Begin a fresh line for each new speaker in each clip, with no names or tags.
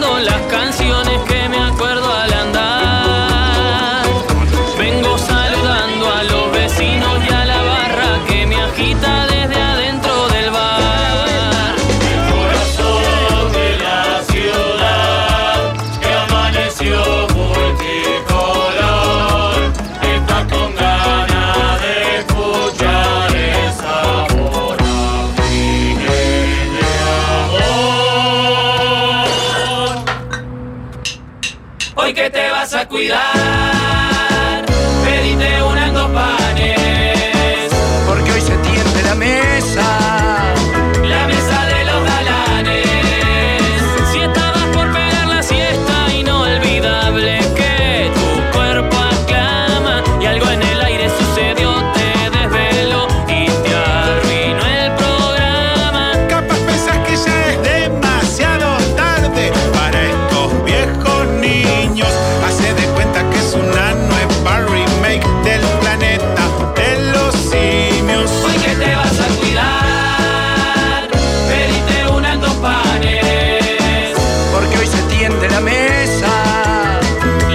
son las canciones que me acuerdo al andar. Vengo saludando a los vecinos y a la barra que me agita desde adentro del bar.
Corazón de la ciudad que amaneció multicolor, está con ganas de escuchar el sabor a mi de amor.
Hoy que te vas a cuidar, pedite un dos panes,
Porque hoy se tiende la mesa.
la mesa de los galanes. Si estabas por pegar la siesta, inolvidable que tu cuerpo aclama y algo en el aire sucedió, te desveló y te arruinó el programa.
Capaz pensás que ya es demasiado tarde para estos viejos niños. Hace de cuenta que es una nueva remake del planeta de los simios.
Hoy que te vas a cuidar, pedite un dos panes,
Porque hoy se tiende la mesa.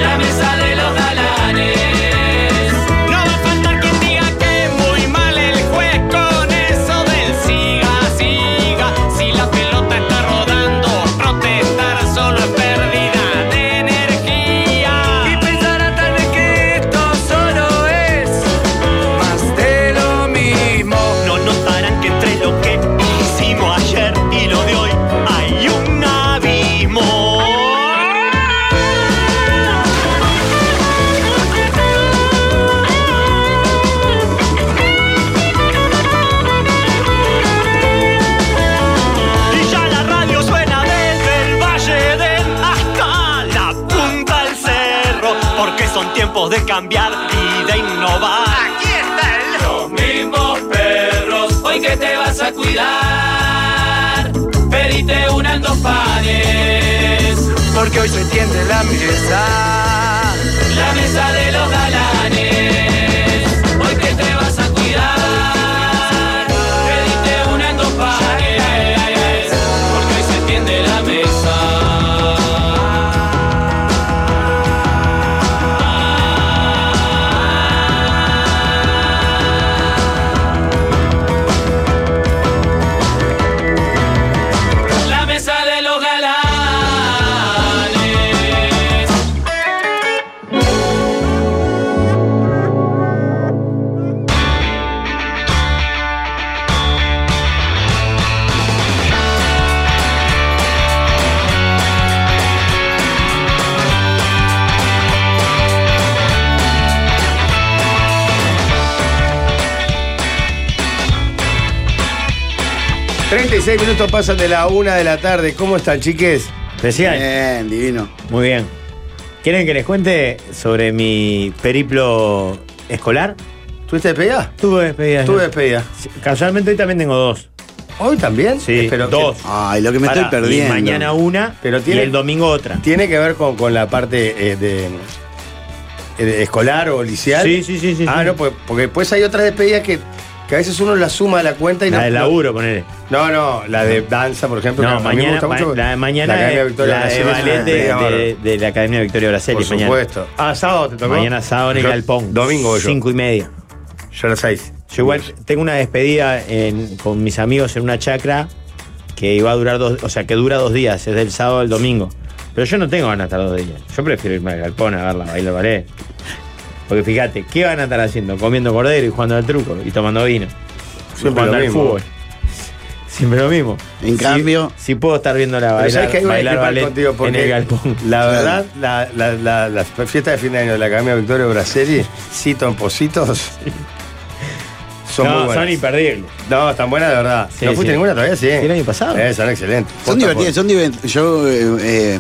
la mesa de los galanes.
No va a faltar quien diga que muy mal el juez con eso del siga, siga. Si la pelota está rodando, protestar solo es pérdida de energía.
Y pensará tal vez que esto solo es más de lo mismo.
No notarán que entre lo que hicimos ayer y lo de hoy hay un abismo. Y ya la radio suena desde el Valle del hasta la punta al cerro, porque son tiempos de cambiar y de innovar.
Los mismos perros
Hoy que te vas a cuidar, pedite un dos panes,
Porque hoy se tiende la mesa.
la mesa de los galanes. Hoy que te vas a cuidar, pedite un dos panes, porque hoy se tiende la mesa. La mesa de los galanes.
Bien. 36 minutos pasan de la una de la tarde. ¿Cómo están, chiques?
Especial.
Bien, divino.
Muy bien. ¿Quieren que les cuente sobre mi periplo escolar?
¿Tuviste despedida?
Tuve despedidas.
Tuve
¿no?
despedida.
Sí, Casualmente hoy también tengo dos.
¿Hoy también?
Sí,
Espero que-
dos.
Ay, lo que me
Pará,
estoy perdiendo.
Y mañana una
Pero
y
tiene-
el domingo otra.
¿Tiene que ver con, con la parte eh, de, eh, de escolar o liceal?
Sí, sí, sí, sí,
Ah,
sí.
no, pues, porque después hay otras despedidas que, que a veces uno las suma a la cuenta y
La
no.
de laburo, ponele.
No, no, la de danza, por ejemplo. que
No,
a mí me
mañana,
gusta mucho.
ma- la de mañana
La Academia
es- la
Victoria
de
Brasel es una
ballet de,
despedida bárbara.
de- de la Academia Victoria Braseli.
Por
mañana.
supuesto. Ah, sábado te tocó.
Mañana sábado en el
Yo-
galpón.
Domingo voy yo.
Cinco y media.
Yo a las seis.
Yo igual tengo una despedida en- con mis amigos en una chacra que iba a durar dos, o sea, que dura dos días, es del sábado al domingo. Pero yo no tengo ganas de estar dos días. Yo prefiero irme al galpón a verla, bailar ballet. Porque fíjate, ¿qué van a estar haciendo? Comiendo cordero y jugando al truco y tomando vino.
Siempre
Y jugando
lo
al
mismo.
fútbol. Siempre lo mismo.
En
Si-
cambio-
Si puedo estar viendo la
Pero sabes
bailar,
que hay una
bailar
disculpa
ballet
contigo
en
porque
el galpón.
la
Claro.
verdad, la, la, la- la fiesta de fin de año de la Academia Victoria Braseli, cito en positos, son
no,
muy buenas.
son imperdibles.
No, están buenas de verdad.
Sí,
¿No fuiste
sí.
ninguna todavía? Sí.
Sí, el año pasado.
Eh, son excelentes.
Son
Posta,
divertidas, son divertidas. Yo eh, eh,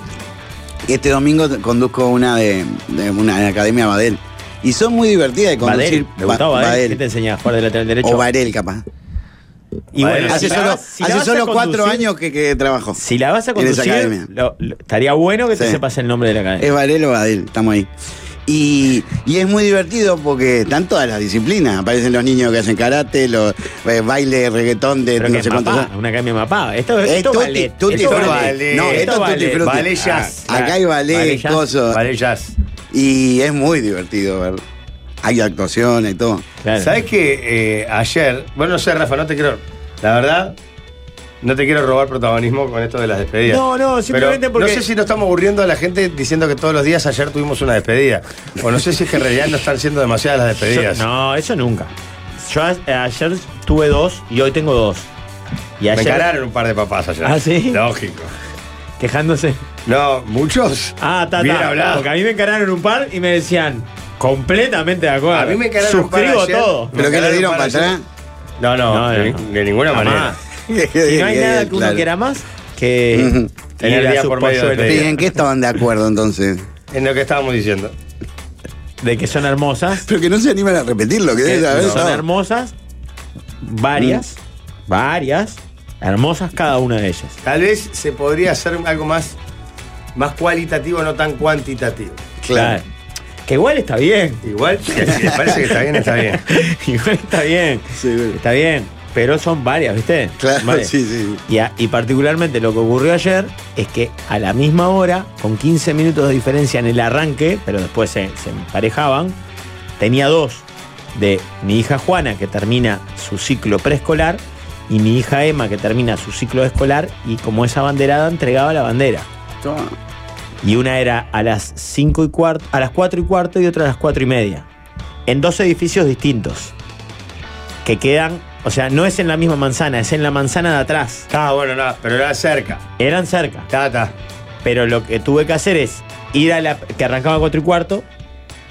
este domingo conduzco una de, de una de la Academia Badel. Y son muy divertidas de conducir.
Badel, me gustaba
Ba-
Badel. ¿Qué te enseñaba? Jugar de lateral derecho.
O Varel, capaz.
Y
Badel.
bueno,
hace
si la
solo,
vas- si la
hace
vas a
solo cuatro
conducir-
años que, que trabajó.
Si la vas a
En esa
conducir,
academia.
lo- lo- estaría bueno que te
Sí.
sepas el nombre de la academia.
¿Es Varel o Badel? Estamos ahí. Y, y es muy divertido porque están todas las disciplinas. Aparecen los niños que hacen karate, los eh, baile, reggaetón de
Pero
no
que
sé
es
cuántos
mapá,
años.
una academia de mapá. Esto,
Es
esto es
tutti-
ballet.
tutti
esto es
frutti.
ballet.
No, esto es tutti frutti.
Ballet jazz.
Ah, acá hay ballet,
Ballet jazz,
coso.
Ballet jazz.
Y es muy divertido ver. Hay actuación y todo.
Claro.
¿Sabes qué? Eh, ayer, bueno, no sé, Rafa, no te quiero. La verdad, no te quiero robar protagonismo con esto de las despedidas.
No, no, simplemente
Pero
porque-
No sé si no estamos aburriendo a la gente diciendo que todos los días ayer tuvimos una despedida. O no sé si es que en realidad no están siendo demasiadas las
Yo-
despedidas.
no, eso nunca. Yo a- ayer tuve dos y hoy tengo dos. Y
Me
ayer
encararon un par de papás ayer.
¿Ah, sí?
Lógico.
quejándose.
No, muchos.
Ah, está,
Bien
está.
hablado.
Porque a mí me encararon un par y me decían, completamente de acuerdo.
A mí me encararon un par
Suscribo
ayer.
todo.
Me
¿Pero qué le
cagaron
dieron
para
para
hacer-
atrás?
No, no,
No,
de,
no.
de ninguna
Jamás.
manera.
Y no hay nada que uno
Claro.
quiera más que
Ujú.
Eh, Tener
ir a
día
sus
por medio de
polluelos.
Sí,
despedida.
¿En qué estaban de acuerdo entonces?
En lo que estábamos diciendo.
de que son hermosas.
Pero que no se animan a repetirlo, que
que
debe haber
son
estado.
hermosas. Varias.
Mm.
Varias. Hermosas cada una de ellas.
Tal vez se podría hacer algo más, más cualitativo, no tan cuantitativo.
Claro.
Que igual está bien.
Igual, si me parece que está bien, está bien.
igual está bien.
Sí, bueno.
Está bien. Pero son varias, ¿viste?
Claro,
Son varias.
sí, sí.
Y, a- y particularmente lo que ocurrió ayer es que a la misma hora, con 15 minutos de diferencia en el arranque, pero después se, se emparejaban, tenía dos de mi hija Juana, que termina su ciclo preescolar, y mi hija Emma, que termina su ciclo escolar, y como esa banderada entregaba la bandera.
Toma.
Y una era a las 5 y cuarto, a las 4 y cuarto y otra a las 4 y media. En dos edificios distintos. Que quedan, o sea, no es en la misma manzana, es en la manzana de atrás.
Está Ah, bueno, nada, pero era cerca.
Eran cerca.
Está, está.
Pero lo que tuve que hacer es ir a la. que arrancaba a 4 y cuarto,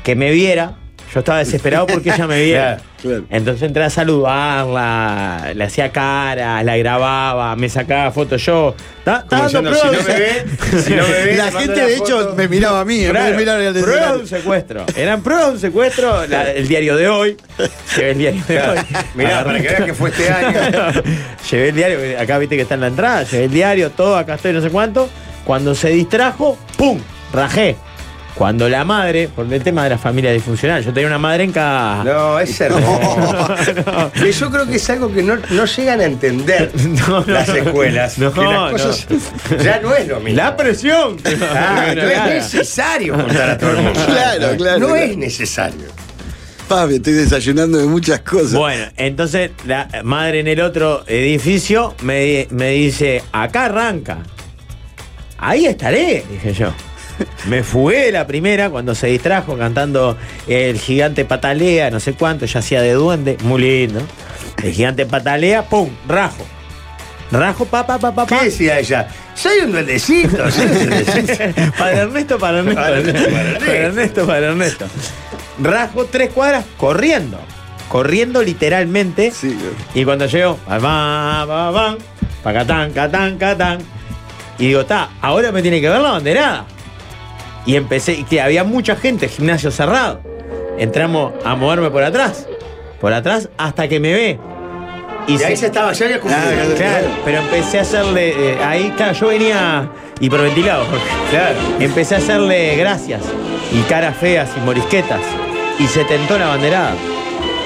que me viera. Yo estaba desesperado porque ella me viera.
Claro.
Entonces entré a saludarla, le hacía caras, la grababa, me sacaba fotos yo. Ta-
Como
Estaba dando
diciendo, si
pruebas
no
de-
me ve, si no me ve.
La
te mando
gente,
una
de hecho,
foto.
me miraba a mí. en vez de
Claro,
mirar al
prueba de
celular.
un secuestro. Eran pruebas de un secuestro. la- el diario de hoy. Llevé el diario de hoy.
Mirá, para que veas que fue este año.
Llevé el diario. Acá viste que está en la entrada. Llevé el diario, todo. Acá estoy, no sé cuánto. Cuando se distrajo, ¡pum! Rajé. Cuando la madre, por el tema de la familia disfuncional, yo tenía una madre en cada.
No, es hermoso.
no.
Que yo creo que es algo que no, no llegan a entender
No, no,
las
no.
escuelas.
No,
que las cosas ya no es lo mismo.
La presión.
Ah, no es necesario juntar a todo el mundo.
Claro, claro,
No
claro.
es necesario.
Papi, estoy desayunando de muchas cosas.
Bueno, entonces la madre en el otro edificio me, di- me dice, acá arranca. Ahí estaré, dije yo. Me fugué de la primera cuando se distrajo cantando El gigante patalea, no sé cuánto, ya hacía de duende, muy lindo. El gigante patalea, pum, rajo. Rajo, pa, pa, pa, pa,
¿Qué
pa.
decía ella? Soy un duendecito, soy un duendecito.
para Ernesto, para Ernesto.
Para
Para
Ernesto,
Ernesto,
para Ernesto.
para Ernesto. Rasgo tres cuadras corriendo. Corriendo literalmente.
Sí, claro.
Y cuando llego, pa, pa, pa, pa, pa, catán, catán, catán. Y digo, ta, ahora me tiene que ver la banderada. Y empecé, y que había mucha gente, gimnasio cerrado. Entramos a moverme por atrás. Por atrás hasta que me ve.
Y ahí se estaba ya como.
Claro,
Claro, pero empecé a hacerle. eh, ahí, claro, yo venía hiperventilado.
Claro.
Empecé a hacerle gracias y caras feas y morisquetas. Y se tentó la banderada.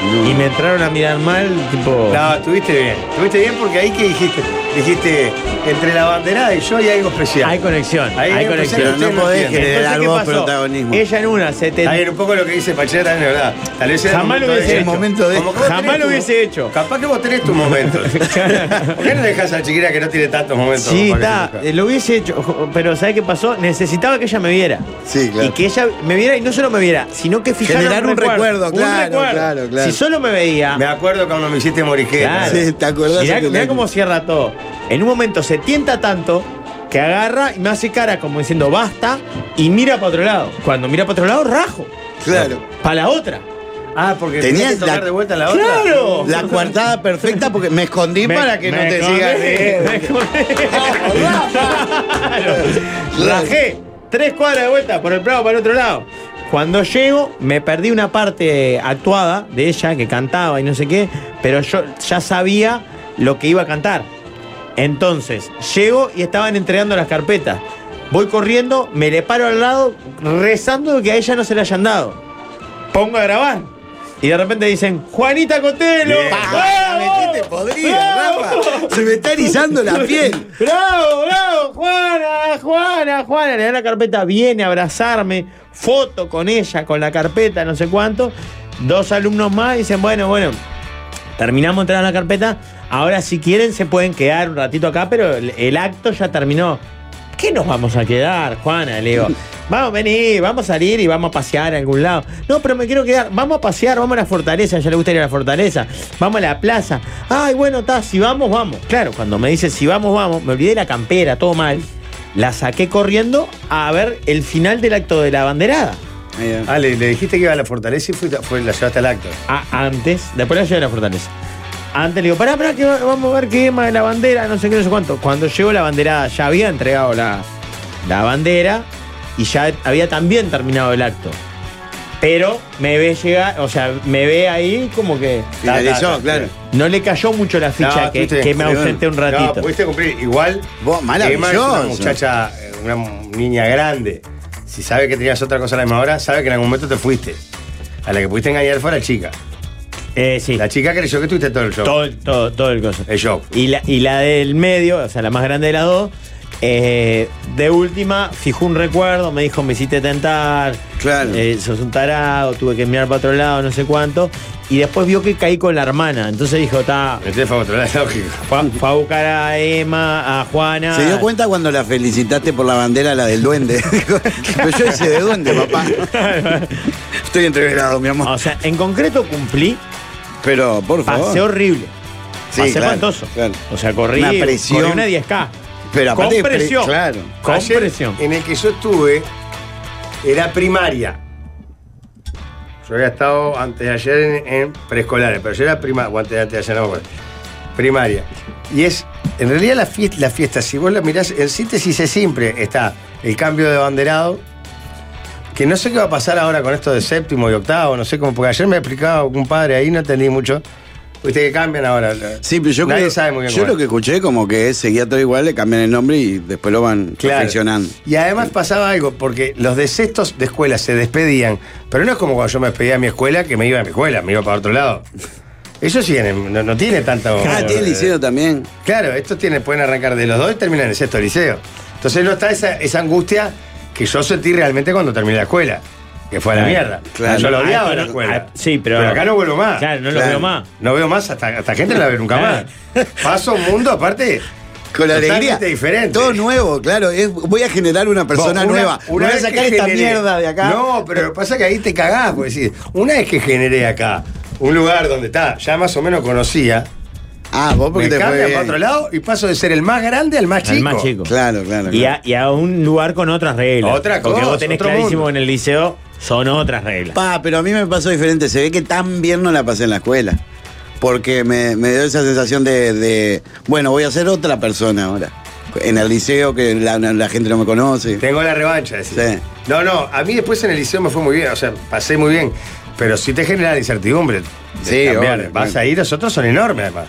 Y me entraron a mirar mal, tipo.
No, estuviste bien. Estuviste bien porque ahí que dijiste, dijiste, entre la banderada y yo hay algo especial.
Hay conexión,
Ahí
hay
empecé
conexión.
a meter-
Pero no podés generar
Entonces, ¿qué
vos
pasó?
protagonismo.
Ella en una se tentó.
A ver, un poco lo que dice Pachera también, ¿verdad? Tal vez era el
Jamás lo
momento de-
hubiese
el
hecho.
momento de-
Jamás
Como que vos tenés
lo
tu-
hubiese hecho.
Capaz que vos tenés tus momentos. ¿Por qué no dejás a la chiquera que no tiene tantos momentos?
Sí,
como para
está,
que
eh, lo hubiese hecho, pero ¿sabes qué pasó? Necesitaba que ella me viera.
Sí, claro.
Y que ella me viera y no solo me viera, sino que fijara
Generar un recuerdo, claro, claro, claro.
Si solo me veía,
Me acuerdo cuando me hiciste morijera.
Claro.
Sí, ¿te acordás
Mirá,
que
mirá
la-
cómo cierra todo. En un momento se tienta tanto que agarra y me hace cara como diciendo basta y mira para otro lado. Cuando mira para otro lado, rajo.
Claro.
Para la otra.
Ah, porque
Tenías
tenías que tocar
la-
de vuelta la otra.
¡Claro!
La coartada perfecta porque me escondí
Me-
para que no
me
te
comí,
sigan.
me
riendo.
comí.
Claro.
Rajé tres cuadras de vuelta por el prado para el otro lado. Cuando llego, me perdí una parte actuada de ella que cantaba y no sé qué, pero yo ya sabía lo que iba a cantar. Entonces, llego y estaban entregando las carpetas. Voy corriendo, me le paro al lado, rezando que a ella no se le hayan dado. Pongo a grabar. Y de repente dicen, Juanita Cotelo.
Bien.
Ah,
¡Bravo!
metiste podrida,
¡Bravo!
Rafa. Se me está erizando la piel.
¡Bravo, bravo! Juana, Juana, Juana. Le da la carpeta, viene a abrazarme, foto con ella, con la carpeta, no sé cuánto. Dos alumnos más dicen, bueno, bueno, terminamos de entrar a la carpeta. Ahora si quieren se pueden quedar un ratito acá, pero el, el acto ya terminó. ¿Qué nos vamos a quedar, Juana? Le digo, vamos, vení, vamos a salir y vamos a pasear a algún lado. No, pero me quiero quedar. Vamos a pasear, vamos a la fortaleza, ya le gusta ir a la fortaleza. Vamos a la plaza. Ay, bueno, está, si vamos, vamos. Claro, cuando me dice si vamos, vamos, me olvidé la campera, todo mal. La saqué corriendo a ver el final del acto de la banderada.
Ahí va.
Ah, le, le dijiste que iba a la fortaleza y fuiste- fue, la llevaste al acto.
Ah, antes, después la llevé a la fortaleza. Antes le digo, pará, pará, que va- vamos a ver qué más de la bandera, no sé qué, no sé cuánto. Cuando llegó la banderada, ya había entregado la, la bandera y ya había también terminado el acto. Pero me ve llegar, o sea, me ve ahí como que
Ta, ta,
Finalizó,
ta.
claro.
no le cayó mucho la ficha
No,
que,
tú te-
que me
perdón.
ausenté un
No,
ratito.
pudiste cumplir. Igual.
Vos,
Emma es una
maravilloso.
muchacha, eh, una niña grande. Si sabe que tenías otra cosa a la misma hora, sabe que en algún momento te fuiste. A la que pudiste engañar fue a la chica.
Eh, sí,
La chica creyó que tuviste todo el show.
todo, todo, todo el coso.
El show.
Y la, y la del medio, o sea, la más grande de las dos, eh, de última fijó un recuerdo, me dijo, me hiciste tentar,
Claro.
eh, sos un tarado, tuve que mirar para otro lado, no sé cuánto. Y después vio que caí con la hermana, entonces dijo, está,
Entonces Este fue a otro lado, lógico.
fue, a- fue a buscar a Emma, a Juana.
Se dio cuenta cuando la felicitaste por la bandera, la del duende. Dijo, Pero yo hice de duende, papá. Estoy entreverado, mi amor.
O sea, en concreto cumplí,
Pero, por favor.
pasé horrible.
Sí,
pasé
claro,
espantoso.
claro.
O sea, corrí
Una
corrí una,
presión.
10K.
Pero aparte de
con
pre-
presión.
claro.
Con
Ayer,
presión.
En el que yo estuve, era primaria. Yo había estado antes de ayer en, en preescolares, pero yo era primaria, o antes de antes de ayer, no me acuerdo. Primaria. Y es, en realidad la fiesta, la fiesta, si vos la mirás, en síntesis es simple, está el cambio de banderado, que no sé qué va a pasar ahora con esto de séptimo y octavo, no sé cómo, porque ayer me explicaba un padre ahí, no entendí mucho. Viste que cambian ahora.
Sí, pero yo
Nadie
creo-
sabe muy bien
Yo
cómo
lo
es.
que escuché como que seguía todo igual, le cambian el nombre y después lo van perfeccionando.
Y además pasaba algo, porque los de sextos de escuela se despedían, pero no es como cuando yo me despedía de mi escuela, que me iba a mi escuela, me iba para otro lado. Eso sí, no, no tiene tanta...
Ah, tiene liceo también.
Claro, estos tienen, pueden arrancar de los dos y terminan en sexto liceo. Entonces no está esa, esa angustia que yo sentí realmente cuando terminé la escuela, que fue a la
Claro.
mierda.
Claro.
Yo lo
Ah,
odiaba
esto
la
no-
escuela.
ah, sí, pero-
acá no vuelvo más.
Claro, no lo
Claro.
veo más.
No veo más, hasta, hasta gente no la veo nunca
Claro.
más. Paso un mundo, aparte...
Con la
totalmente
alegría.
diferente.
Todo nuevo, claro. es- voy a generar una persona
Vos, una-
nueva.
una
voy a
vez
sacar
que
esta
generé-
mierda de acá.
No, pero lo que pasa es que ahí te cagás, porque decís, una vez que generé acá un lugar donde está, ya más o menos conocía,
Ah, vos porque
me
te fue
cambian
bien.
para otro lado y paso de ser el más grande al más chico.
Al más chico.
Claro, claro.
Y
claro.
a, y a un lugar con otras reglas.
Otra
Porque
cosa,
vos tenés
otro
clarísimo
mundo.
en el liceo son otras reglas.
Pa, pero a mí me pasó diferente. Se ve que tan bien no la pasé en la escuela. Porque me, me dio esa sensación de, de, bueno, voy a ser otra persona ahora. En el liceo que la, la- la gente no me conoce.
Tengo la revancha, decís.
Sí.
No, no, a mí después en el liceo me fue muy bien, o sea, pasé muy bien, pero sí te genera la incertidumbre. de
Sí,
cambiar.
obvio,
Vas
obvio.
ahí, los otros son enormes además.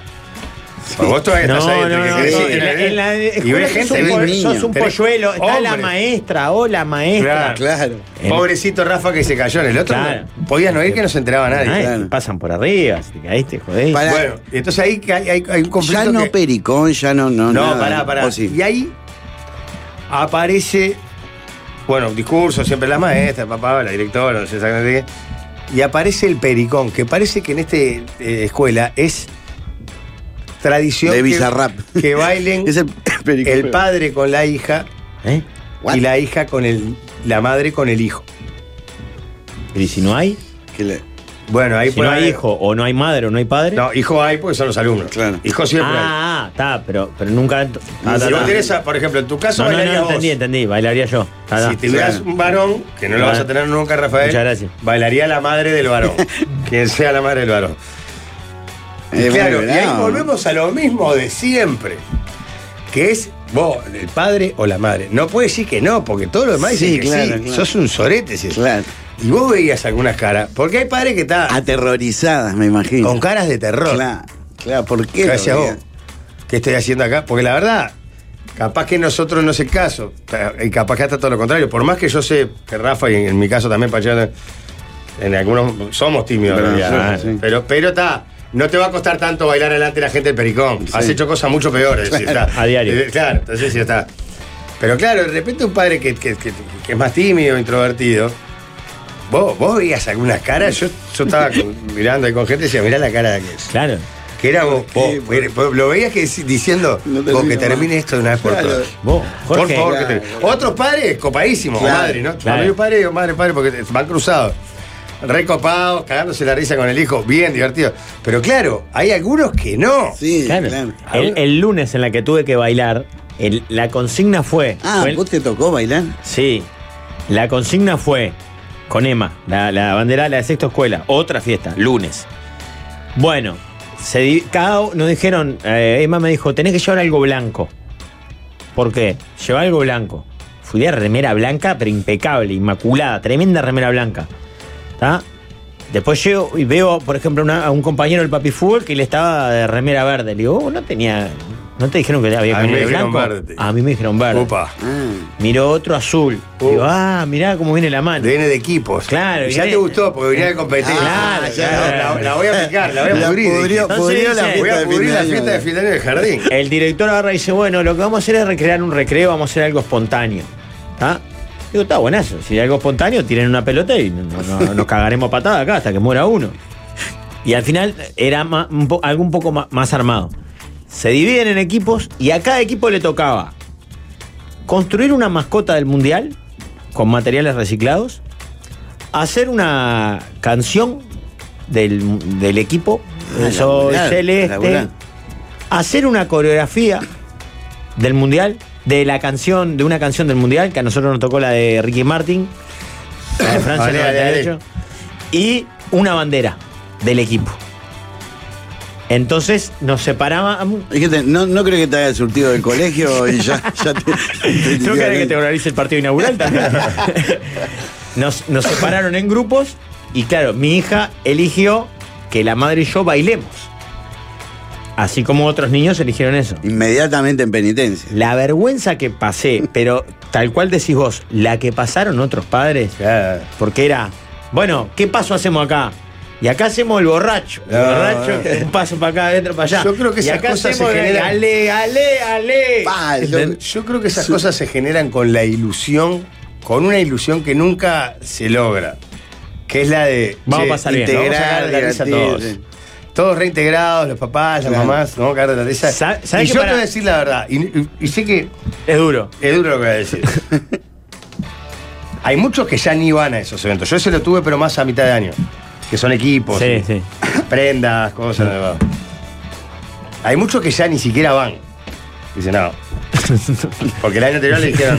Porque Vos todavía
No,
estás ahí,
no,
entre
no,
que
no,
querés
no,
ir,
en la- en la
y
escuela
ves
sos
gente,
un
ves
po-
niños.
sos un
tenés
polluelo, está la
hombres.
maestra, hola maestra.
Claro.
Claro.
Pobrecito Rafa que se cayó en el otro.
Claro.
no- Podías no ir que no se enteraba nadie.
Ay,
claro.
Pasan por arriba, si te caíste, jodés.
Pará.
Bueno, y entonces ahí que hay, hay- hay un conflicto.
Ya no
que-
pericón, ya no. No,
no,
nada.
pará, pará.
O sí.
Y ahí aparece, bueno, discurso, siempre la maestra, el papá, la directora, no sé exactamente qué. Y aparece el pericón, que parece que en esta escuela es tradición.
De
que-
Bizarrap.
Que, bailen
Es el pericón.
el padre con la hija
¿Eh?
What?
y la hija con el. la madre con el hijo.
Y si no hay,
Que le-
Bueno, ahí
si
por
no hay
ahí-
hijo, o no hay madre, o no hay padre.
No, hijo hay pues porque son los alumnos.
Claro.
Hijo siempre hay.
ah, ah, está, pero, pero nunca. Ah,
si
ta,
vos
ta.
tenés, a- por ejemplo, en tu caso,
no, no, no,
bailarías vos.
entendí, entendí, bailaría yo. Ta, ta.
Si tuvieras
Claro.
un varón, que no lo
Claro.
vas a tener nunca, Rafael,
Ah, Muchas gracias.
bailaría la madre del varón. quien sea la madre del varón.
Eh,
claro,
bueno,
y ahí
no.
volvemos a lo mismo de siempre. Que es vos, el padre o la madre. No puede decir que no, porque todos los demás
Sí,
dicen que
claro,
sí.
claro.
Sos un sorete. si es.
Claro.
Y vos veías algunas caras. Porque hay padres que están
Aterrorizadas, me imagino.
con caras de terror.
Claro, claro, ¿por qué?
Gracias a
lo
vos.
digan?
¿Qué estoy haciendo acá? Porque la verdad, Capaz que nosotros no es el caso. Y capaz que hasta todo lo contrario. Por más que yo sé que Rafa, y en, en mi caso también, Pachano, en algunos somos tímidos. en
Pero
realidad,
sí, sí.
Pero pero está. no te va a costar tanto bailar adelante de la gente del Pericón. Has hecho cosas mucho peores. sí,
Claro,
está.
a diario.
Eh, Claro, entonces sí está. Pero claro, de repente un padre que, que- que- que es más tímido, introvertido. Vos, vos veías algunas caras. Yo, yo estaba con- mirando ahí con gente y decía, mirá la cara de aquel.
Claro.
Que era vos,
qué?
vos, era- vos- lo veías que dici- diciendo,
No termina
vos que
más.
termine esto de una vez por
Claro.
todas.
Vos, Jorge.
por favor, que
claro,
te-
claro.
Otros padres copadísimos, o
Claro,
madre, ¿no?
claro.
Amigo padre o madre, padre, porque te- van cruzados. Recopados, cagándose la risa con el hijo, bien divertido. Pero claro, hay algunos que no.
Sí,
Claro.
claro.
El, el lunes en la que tuve que bailar, el- la consigna fue.
Ah,
fue el-
¿vos te tocó bailar?
Sí. La consigna fue con Emma, la, la bandera, la de sexta escuela, otra fiesta, lunes. Bueno, se di- cada u- nos dijeron, eh, Emma me dijo, tenés que llevar algo blanco. ¿Por qué? Llevar algo blanco. Fui de remera blanca, pero impecable, inmaculada, tremenda remera blanca. ¿Está? Después llego y veo, por ejemplo, una- a un compañero del Papi Fútbol que le estaba de remera verde. Le digo, "Oh, no tenía. ¿No te dijeron que te había
A mí
que
me
poner
dijeron
blanco?
verde.
A mí me dijeron verde.
Opa,
Ah,
Miró otro azul.
Oh.
Digo, ah, mirá cómo viene la mano.
viene de equipos.
Claro,
Y ya
viene-
te gustó porque venía de competir.
Claro,
Ah,
claro.
La, la voy a picar, la voy a
La
pudrir.
pudrió-
dije.
pudrió
Entonces
la
dice-
voy
fiesta
a
de
pudrir
fin de
la
año.
fiesta de fin de año del jardín.
El director agarra y dice, bueno, lo que vamos a hacer es recrear un recreo, vamos a hacer algo espontáneo. ¿Está? Digo, está buenazo. Si hay algo espontáneo, tiren una pelota y no- no- nos cagaremos a patada acá hasta que muera uno. Y al final era ma- un po- algo un poco ma- más armado. Se dividen en equipos y a cada equipo le tocaba construir una mascota del mundial con materiales reciclados, hacer una canción del, del equipo,
Ah,
Soy
laburar,
celeste,
laburar.
hacer una coreografía del mundial, de la canción, de una canción del mundial, que a nosotros nos tocó la de Ricky Martin, la de Francia
Ale, ale, ale.
98, y una bandera del equipo. Entonces nos separábamos.
Fíjate, no, no creo que te haya surtido del colegio y ya, ya te. te-
Creo que era que te organice el partido inaugural también. nos, nos separaron en grupos y claro, mi hija eligió que la madre y yo bailemos. Así como otros niños eligieron eso.
Inmediatamente en penitencia.
La vergüenza que pasé, pero tal cual decís vos, la que pasaron otros padres,
Claro.
porque era, bueno, ¿qué paso hacemos acá? Y acá hacemos el borracho. El
No,
borracho,
no.
un paso para acá, adentro para allá.
Yo creo que
y
esas
acá
cosas se
hacemos el
generan-
Ale, ale, ale.
Pa,
Este,
yo-
¿Entendés?
Yo creo que esas cosas se generan con la ilusión, con una ilusión que nunca se logra, que es la de
Vamos a
che,
pasar bien,
integrar,
vamos a cagar de la risa
divertirse. todos reintegrados, los papás, las
Claro.
mamás, no cagar de la risa.
Sa- ¿sabes
Y
que
yo
para-
te voy a decir la verdad, y, y- y sé que
Es duro.
es duro lo que voy a decir. Hay muchos que ya ni van a esos eventos. Yo ese lo tuve, pero más a mitad de año. Que son equipos,
Sí, sí.
prendas, cosas. ¿no? Hay muchos que ya ni siquiera van. Dicen, no. Porque el año anterior le dijeron,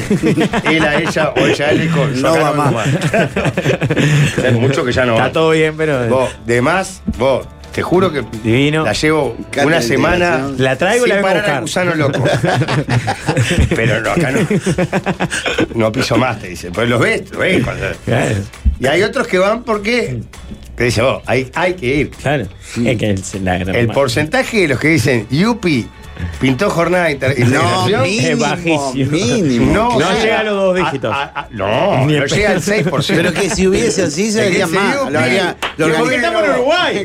él a ella o ella a él, dijo, yo
No
acá
va
vengo más. Hay muchos que ya no
Está
van.
todo bien, pero.
Vos, de más, vos, te juro que
Divino.
la llevo
Cata
una
de
semana.
integración.
La traigo y
sin
la vengo a
parar al
buscar.
gusano loco. Pero no, acá no. No piso más, te dice. Pues los ves, los ves. cuando-
Claro,
Y hay otros que van porque. Te dice, vos, hay, hay que ir.
claro. Es que el, la gran
El
ma-
porcentaje de los que dicen, Yupi, pintó jornada de inter-
No,
integración",
Es
mínimo,
bajísimo.
mínimo.
No
claro.
llega a los dos dígitos.
a- a- no,
Ni en
no llega al 6%.
Pero que si hubiese así, se
Es que
haría
se
más.
dio
Lo haría.
pie.
lo
Porque
organizaría.
estamos en Uruguay.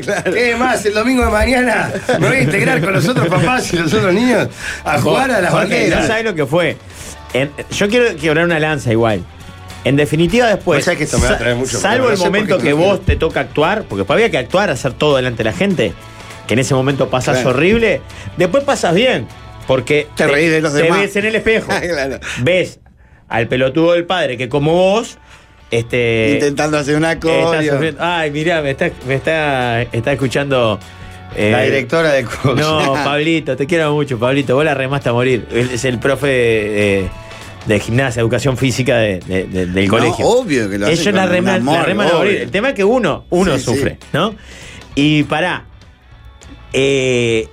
Claro.
Es más, el domingo de mañana me voy a integrar con los otros papás y los otros niños a jugar a las
Jorge, No
banderas.
sabes lo que fue. En- yo quiero quebrar una lanza igual. En definitiva, después.
Vos sabés que esto me va a traer mucho
salvo
problema,
el
no sé por
momento
qué
que
no quiero.
vos te toca actuar, porque después había que actuar, hacer todo delante de la gente, que en ese momento pasás
Claro.
horrible. Después pasas bien, porque
Te reís de los
te
demás.
ves en el espejo.
Claro.
Ves al pelotudo del padre que, como vos, este.
Intentando hacer una
Eh, está
cosa.
sufriendo. Ay, mirá, me está, me está, está escuchando. eh,
La directora de curso.
No, Pablito, te quiero mucho, Pablito. Vos la remaste a morir. Él es el profe de, de- de gimnasia, educación física de- de- de- del
No,
colegio.
obvio que lo hacen
Ellos la
con un
reman,
amor,
la reman a morir.
obvio.
El tema es que uno, uno
Sí,
sufre,
sí.
¿no? Y pará. eh,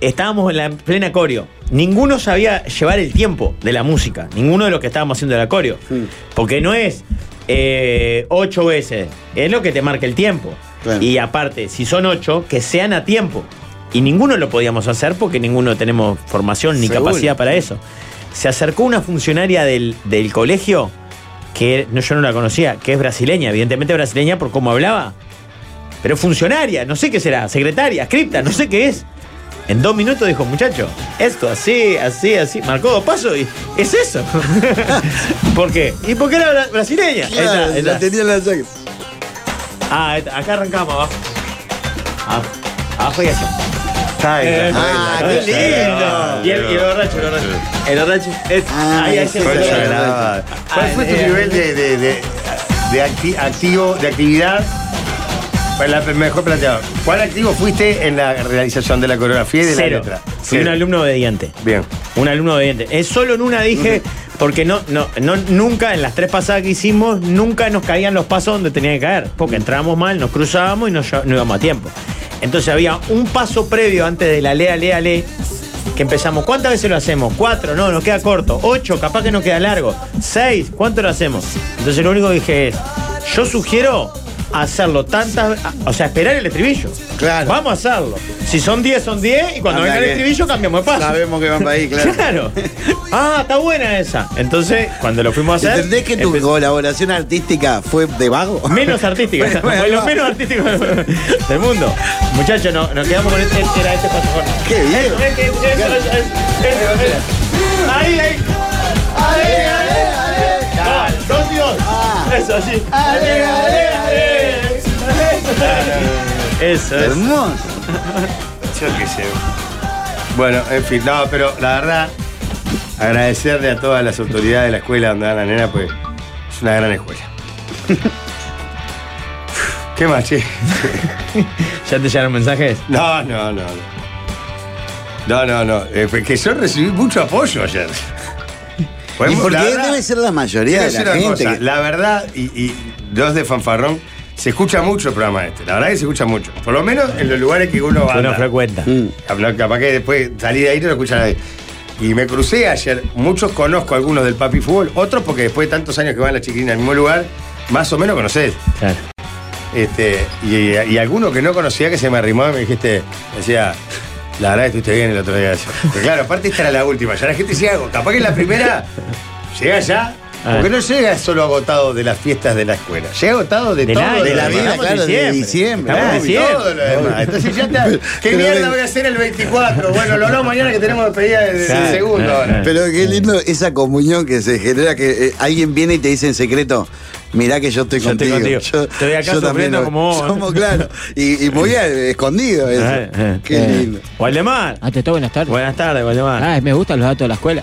estábamos en la plena coreo. Ninguno sabía llevar el tiempo de la música. Ninguno de los que estábamos haciendo la coreo. Porque no es eh, ocho veces. Es lo que te marca el tiempo.
Claro.
Y aparte, si son ocho, que sean a tiempo. Y ninguno lo podíamos hacer porque ninguno tenemos formación ni
Seguro.
capacidad para eso. Se acercó una funcionaria del, del colegio que no, yo no la conocía, que es brasileña, evidentemente brasileña por cómo hablaba, pero funcionaria, no sé qué será, secretaria, cripta, no sé qué es. En dos minutos dijo, muchacho, esto así, así, así, marcó dos pasos y es eso. ¿Por qué? ¿Y por qué era bra- brasileña? Ahí está,
Claro,
ahí está.
la tenía en la sangre.
Ah, ahí está. acá arrancamos abajo. Abajo, abajo y allá. Eh,
Ah, qué lindo.
Y el, y el borracho, el borracho. El borracho. es-
Ah,
ahí, ahí
ese
se
es
fue.
el
sagrado. ¿Cuál
Ah,
fue tu
eh,
nivel de, de, de- de acti- activo, de actividad? Para la- mejor planteado. ¿Cuál activo fuiste en la realización de la coreografía y de
Cero.
la letra?
Fui un
Cero.
alumno obediente.
Bien.
Un alumno obediente. Es solo en una dije, porque no, no, no, nunca, en las tres pasadas que hicimos, nunca nos caían los pasos donde tenían que caer. Porque entrábamos mal, nos cruzábamos y no, lle- no íbamos a tiempo. Entonces había un paso previo antes de la lea, lea, lea, que empezamos. ¿Cuántas veces lo hacemos? Cuatro, no, nos queda corto. Ocho, capaz que nos queda largo. Seis, ¿cuánto lo hacemos? Entonces lo único que dije es, yo sugiero hacerlo tantas ve- o sea, esperar el estribillo.
Claro.
Vamos a hacerlo. Si son 10, son 10 y
Anda
cuando venga el
que-
estribillo cambiamos de paso.
Sabemos que van para ahí, claro.
Claro. Ah, está buena esa. Entonces, cuando lo fuimos a hacer.
¿Entendés que tu
empezó-
colaboración artística fue de vago?
Menos artística.
Bueno,
fue
bueno,
lo
va.
menos artístico del mundo. Muchachos, no, nos quedamos con este. Era este paso. Jorge.
Qué bien.
Eso, es que- eso, es- eso, es- Ahí, ahí.
Ah,
Ahí, Dos y dos.
Ah.
Eso, así. Eso es.
Hermoso.
Yo qué sé. Bueno, en fin, no, pero la verdad, agradecerle a todas las autoridades de la escuela donde va la nena, pues es una gran escuela. ¿Qué más, che?
¿Ya te llegaron mensajes?
No, no, no. no. No, no, no. eh, fue que yo recibí mucho apoyo ayer.
¿Y
Podemos-
por
la
qué
verdad,
debe ser la mayoría
quiero
de
decir
la
una
gente?
cosa,
que-
La verdad, y, y dos de fanfarrón, se escucha mucho el programa este. La verdad que se escucha mucho. Por lo menos en los lugares que uno va. a
Uno
andar.
frecuenta.
Mm.
Hablar, capaz que después salí de ahí y no lo escucha nadie. Y me crucé ayer, muchos conozco algunos del Papi Fútbol, otros porque después de tantos años que van las chiquilinas al mismo lugar, más o menos conocés.
Claro.
Este, y, y alguno que no conocía que se me arrimó y me dijiste, decía, la verdad que estuviste bien el otro día. Pero claro, aparte esta era la última, ya la gente llega, agota- capaz que en la primera llega ya, porque no llega solo agotado de las fiestas de la escuela, llega agotado de,
Del
todo.
año,
lo
de la
demás.
vida,
Estamos en
claro, de diciembre.
diciembre. Estamos en
Claro, y
diciembre.
todo lo demás. Entonces ya está. ¿Qué
Pero
mierda
de-
voy a hacer el 24? Bueno, lo no, mañana que tenemos despedida de, de
Claro,
segundo.
claro,
ahora.
Pero qué lindo esa comunión que se genera, que eh, alguien viene y te dice en secreto, mirá que yo estoy
Yo estoy
contigo.
contigo. Estoy acá sufriendo
lo-
como vos.
Somos, claro. Y, y muy eh, escondido eso.
Eh, eh,
qué
eh.
lindo.
Waldemar.
Ante todo, Ah, buenas tardes.
Buenas tardes, Waldemar.
Ah, me gustan los datos de la escuela.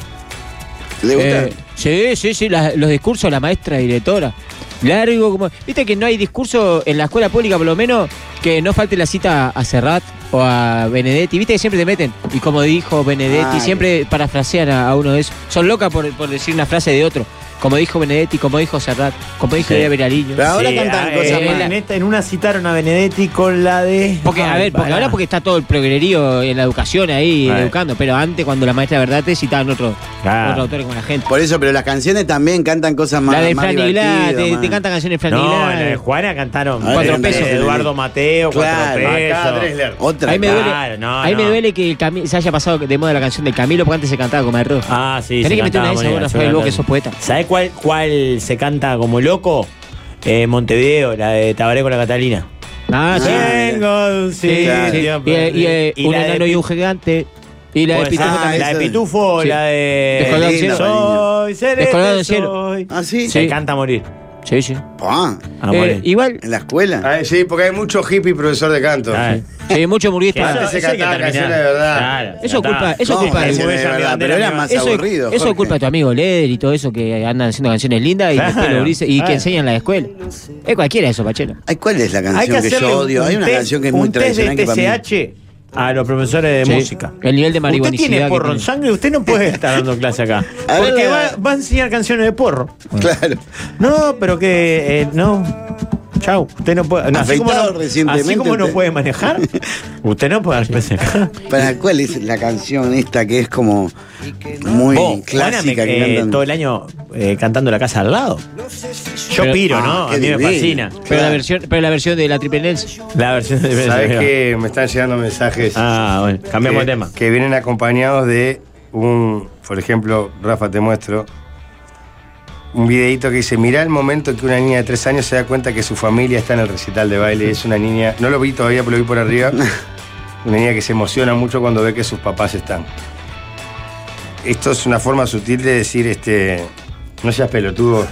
¿Le gusta?
Eh, sí, sí, sí, la- los discursos de la maestra directora. Largo, como. Viste que no hay discurso en la escuela pública, por lo menos, que no falte la cita a Serrat o a Benedetti. Viste que siempre te meten. Y como dijo Benedetti,
Ay.
siempre parafrasean a, a uno de esos. Son locas por, por decir una frase de otro. Como dijo Benedetti, como dijo Serrat, como dijo
Sí.
Elia Beraliño.
Pero ahora
Sí,
cantan
ah,
cosas
eh,
más.
En, esta- en una citaron a Benedetti con la de.
Porque, a
Ay,
ver, porque
pará.
ahora porque está todo el progrerío en la educación ahí,
Ay.
educando, pero antes cuando la maestra de verdad te citaban otro,
Claro.
otro autor como la gente.
Por eso, pero las canciones también cantan cosas más.
la de
más
Fran
divertidas,
Iglá, te,
más-
te cantan canciones de Fran
No,
Iglá.
en la de Juana cantaron.
Cuatro
Benedetti,
pesos.
Eduardo Mateo,
Claro,
Acá
cuatro pesos.
Dresler.
Otra.
Ahí me duele,
Claro, no,
ahí me
no.
duele que el Cami- se haya pasado de moda la canción del Camilo porque antes se cantaba como arroz.
Ah, sí,
Tenés
se
que meter una
cantaba
de esas,
Mónica,
vos,
se
Rafael, vos,
cantaba.
que sos poeta.
¿Sabés cuál, cuál se canta como loco? Eh, Montevideo, la de Tabaré con la Catalina.
Ah, sí.
Tengo un
Sí,
sitio
sí. Y,
para-
y, eh,
y
un
la de
enano y un gigante. Y la de
Pues,
Pitufo
ah,
también.
la de
Sí.
Pitufo,
Sí.
la de.
Descolgado del cielo.
Soy celeste,
Descolgado del cielo.
soy.
Ah, sí.
Se
Sí.
canta a morir.
Sí, sí.
Pa,
A
Eh,
morir.
igual,
en la escuela.
Ah, sí, porque hay mucho hippie profesor de canto.
Ah,
sí, mucho
que eso-
murguista.
Antes se
eso hay que
cantaban
terminar.
canciones de verdad.
Claro,
Eso
ya
culpa-
está.
eso
No,
culpa de-
canciones de
Esa
verdad,
bandera
pero era
que
más
Eso, es-
aburrido.
eso es
Jorge.
culpa de tu amigo Leder y todo eso que andan haciendo canciones lindas y
Claro,
después lo gris- y
claro.
que enseñan en la escuela. Es cualquiera eso, Pachelo.
Ay, ¿Cuál es la
Hay que
canción que, yo
hacerle un-
odio?
un
Hay una
test-
canción que es
un
muy
test
tradicional que para mí.
de TSH a los profesores de
Sí.
música.
El nivel de
Usted
maribonicidad
tiene
que
porro en
tiene.
sangre, usted no puede estar dando clase acá.
A ver,
Porque
la-
va, va a enseñar canciones de porro.
Claro.
No, pero que eh, no. Chau, usted no puede. no, así como
Afeitado
no,
recientemente
así como no
usted.
puede manejar, usted no puede manejar.
¿Para cuál es la canción esta que es como muy
Vos, Juana, me-
clásica que
eh,
cantan?
todo el año eh, cantando la casa al lado. Yo
Pero-
piro,
Ah,
¿no?
qué
A mí me
divino.
fascina.
Pero la
Claro.
versión, pero la versión de la triple Nelson.
La versión de
Sabes que me están llegando mensajes
Ah, bueno, cambiamos
que,
de tema.
que vienen acompañados de un por ejemplo, Rafa, te muestro un videito que dice, mirá el momento en que una niña de tres años se da cuenta que su familia está en el recital de baile. Es una niña, no lo vi todavía, pero lo vi por arriba. Una niña que se emociona mucho cuando ve que sus papás están. Esto es una forma sutil de decir, este, no seas pelotudo,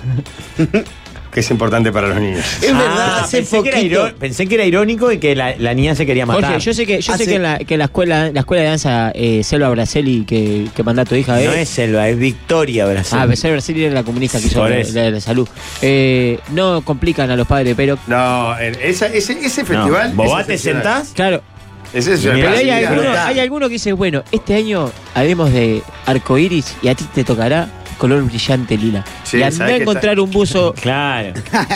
que es importante para los niños.
Es verdad, hace
Ah, pensé, que era
poquito-
iro- pensé que era irónico y que la, la niña se quería matar.
Jorge, yo sé que, yo
Ah,
sé
sí.
que en la, que en la escuela, la escuela de danza eh, Selva Braceli que, que manda tu hija
No
eh,
es selva, es victoria, Brasil.
Ah, Selva Braceli era la comunista que hizo
Por
la,
eso.
la de la salud. Eh, no complican a los padres, pero
No, en esa- ese, ese
No.
festival...
¿Bobá
es
te
excepcional.
sentás?
claro,
Ese es una
Mirá,
Pero hay,
Así que
clasicidad.
alguno,
disfrutá.
hay alguno que dice, bueno, este año haremos de arcoiris y a ti te tocará color brillante lila.
Sí,
y
sabés
andá a
que
encontrar un buzo
Claro.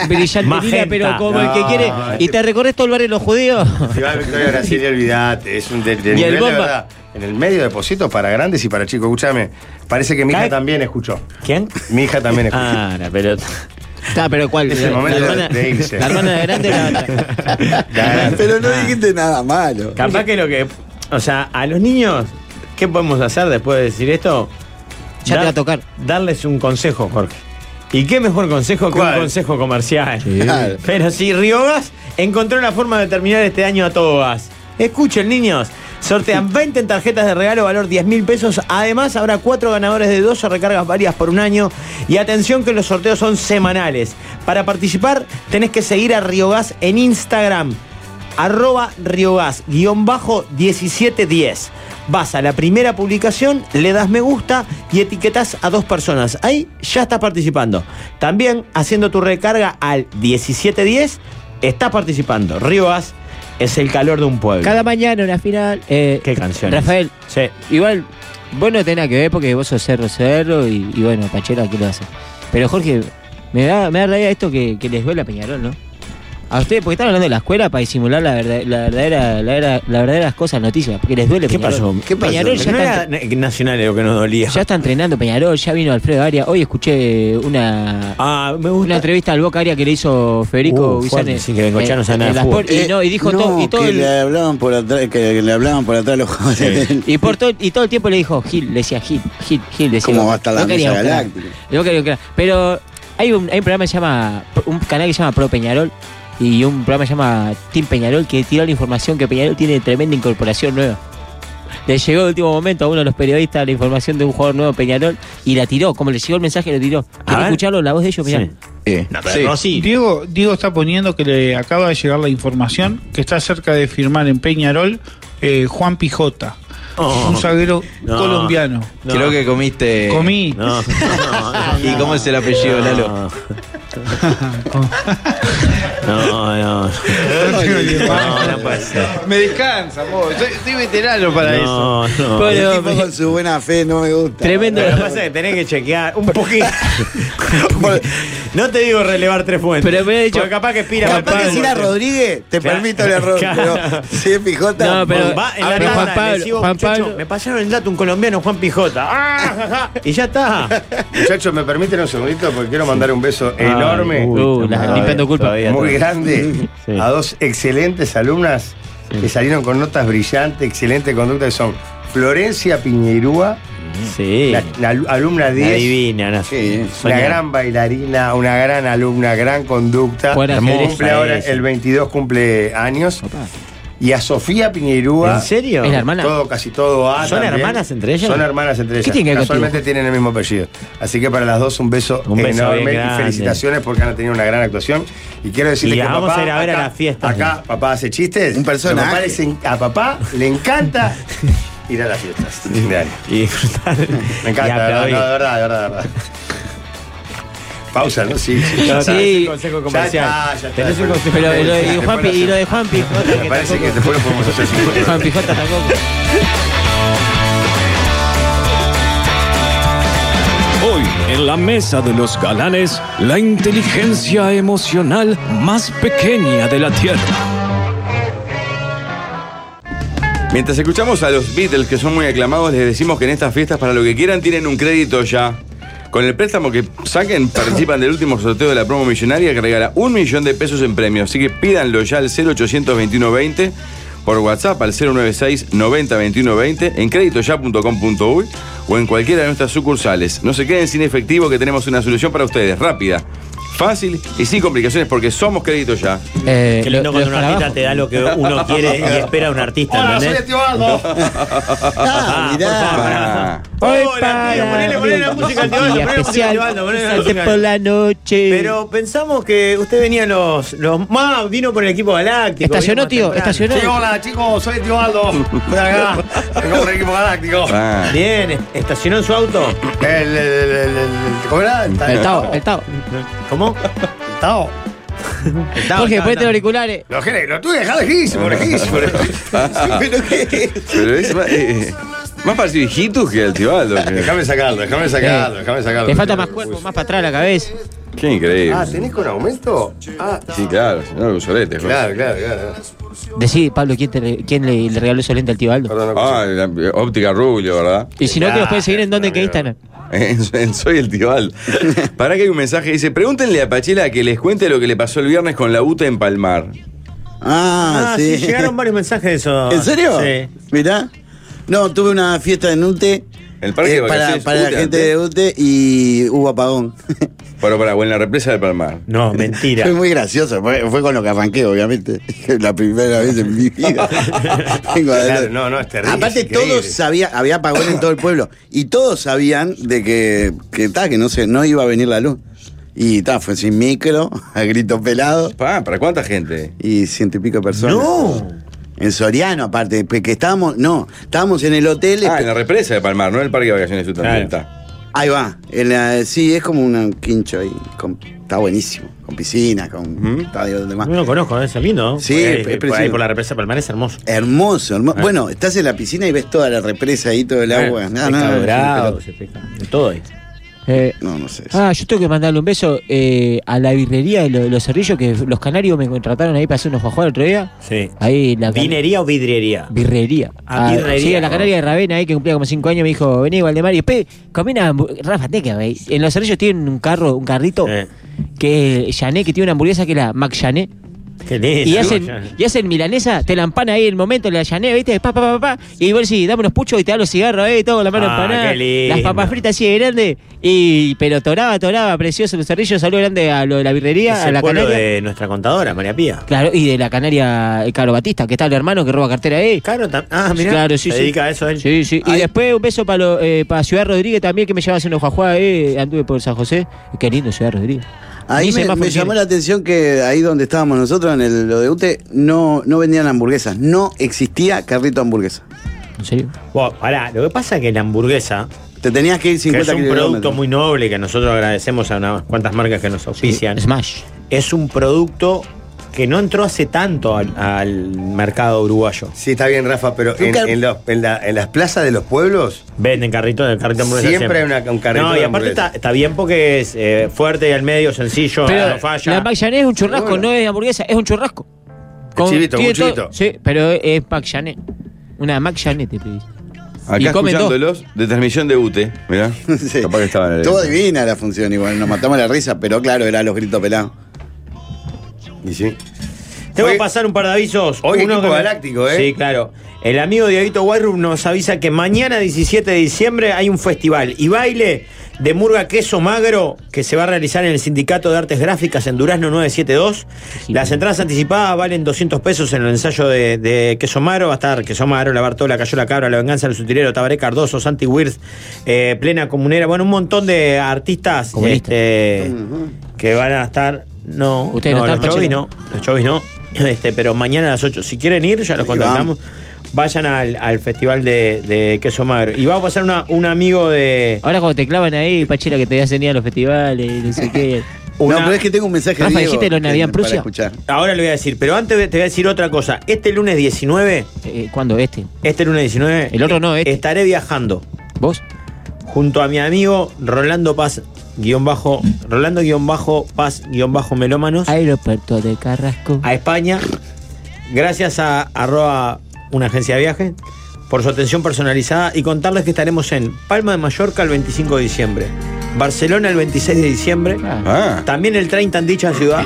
brillante lila,
Magenta.
pero como el que
No,
quiere. Y
este-
te recorres todo el barrio de los judíos.
Festival Victoria Brasil, olvidate, es un del del
Y el
nivel de
Bomba.
verdad. En el medio deposito para grandes y para chicos. Escúchame, parece que mi hija
Cae-
también escuchó.
¿Quién?
Mi hija también escuchó.
Ah, la pelota.
Ah, pero ¿cuál?
Es
la,
el momento
la
de-
hermana,
de irse.
la hermana de grande era otra.
Ya,
Pero no dijiste nada malo.
Capaz que lo que. O sea, a los niños, ¿qué podemos hacer después de decir esto?
Ya te va a tocar.
Darles un consejo, Jorge. ¿Y qué mejor consejo que
¿Cuál?
un consejo comercial?
Claro.
Pero si Riogas encontró la forma de terminar este año a todo gas. Escuchen, niños. Sortean 20 tarjetas de regalo valor 10 mil pesos. Además, habrá 4 ganadores de 12 recargas varias por un año. Y atención que los sorteos son semanales. Para participar, tenés que seguir a Riogas en Instagram. Arroba Riogas, guión bajo 1710. Vas a la primera publicación, le das me gusta y etiquetas a dos personas. Ahí ya estás participando. También haciendo tu recarga al 1710, estás participando. Riogas es el calor de un pueblo.
Cada mañana una final. Eh,
¿Qué canción?
Rafael,
Sí.
igual vos no tenés nada que ver porque vos sos cerro cerro y, y bueno, Pachera, ¿qué lo hace? Pero Jorge, me da, me da rabia esto que, que les duele a Peñarol, ¿no? A ustedes, porque están hablando de la escuela para disimular la, verdad- la verdadera, la verdadera- las verdaderas cosas, noticias, porque les duele
¿Qué
Peñarol.
pasó?
¿Qué pasó?
Peñarol ya
no
está,
era na- nacional lo que nos dolía.
ya está entrenando Peñarol, ya vino Alfredo Aria. Hoy escuché una,
Ah, me
una
gusta.
entrevista al Boca Aria que le hizo Federico
Uh,
Guizán
fuerte,
en-
sí, que Bengochea no sabe nada
en
de
las
fútbol.
por- y,
Eh,
no, y dijo
no,
todo, y todo
que
el-
le hablaban por atrás, que le hablaban por atrás los jóvenes.
Y, por todo, y todo el tiempo le dijo Gil, le decía Gil, Gil, Gil, decía.
¿Cómo va a estar la
No quería
mesa
un crack,
galáctica?
no quería un crack. Pero hay un, hay un programa que se llama, un canal que se llama Pro Peñarol y un programa que se llama Team Peñarol que tiró la información que Peñarol tiene tremenda incorporación nueva. Le llegó de último momento a uno de los periodistas la información de un jugador nuevo Peñarol y la tiró, como le llegó el mensaje, lo tiró. ¿Querés
ver.
escucharlo? La voz de ellos, mirá.
Sí. No, pero Rossi,
Diego, Diego está poniendo que le acaba de llegar la información que está cerca de firmar en Peñarol eh, Juan Pijota,
Oh.
un zaguero
No.
colombiano.
no,
Creo que comiste.
Comí.
no, no,
¿Y cómo es el apellido, Lalo?
No, no. no. No, no puede ser.
Me descansa, po. Soy, soy veterano para eso.
No, no.
Pero-
El tipo con su buena fe no me gusta.
Tremendo.
Lo que pasa es que tenés que chequear un poquito. no te digo relevar tres fuentes.
Pero me hubiera dicho-
Porque capaz que pira
Capaz que si era Rodríguez, te
Claro.
permito el error.
Claro.
Pero si es Pijota,
No, pero- Ah,
Va en la
Pero
tanda,
Juan
le
Pablo-
sigo,
Juan
muchacho,
Pablo-
Me pasaron el dato un colombiano, Juan Pijota. Ah, ja, ja, y ya está.
Muchachos, ¿me permiten un segundito? Porque quiero mandar un beso enorme,
Ay, uy,
Uh,
está
la-
mal.
limpiando culpa.
Todavía,
muy
todavía.
grande,
Sí.
a dos excelentes alumnas que salieron con notas brillantes, excelente conducta, que son Florencia Piñeirúa,
Sí.
la, la alu- alumna
La
10,
divina, no sé.
Sí.
una
Soñar.
gran bailarina, una gran alumna, gran conducta.
Jugar al ajedrez.
Cumple ahora
Esa.
el 22 cumple años. Y a Sofía
¿En
Piñeirúa.
serio?
Es la hermana.
Todo, casi todo A.
¿Son
también.
hermanas entre ellas?
Son hermanas entre ellas.
¿Qué tiene que ver
Casualmente tienen el mismo apellido. Así que para las dos un beso,
Un beso
enorme
bien
y
grande.
felicitaciones porque han tenido una gran actuación. Y quiero decirles
Y la
que
vamos
papá,
a ir a ver a
acá-
la fiesta.
Acá papá hace chistes.
Un personaje.
A papá, les en- a papá le encanta ir a las fiestas. de fin de año.
Y disfrutar.
Me encanta,
Y
de verdad,
aplaudir.
no, de verdad, de verdad, de verdad. Pausa, ¿no? Sí, sí.
No,
ya está.
tenés
Sí.
un consejo comercial.
Ya está, ya está.
Tenés un consejo
Pero lo de
Después
Juanpi,
la-
y lo de Juan Pijota,
Me
que
parece que
tampoco-
después lo podemos hacer sin problema.
Juan Pijota tampoco.
Hoy, en la mesa de los galanes, la inteligencia emocional más pequeña de la Tierra.
Mientras escuchamos a los Beatles, que son muy aclamados, les decimos que en estas fiestas, para lo que quieran, tienen un crédito ya. Con el préstamo que saquen, participan del último sorteo de la promo millonaria que regala un millón de pesos en premios. Así que pídanlo ya al 0821 20 por WhatsApp al 096 90 21 20 en creditoya.com.uy o en cualquiera de nuestras sucursales. No se queden sin efectivo que tenemos una solución para ustedes, rápida, fácil y sin complicaciones porque somos Crédito Ya.
Eh,
Qué
lo-
lindo cuando
los
un
carabajos.
artista te da lo que uno quiere y espera a un artista,
¡Hola, soy
¿eh?
¿entendés?
el tío Aldo!
Ah,
por favor,
mirá.
Hoy
Hola,
para
tío, ponele, ponele la
mí,
música al tío Aldo,
día
ponele la música al tío Aldo, ponele la
especial,
música.
por la noche.
Pero pensamos que usted venía en los. los ¡Ah! Vino por el equipo galáctico.
Estacionó,
vino
tío,
más temprano.
estacionó.
Sí, hola chicos, soy el tío Aldo. Ven acá, vengo por el equipo galáctico.
Ah.
Bien, estacionó en su auto.
El, el, el, el, el- ¿Cómo era?
El Tao, el Tao.
¿Cómo?
El Tao.
Jorge, ponete los auriculares.
Lo, gene- lo tuve que dejar lejísimo, lejísimo.
¿Pero qué?
Pero es más, eh, eh, más parecido hijitus que al Tibaldo. que-
Déjame sacarlo, déjame sacarlo,
Eh,
déjame sacarlo.
Le falta más cuerpo, más para atrás la cabeza.
Qué increíble.
Ah, ¿tenés con aumento? Ah,
Sí, claro, si no, usorete.
claro, claro, claro.
Decí, Pablo, ¿quién, te re- quién le, le regaló ese lente al tío Aldo?
Perdón, no
Ah, la- óptica rubio, ¿verdad?
Y si no, que los pueden seguir en donde, que
Ah,
Instagram.
En, en Soy el Tibal. Para que hay un mensaje que dice, pregúntenle a Pachela que les cuente lo que le pasó el viernes con la UTA en Palmar.
Ah,
Ah, sí.
sí.
Llegaron varios mensajes de eso.
¿En serio?
Sí.
Mirá. No, tuve una fiesta en UTE. eh,
El parque de
para,
vacaciones,
para la
UTE,
gente de UTE y hubo apagón.
Pero para, o en la represa de Palmar.
No, mentira.
Fue muy gracioso, fue, fue con lo que arranqué, obviamente. la primera vez en mi vida. Vengo a-
Claro, no, no, es terrible,
Aparte,
es increíble.
todos sabían, había apagón en todo el pueblo. Y todos sabían de que, que, ta, que no, se, no iba a venir la luz. Y ta, fue sin micro, a grito pelado.
Pa, ¿Para cuánta gente?
Y ciento y pico personas.
No.
En Soriano, aparte, pe- que estábamos, no, estábamos en el hotel.
Ah,
espe-
en la represa de Palmar, no en el parque de vacaciones de UTA.
Claro.
Está.
Ahí va. en la- sí, es como un quincho ahí. con- está buenísimo. Con piscina, con estadio donde más.
No lo conozco, es lindo. ¿no?
Sí,
Por ahí,
es
por ahí
precioso.
por la represa Palmar es hermoso.
Hermoso, hermoso. Bueno, estás en la piscina y ves toda la represa ahí, todo el agua. No, no,
Pescado
no,
dorado, se pesca- todo ahí.
Eh,
no, no sé.
Ah, yo tengo que mandarle un beso eh, a la birrería de lo- de los cerrillos que los canarios me contrataron ahí para hacer unos guajuares el otro día.
Sí.
Ahí la can-
¿Vinería o vidriería?
birrería.
Ah, birrería,
Sí, a la
¿no?
canaria de Ravena ahí que cumplía como 5 años me dijo, vení Valdemar y después comí una hambu- Rafa Teca, güey. En los cerrillos tienen un carro, un carrito
Sí.
que es Jané, que tiene una hamburguesa que es la Mac Jané.
Qué lindo.
Y hacen, y hacen milanesa, te la empana ahí en el momento, la llanea, ¿viste? Pa, pa, pa, pa. Y vos decís, dame unos puchos y te da los cigarros ahí, todo con la mano
Ah,
empanada.
qué lindo.
Las papas fritas así de grande. Y, pero toraba, toraba, precioso los cerrillos. Saludo grande a lo de la birrería,
Es
a
el
la
pueblo
canaria.
de nuestra contadora, María Pía.
Claro, y de la canaria eh, Caro Batista, que está el hermano que roba cartera ahí.
Caro tam- Ah, mira.
Claro, sí,
se
sí.
dedica a eso él.
Sí, sí. Y
Ahí-
después un beso para para Ciudad Rodríguez también, que me llevaba a hacer una juajuá, eh. Anduve por San José. Qué lindo Ciudad Rodríguez.
Ahí
Ni
me,
semáforo
me llamó
tiene.
la atención que ahí donde estábamos nosotros, en el, lo de UTE, no, no vendían hamburguesas. No existía carrito de hamburguesa.
¿En serio?
Bueno, pará, lo que pasa es que la hamburguesa,
Te tenías que ir
que
50
es un producto
kilómetros.
muy noble que nosotros agradecemos a unas cuantas marcas que nos auspician,
Smash.
es un producto que no entró hace tanto al, al mercado uruguayo.
Sí, está bien, Rafa, pero en,
Nunca-
en los- en la- en las plazas de los pueblos,
Venden carrito, el carrito de hamburguesa.
Siempre hay una- un carrito
No,
de
y aparte
hamburguesa.
está, está bien porque es eh, fuerte y al medio, sencillo,
Ah,
Pero
no falla.
la Mac-Jané es un churrasco,
Seguro.
no es hamburguesa, es un churrasco.
chivito,
tiene
un
todo-
chivito.
Sí, pero es Mac-Jané. Una Mac-Jané te pedís.
Acá
comen dos.
escuchándolos, determinación de UTE, mirá.
Sí.
Capaz que estaban en el-
Todo divina la función, igual. Nos matamos la risa, pero claro, era los gritos pelados.
y sí.
Tengo
Hoy-
que pasar un par de avisos.
hoy
Uno
equipo
que me-
galáctico, ¿eh?
Sí, claro. El amigo Dieguito Guayrum nos avisa que mañana, 17 de diciembre, hay un festival y baile de murga queso magro que se va a realizar en el Sindicato de Artes Gráficas en Durazno 972.
Sí.
Las entradas anticipadas valen 200 pesos en el ensayo de, de queso magro. Va a estar queso magro, la Bartola, Cayó la Cabra, La Venganza, El Sutilero, Tabaré Cardoso, Santi Wirth, eh, Plena Comunera. Bueno, un montón de artistas
Comunista.
este, que van a estar. No,
Ustedes no están,
los chovis
Pacheco.
no, los chovis no. Este, pero mañana a las 8. Si quieren ir, ya los
Ahí
contactamos. Vayan al, al festival de, de queso magro. Y va a pasar una- un amigo de.
Ahora cuando te clavan ahí, Pachela, que te hacen ir a los festivales y no sé qué.
una-
No, pero es que tengo un mensaje
Rafa,
de Diego
¿dijiste lo de Navidad en
para
Prusia?
escuchar.
Ahora lo voy a decir, pero antes te voy a decir otra cosa. Este lunes 19,
Eh, ¿Cuándo? ¿Este?
este lunes 19,
El otro no, este.
estaré viajando
¿Vos?
junto a mi amigo Rolando Paz, guión bajo, Rolando guión bajo Paz, guión bajo Melómanos.
Aeropuerto de Carrasco.
a España. Gracias a arroba una agencia de viaje por su atención personalizada y contarles que estaremos en Palma de Mallorca el 25 de diciembre, Barcelona el 26 de diciembre,
Ah,
Ah,
también el 30 en dicha ciudad.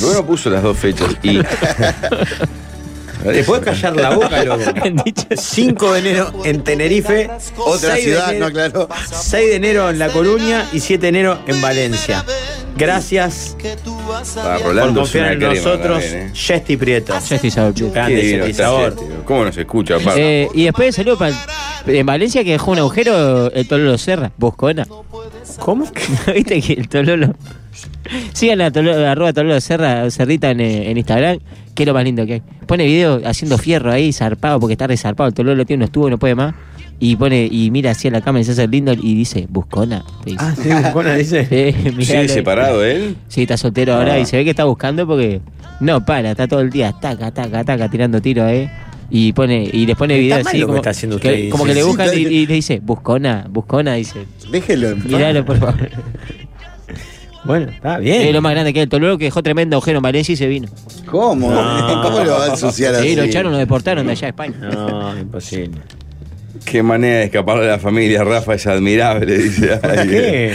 Bruno puso las dos fechas. Y
Te puedes callar la boca, loco. 5 de enero en Tenerife.
Otra
6 de
ciudad,
enero-
no, claro.
6 de enero en La Coruña y 7 de enero en Valencia. Gracias
Ah,
por
Rolando es
confiar en
una crema
nosotros,
también, ¿eh?
Chesty Prieto.
Jesse Saúl.
Qué
Grande,
divino
Chesty
está
Sabor.
Seti, bro. ¿Cómo nos escucha, papá?
Eh, y después salió pa- en Valencia que dejó un agujero el Tololo Serra, Boscona.
¿Cómo?
¿No ¿Viste que el Tololo? Sigan a Tololo, arroba Tololo Serra, Cerrita en, eh, en Instagram, que es lo más lindo que hay. Pone video haciendo fierro ahí, zarpado, porque está resarpado. El Tololo tiene unos tubos, no puede más. Y pone, y mira hacia la cama y se hace el lindo y dice, Buscona. te dice.
Ah, sí, Bucona dice.
Eh, mirá
¿Sigue
lo-
separado él?
Sí, está soltero ahora
Ah.
y se ve que está buscando porque no para, está todo el día taca, taca, taca, tirando tiros ahí. Y pone, y les pone
Está
videos
mal
así
lo que
como,
está haciendo
que-
usted,
como
sí,
que le
sí,
buscan
está-
y, y le dice, buscona, buscona, dice,
Déjelo en paz.
miralo por favor.
Bueno, está
Es
bien.
lo más grande que es el Tololo que dejó tremendo agujero en Valencia y se vino.
¿Cómo?
No.
¿Cómo lo va a ensuciar así?
Sí, lo echaron, lo deportaron de allá a España.
No, imposible.
Qué manera de escapar de la familia, Rafa, es admirable, dice.
¿Para
Ay,
qué?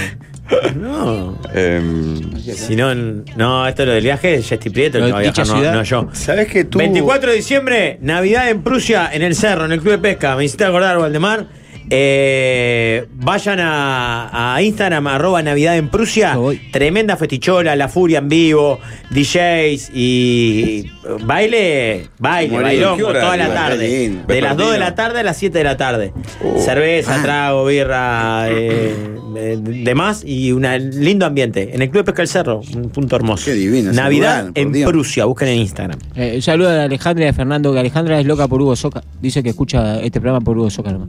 No.
eh,
Si no, no, esto es lo del viaje es Chesty Prieto, el
No,
que va a
dicha
viajar, no,
ciudad.
no yo.
¿Sabes que tú.
24 de diciembre, Navidad en Prusia, en el cerro, en el Club de Pesca. Me hiciste acordar, Valdemar. Eh, vayan a, a Instagram, arroba Navidad en Prusia.
Lo voy.
Tremenda festichola, la furia en vivo, DJs y baile, baile,
Morir. ¿Qué
bailongo
hora?
toda la
Qué
tarde.
lindo.
De las 2 de la
Vespertino.
tarde a las 7 de la tarde.
Oh.
Cerveza, trago, birra, eh, eh, demás y un lindo ambiente. En el Club de Pesca del Cerro, un punto hermoso.
Qué divino ese
Navidad
lugar, por
en
Dios.
Prusia, busquen en Instagram.
Eh, un saludo a Alejandra y a Fernando, que Alejandra es loca por Hugo Soca. Dice que escucha este programa por Hugo Soca nomás.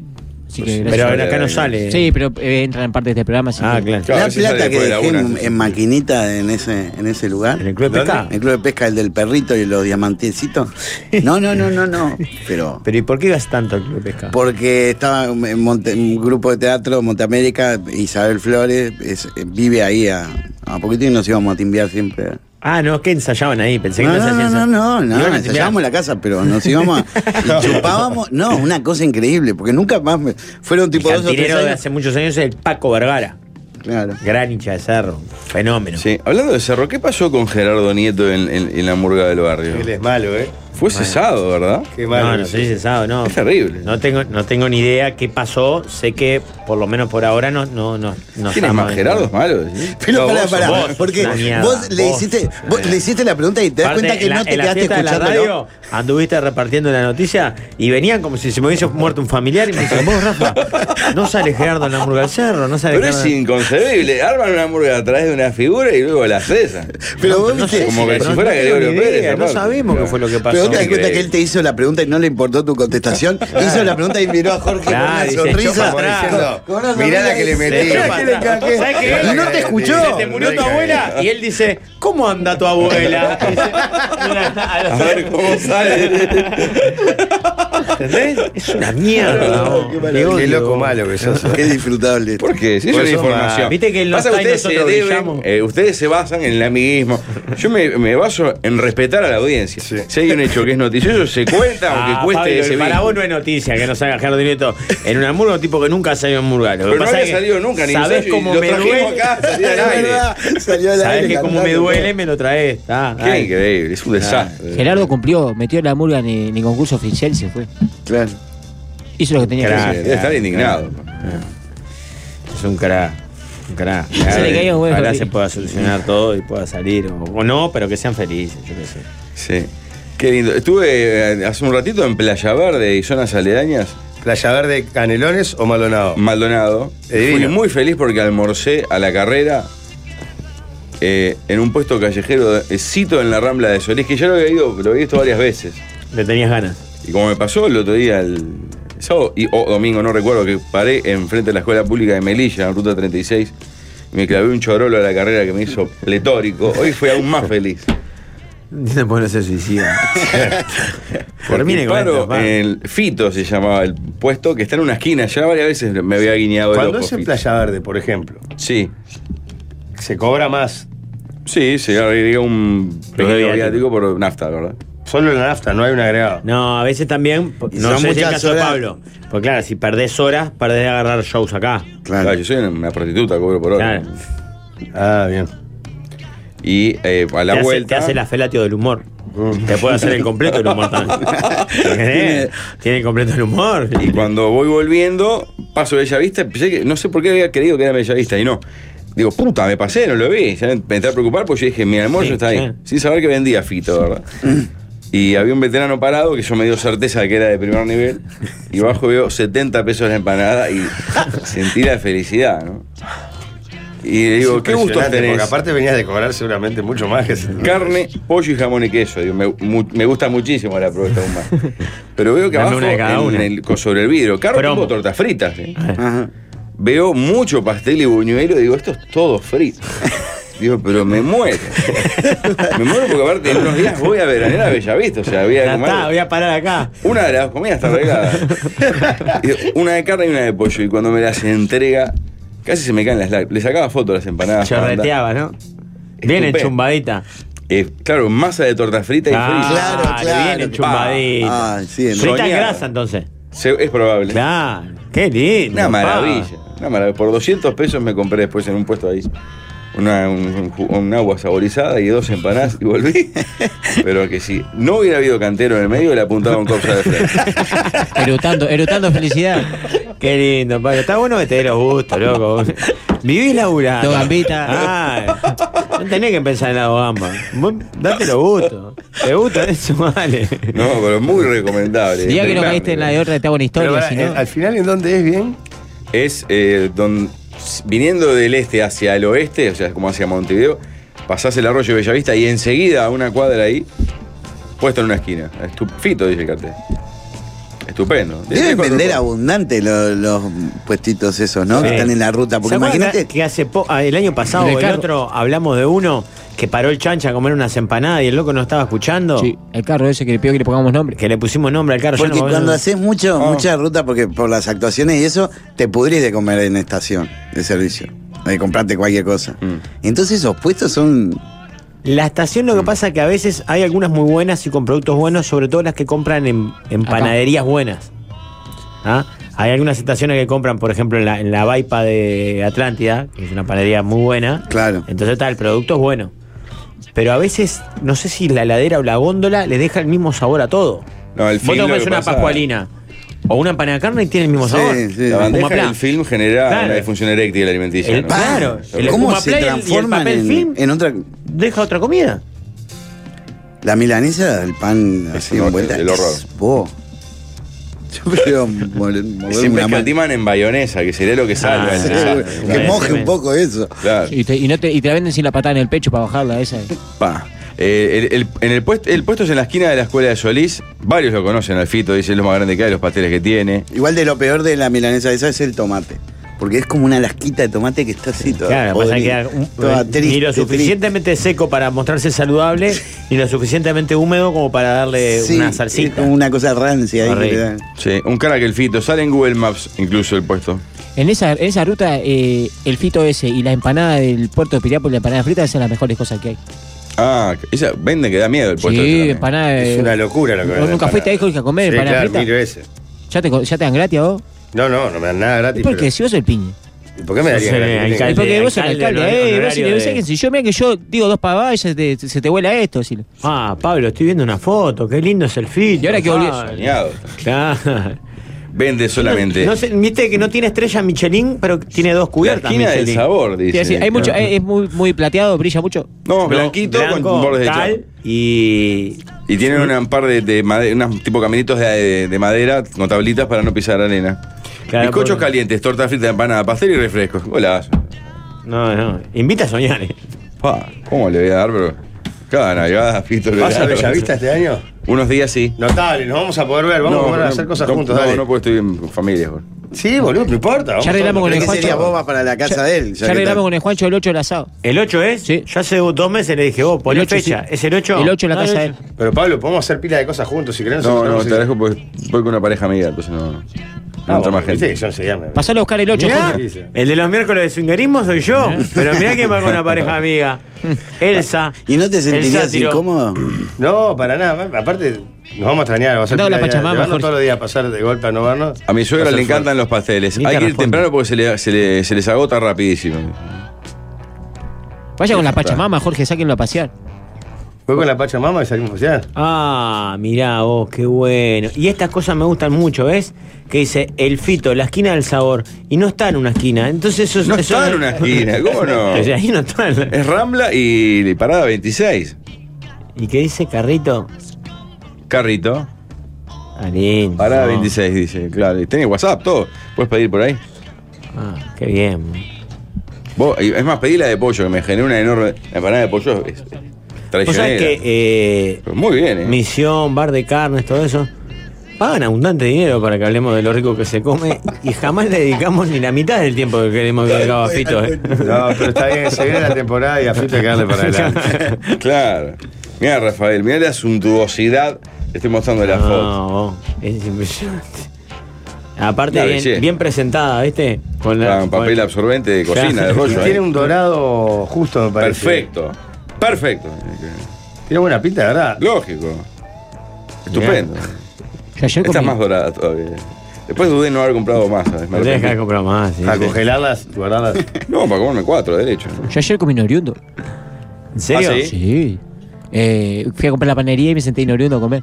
Así que
Pero
gracias.
Sale
acá no
de
sale.
sí, pero eh, entra en parte de este programa. así
Ah,
que-
claro.
Claro,
La
a veces sale
plata que
después de la
dejé
una,
en,
sí, sí.
en maquinita en ese, en ese lugar.
En el club de
¿Dónde?
pesca.
El club de pesca, el del perrito y los diamantecitos. No, no, no, no, no. Pero
Pero ¿y por qué ibas tanto al club de pesca?
porque estaba en Monte- un grupo de teatro, Monteamérica, Isabel Flores, es- vive ahí a, a poquito y nos íbamos a timbiar siempre.
Ah, no, que ensayaban ahí, pensé que
No,
no,
no, no, no, no, no,
Iban a
ensayábamos en la casa, pero nos íbamos a, y chupábamos. No, una cosa increíble, porque nunca más me- fueron
El
tipo dos o tres
cantinero de
años.
hace muchos años es el Paco Vergara,
Claro.
gran hincha de cerro, fenómeno.
sí. Hablando de Cerro, ¿qué pasó con Gerardo Nieto en, en- en la murga del
Él
barrio?
es malo, ¿eh?
Fue cesado, ¿verdad?
Qué malo.
No, no soy cesado, no.
Es terrible.
No tengo, no tengo ni idea qué pasó. Sé que por lo menos por ahora no, no, no, no
¿Quién es
estamos
más?
en-
¿Gerardo es malo? ¿sí?
Pero
No,
pará,
vos,
pará,
vos,
porque
una mierda,
vos le
vos,
hiciste,
una
vos le hiciste la pregunta y te das
Aparte,
cuenta que
en la-
no te
en la
quedaste
fiesta de la
escuchándolo.
radio, anduviste repartiendo la noticia y venían como si se me hubiese muerto un familiar y me dicen, vos, Rafa, no sale Gerardo en la hamburguesa del cerro, no sale
Pero es
Gerardo.
inconcebible. Arman una murga a través de una figura y luego la cesan.
Pero vos
No
viste,
sé
Como que
pero
si fuera
no tengo
Gregorio
ni idea,
Pérez,
No
aparte.
sabemos qué fue lo que
Pero
pasó.
vos te das cuenta
Increíble.
que él te hizo la pregunta y no le importó tu contestación. Hizo la pregunta y miró a Jorge
Claro,
con una
dice,
sonrisa.
"Chopa para atrás".
Diciendo,
Con una
"Mirá la
sonrisa
que le
y-
metí".
Mirá
Chopa
que le
para
cagué.
¿Sabes qué?
Y no te escuchó.
Se te murió tu abuela y él dice, ¿cómo anda tu abuela? Dice, "Mira, a
A
los-
ver cómo sale.
¿Entendés? Es una mierda. ¿no? Te odio.
Qué loco malo que sos.
Qué disfrutable.
¿Por qué? Si es
Por
una
eso,
información.
ma, viste que él no
Pasa
está y
ustedes, se
nosotros
deben,
brillamos.
eh, ustedes se basan en el amiguismo. Yo me, me baso en respetar a la audiencia.
Sí.
Si hay un hecho que es noticioso, se cuenta
Ah,
aunque cueste
Pablo,
ese
para
vínculo.
vos no es noticia que no salga Gerardo Nieto en un hamburgo, un tipo que nunca salió en murga. Lo que
Pero no
pasa
había
es que
salido nunca ni
¿Sabés
ensayo y
cómo
lo
me
trajimos
duele?
acá, salió al aire.
Salió al
Sabés
aire
que como me
cantando.
duele me lo traes. Ah,
Qué
ay.
increíble, es un desastre.
Gerardo cumplió, metió la murga en el, en el concurso oficial y se fue.
Claro.
Hizo lo que tenía
Crack.
que hacer.
Debe estar indignado.
Es un crack. Un crack.
Se le caía un huevo,
Ojalá
sí.
se pueda solucionar todo y pueda salir. O, o no, pero que sean felices, yo qué sé.
Sí. Qué lindo. Estuve eh, hace un ratito en Playa Verde y zonas aledañas,
¿Playa Verde, Canelones o Maldonado?
Maldonado.
Es divino.
Fui muy feliz porque almorcé a la carrera eh, en un puesto callejero, de- eh, cito en la Rambla de Solís, que ya lo había ido, lo había visto varias veces.
Le tenías ganas.
Y como me pasó el otro día, el sábado y, o domingo, no recuerdo, que paré enfrente de la escuela pública de Melilla, en ruta 36, y me clavé un chorolo a la carrera que me hizo pletórico. Hoy fue aún más feliz.
No puede ser suicida.
Porque
Termine con
paro
esto, pa.
en Fito se llamaba el puesto, que está en una esquina. Ya varias veces me había guiñado el
Cuando
ojo,
es en
Fito.
Playa Verde, por ejemplo,
Sí.
se cobra más.
Sí, se agrega un pequeño
viático.
viático por nafta, la ¿verdad?
Solo la nafta, no hay un agregado.
No, a veces también. po-
Y
No
son
sé si el
muchas
caso de
horas.
Pablo. Porque claro, si perdés horas, perdés de agarrar shows acá.
Claro,
Claro.
Ah, yo soy una prostituta, cobro por hora.
Claro.
Ah, bien.
Y eh, a
Te
la
hace-
eh, vuelta.
te hace la felatio del humor.
Mm.
Te puede hacer el completo el humor también. tiene, tiene el completo el humor.
Y cuando voy volviendo, paso Bellavista, pensé que, no sé por qué había creído que era Bellavista y no. Digo, puta, me pasé, no lo vi. Ya me entré a preocupar porque yo dije, mi almuerzo
Sí,
está ahí.
sí.
Sin saber que vendía Fito, ¿verdad? Y había un veterano parado que yo me dio certeza de que era de primer nivel. Y bajo veo 70 pesos la empanada y sentí la felicidad, ¿no? Y le digo,
Es
¿qué gusto
impresionante,
tenés?
Porque aparte venías de cobrar seguramente mucho más que ese-
Carne, pollo y jamón y queso. Digo, me, mu- me gusta muchísimo la propuesta humana. Pero veo que
Dame
abajo,
una de cada
en
una.
el- co- sobre el vidrio, carro
Promo.
como tortas fritas. ¿eh? Veo mucho pastel y buñuelo y digo, esto es todo frito. Digo, pero me muero. me muero porque aparte en unos días voy a veranear a Bellavista. O sea, voy a
Ya
comer
está, voy a parar acá.
una de las dos comidas está arreglada. Y Una de carne y una de pollo. Y cuando me las entrega, casi se me caen las lágrimas. Le sacaba fotos a las empanadas. Fernanda.
Chorreteaba, ¿no? Bien
Estupendo.
enchumbadita. Ah,
Eh, claro, masa de torta frita y frita.
Claro,
Claro, claro.
Bien enchumbadita.
Ah, sí, en-
Soy-
Frita en
Soñada.
grasa, entonces.
Se- es probable.
Claro. Qué lindo.
Una
pa.
maravilla. Una maravilla. Por 200 pesos me compré después en un puesto ahí. Una, un, un ju- un agua saborizada y dos empanadas y volví. Pero que si no hubiera habido cantero en el medio, le apuntaba un copsa de frente.
Erutando, erutando felicidad.
Qué lindo, padre. Está bueno que te dé los gustos, loco. Vivís laburando.
Dos gambitas.
Ah, no tenés que pensar en la gamba. Vos Date los gustos. Te gusta eso, vale.
No, pero muy recomendable.
Diga que no
Recomendable.
caíste en la de otra, está buena historia.
Pero pará,
Si no,
eh, al final, ¿en dónde es bien?
es eh, don- s- viniendo del este hacia el oeste, o sea, como hacia Montevideo, pasás el arroyo de Bellavista y enseguida a una cuadra ahí, puesto en una esquina. Estupfito, dice el cartel. Estupendo.
Deben
Cuatro
vender
cosas.
abundante lo- los, puestitos esos, ¿no?
Sí.
Que están en la ruta.
¿Se
Porque
acuerdan
imagínate.
que hace po- ah, el año pasado o el
Ricardo.
otro hablamos de uno que paró el chancha a comer unas empanadas y el loco no estaba escuchando?
sí, el carro ese que le pido que le pongamos nombre.
Que le pusimos nombre al carro. yo
Porque
no me acuerdo.
cuando haces mucho,
Oh.
Ah.
mucha ruta, porque por las actuaciones y eso, te pudrís de comer en estación de servicio, de comprarte cualquier cosa. Entonces esos puestos son.
Mm.
Mm.
La estación lo que pasa es que a veces hay algunas muy buenas y con productos buenos, sobre todo las que compran en, en
Acá.
panaderías buenas. ¿Ah? Hay algunas estaciones que compran, por ejemplo, en la, en la Vaipa de Atlántida, que es una panadería muy buena.
Claro.
Entonces está, el producto es bueno. Pero a veces, no sé si la heladera o la góndola le deja el mismo sabor a todo.
No, el
Vos
film lo
tomás
que
una
pasa-
pascualina o una empanada de carne y tiene el mismo
Sí,
sabor.
sí.
La
Espuma
bandeja
plan.
del film genera
Claro.
una disfunción eréctil alimenticia.
El
¿no?
pan. Claro, el
¿Cómo
espuma
se
play y el- y el
transforman
papel
en, eh,
film?
en otra.
Deja otra comida.
La milanesa, el pan
Es
así
un-
en vuelta.
el horror.
es- vos. Yo prefiero mover- mover
Siempre
una mano.
escatiman en bayonesa, que sería lo que salva.
Ah,
el
sí.
desastre.
Que
Claro.
moje un poco eso.
Claro.
Y te, y no te- y te la venden sin la patada en el pecho para bajarla esa.
Pa. Eh, el, el- en el, puest- el puesto es en la esquina de la escuela de Solís. Varios lo conocen al Fito, dice es lo más grande que hay, los pasteles que tiene.
Igual de lo peor de la milanesa esa es el tomate. Porque es como una lasquita de tomate que está así toda.
Claro, pasa que
podrida,
era un-
toda
ni
triste,
lo
triste.
suficientemente seco para mostrarse saludable, ni lo suficientemente húmedo como para darle
Sí,
una
es
salsita.
como una cosa rancia ahí que
Horrible.
le dan.
Sí, un cara que el Fito. Sale en Google Maps incluso el puesto.
En esa, en esa ruta, eh, el fito ese y la empanada del puerto de Piriápolis, la empanada frita, esas son las mejores cosas que hay.
Ah, esa vende que da miedo el puesto.
sí,
ese también.
empanada. de-
Es una locura lo que
Vos nunca fuiste ahí, Jorge, a comer
Sí,
empanada
claro,
frita.
miro ese.
¿Ya te, co- ya te dan gratis a vos?
No, no, no me dan nada
¿Y
gratis.
por qué?
pero-
Si vos sos el piñe.
¿Y ¿Por qué me darían
Sos el
gratis?
Y
alcalde. El
porque
de-
vos sos el
alcalde,
alcalde,
honor-
eh, vos si
honorario
le
de-
pensás que si yo mira que yo digo dos pavadas y se te, se te vuela esto. decile.
Ah, Pablo, estoy viendo una foto, qué lindo es el fit.
Y ahora que volvió-
Ah, Soñado.
Claro.
Vende solamente.
No sé, viste que no tiene estrella Michelin, pero tiene dos
la
cubiertas
esquina del
Michelin.
sabor,
Te iba
dice.
a decir, hay mucho, eh, es muy, muy plateado, brilla mucho.
No,
No,
blanquito
blanco,
con bordes de
tal,
chapa.
y
Y tienen un par de, de made- unas tipo caminitos de, de- de madera con tablitas para no pisar arena.
Claro,
Bizcochos
porque-
calientes, torta frita, empanada, pastel y refrescos. Hola.
no, no, invita a soñar. eh.
Pa, ¿Cómo le voy a dar, bro? Cada navegada, Fito, le
¿Vas a
voy a dar.
Bellavista este año?
Unos días sí.
Notable, nos vamos a poder ver, vamos a poder hacer cosas
no,
juntos,
No,
dale.
no, porque estoy en- con familia. bro.
Sí, boludo, no importa. vamos
Ya arreglamos
a-
con el
¿Qué sería
Juancho.
boba para la casa de él?
Ya
que
arreglamos
tal.
con el Juancho el 8 del asado.
¿El 8 es?
Sí.
Yo hace dos meses le dije, vos,
El
ponle
ocho,
fecha.
sí.
¿Es el 8?
El 8 en la casa de él.
Pero Pablo, podemos hacer pila de cosas juntos si querés.
No,
nosotros
no,
vamos
te
a-
dejo porque voy con una pareja amiga, entonces no. No
Ah,
entra más
bueno, viste
gente.
que yo enseguida me-
Pasalo a buscar el 8,
Mirá,
Jorge.
el de los miércoles de swingerismo soy yo. Pero mirá que va con una pareja amiga. Elsa.
¿Y no te
el
sentirías
sátiro.
incómodo?
No, para nada. pa- Aparte, nos vamos a extrañar. Vamos a hacer
Andá con la
pila de-
Pachamama,
llevarnos
Jorge.
todos los días a pasar de golpe a no vernos.
A mi
Va
suegra
a
le
ser
encantan los pasteles.
Ni te
Hay que ir
responde.
temprano porque se, le- se le- se les agota rapidísimo.
Vaya con la Pachamama, Jorge, sáquenlo a pasear.
Fue con la Pachamama y salimos a pasear.
Ah, mirá vos, qué bueno. Y estas cosas me gustan mucho, ¿ves? Que dice el fito, la esquina del sabor. Y no está en una esquina. Entonces eso
No
eso-
está en una esquina, ¿cómo no?
O sea, ahí no está.
Es Rambla y Parada 26.
¿Y qué dice Carrito?
Carrito.
Alín.
Parada
no.
26, dice. Claro, y tenés WhatsApp, todo. Puedes pedir por ahí.
Ah, qué bien.
Vos, y es más, pedí la de pollo, que me generó una enorme. La empanada de pollo es, es
Vos sabés
traicionera.
que eh,
Pero Muy bien, ¿eh?
misión, bar de carnes, todo eso, pagan abundante dinero para que hablemos de lo rico que se come y jamás le dedicamos ni la mitad del tiempo que queremos que a Fito. ¿eh?
No, pero está bien, se viene la temporada y a Fito hay que darle para adelante.
Claro. Mira, Rafael, mira la suntuosidad. Te estoy mostrando la foto.
No, Ah, es impresionante. Aparte,
Una belleza.
bien, bien presentada, ¿viste? Con
Ah, un papel absorbente de cocina, de
Y
rollo.
tiene
ahí.
un dorado justo, me parece.
Perfecto. Perfecto.
Tiene buena pinta, de ¿verdad?
Lógico. Estupendo.
Que ayer
Esta es
comí-
más dorada todavía. Después dudé no haber comprado más, ¿sabes? Me
No tenés
arrepentí.
que haber comprado más. sí,
Para
sí.
congelarlas, guardarlas.
No, para comerme cuatro, derecho.
Yo ayer comí noriundo.
¿En serio?
Ah, ¿sí?
Sí. Eh, fui a comprar la panería y me senté inoriundo a comer.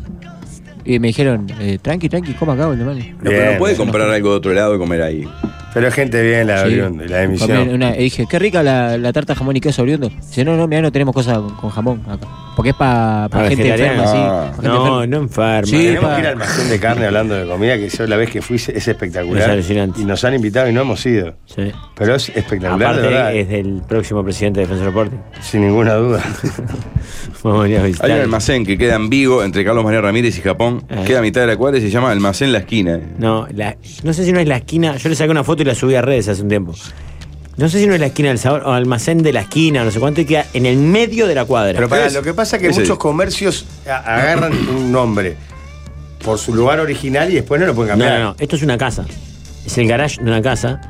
Y me dijeron, eh, tranqui, tranqui, coma acá, boludo, vale.
No, pero
Bien.
no puede comprar algo de otro lado y comer ahí.
Pero es gente bien la,
Sí.
Orión, la
Comí
emisión.
una- y dije, qué rica la, la tarta jamón y queso oriundo. Dice, no, no, mira, no tenemos cosas con, con jamón acá. Porque es para
Ah,
gente
vegetariano.
enferma, sí.
Ah.
pa gente
No,
enferma.
no enferma.
Sí,
Tenemos
pa-
que ir al almacén de carne hablando de comida, que yo la vez que fui es
Es
espectacular.
alucinante.
y nos han invitado y no hemos ido.
Sí.
Pero es espectacular, de verdad,
Aparte, es del próximo presidente de Defensor Deporte.
sin ninguna duda.
Vamos a venir a
Hay un
visitar.
almacén que queda en Vigo, entre Carlos María Ramírez y Japón.
Eh.
Queda a mitad de la cuadra y se llama Almacén La Esquina.
No, la- no sé si no es la esquina. Yo le saqué una foto y la subí a redes hace un tiempo. No sé si no es la esquina del sabor, o almacén de la esquina, no sé cuánto, y queda en el medio de la cuadra.
Pero para,
es-
lo que pasa es que
ese
muchos
es.
comercios a- agarran un nombre por su lugar original y después no lo pueden
no,
cambiar.
no, no. Esto es una casa. Es el garage de una casa,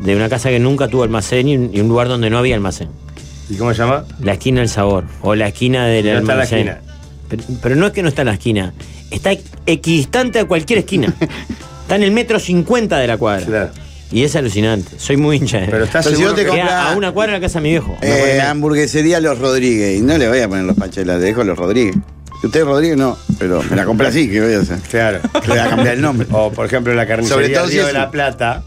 de una casa que nunca tuvo almacén y un, y un lugar donde no había almacén.
¿Y cómo se llama?
La esquina del sabor, o la esquina del
No está la
almacén.
esquina.
Pero, pero no es que no está en la esquina, está equidistante a cualquier esquina. está en el metro 50 de la cuadra.
Claro.
Y es alucinante. Soy muy hincha. de-
Pero estás
Pero si
seguro
no te
que-
com-
Queda a una cuadra de la casa de mi viejo.
Eh, hamburguesería Los Rodríguez. Y no le voy a poner los pachelas, le dejo los Rodríguez. Y usted Rodríguez no, pero me la compré así, ¿qué voy a hacer?
Claro.
Le voy a cambiar el nombre.
O por ejemplo la carnicería
Sobre todo si
Río
es-
de la Plata.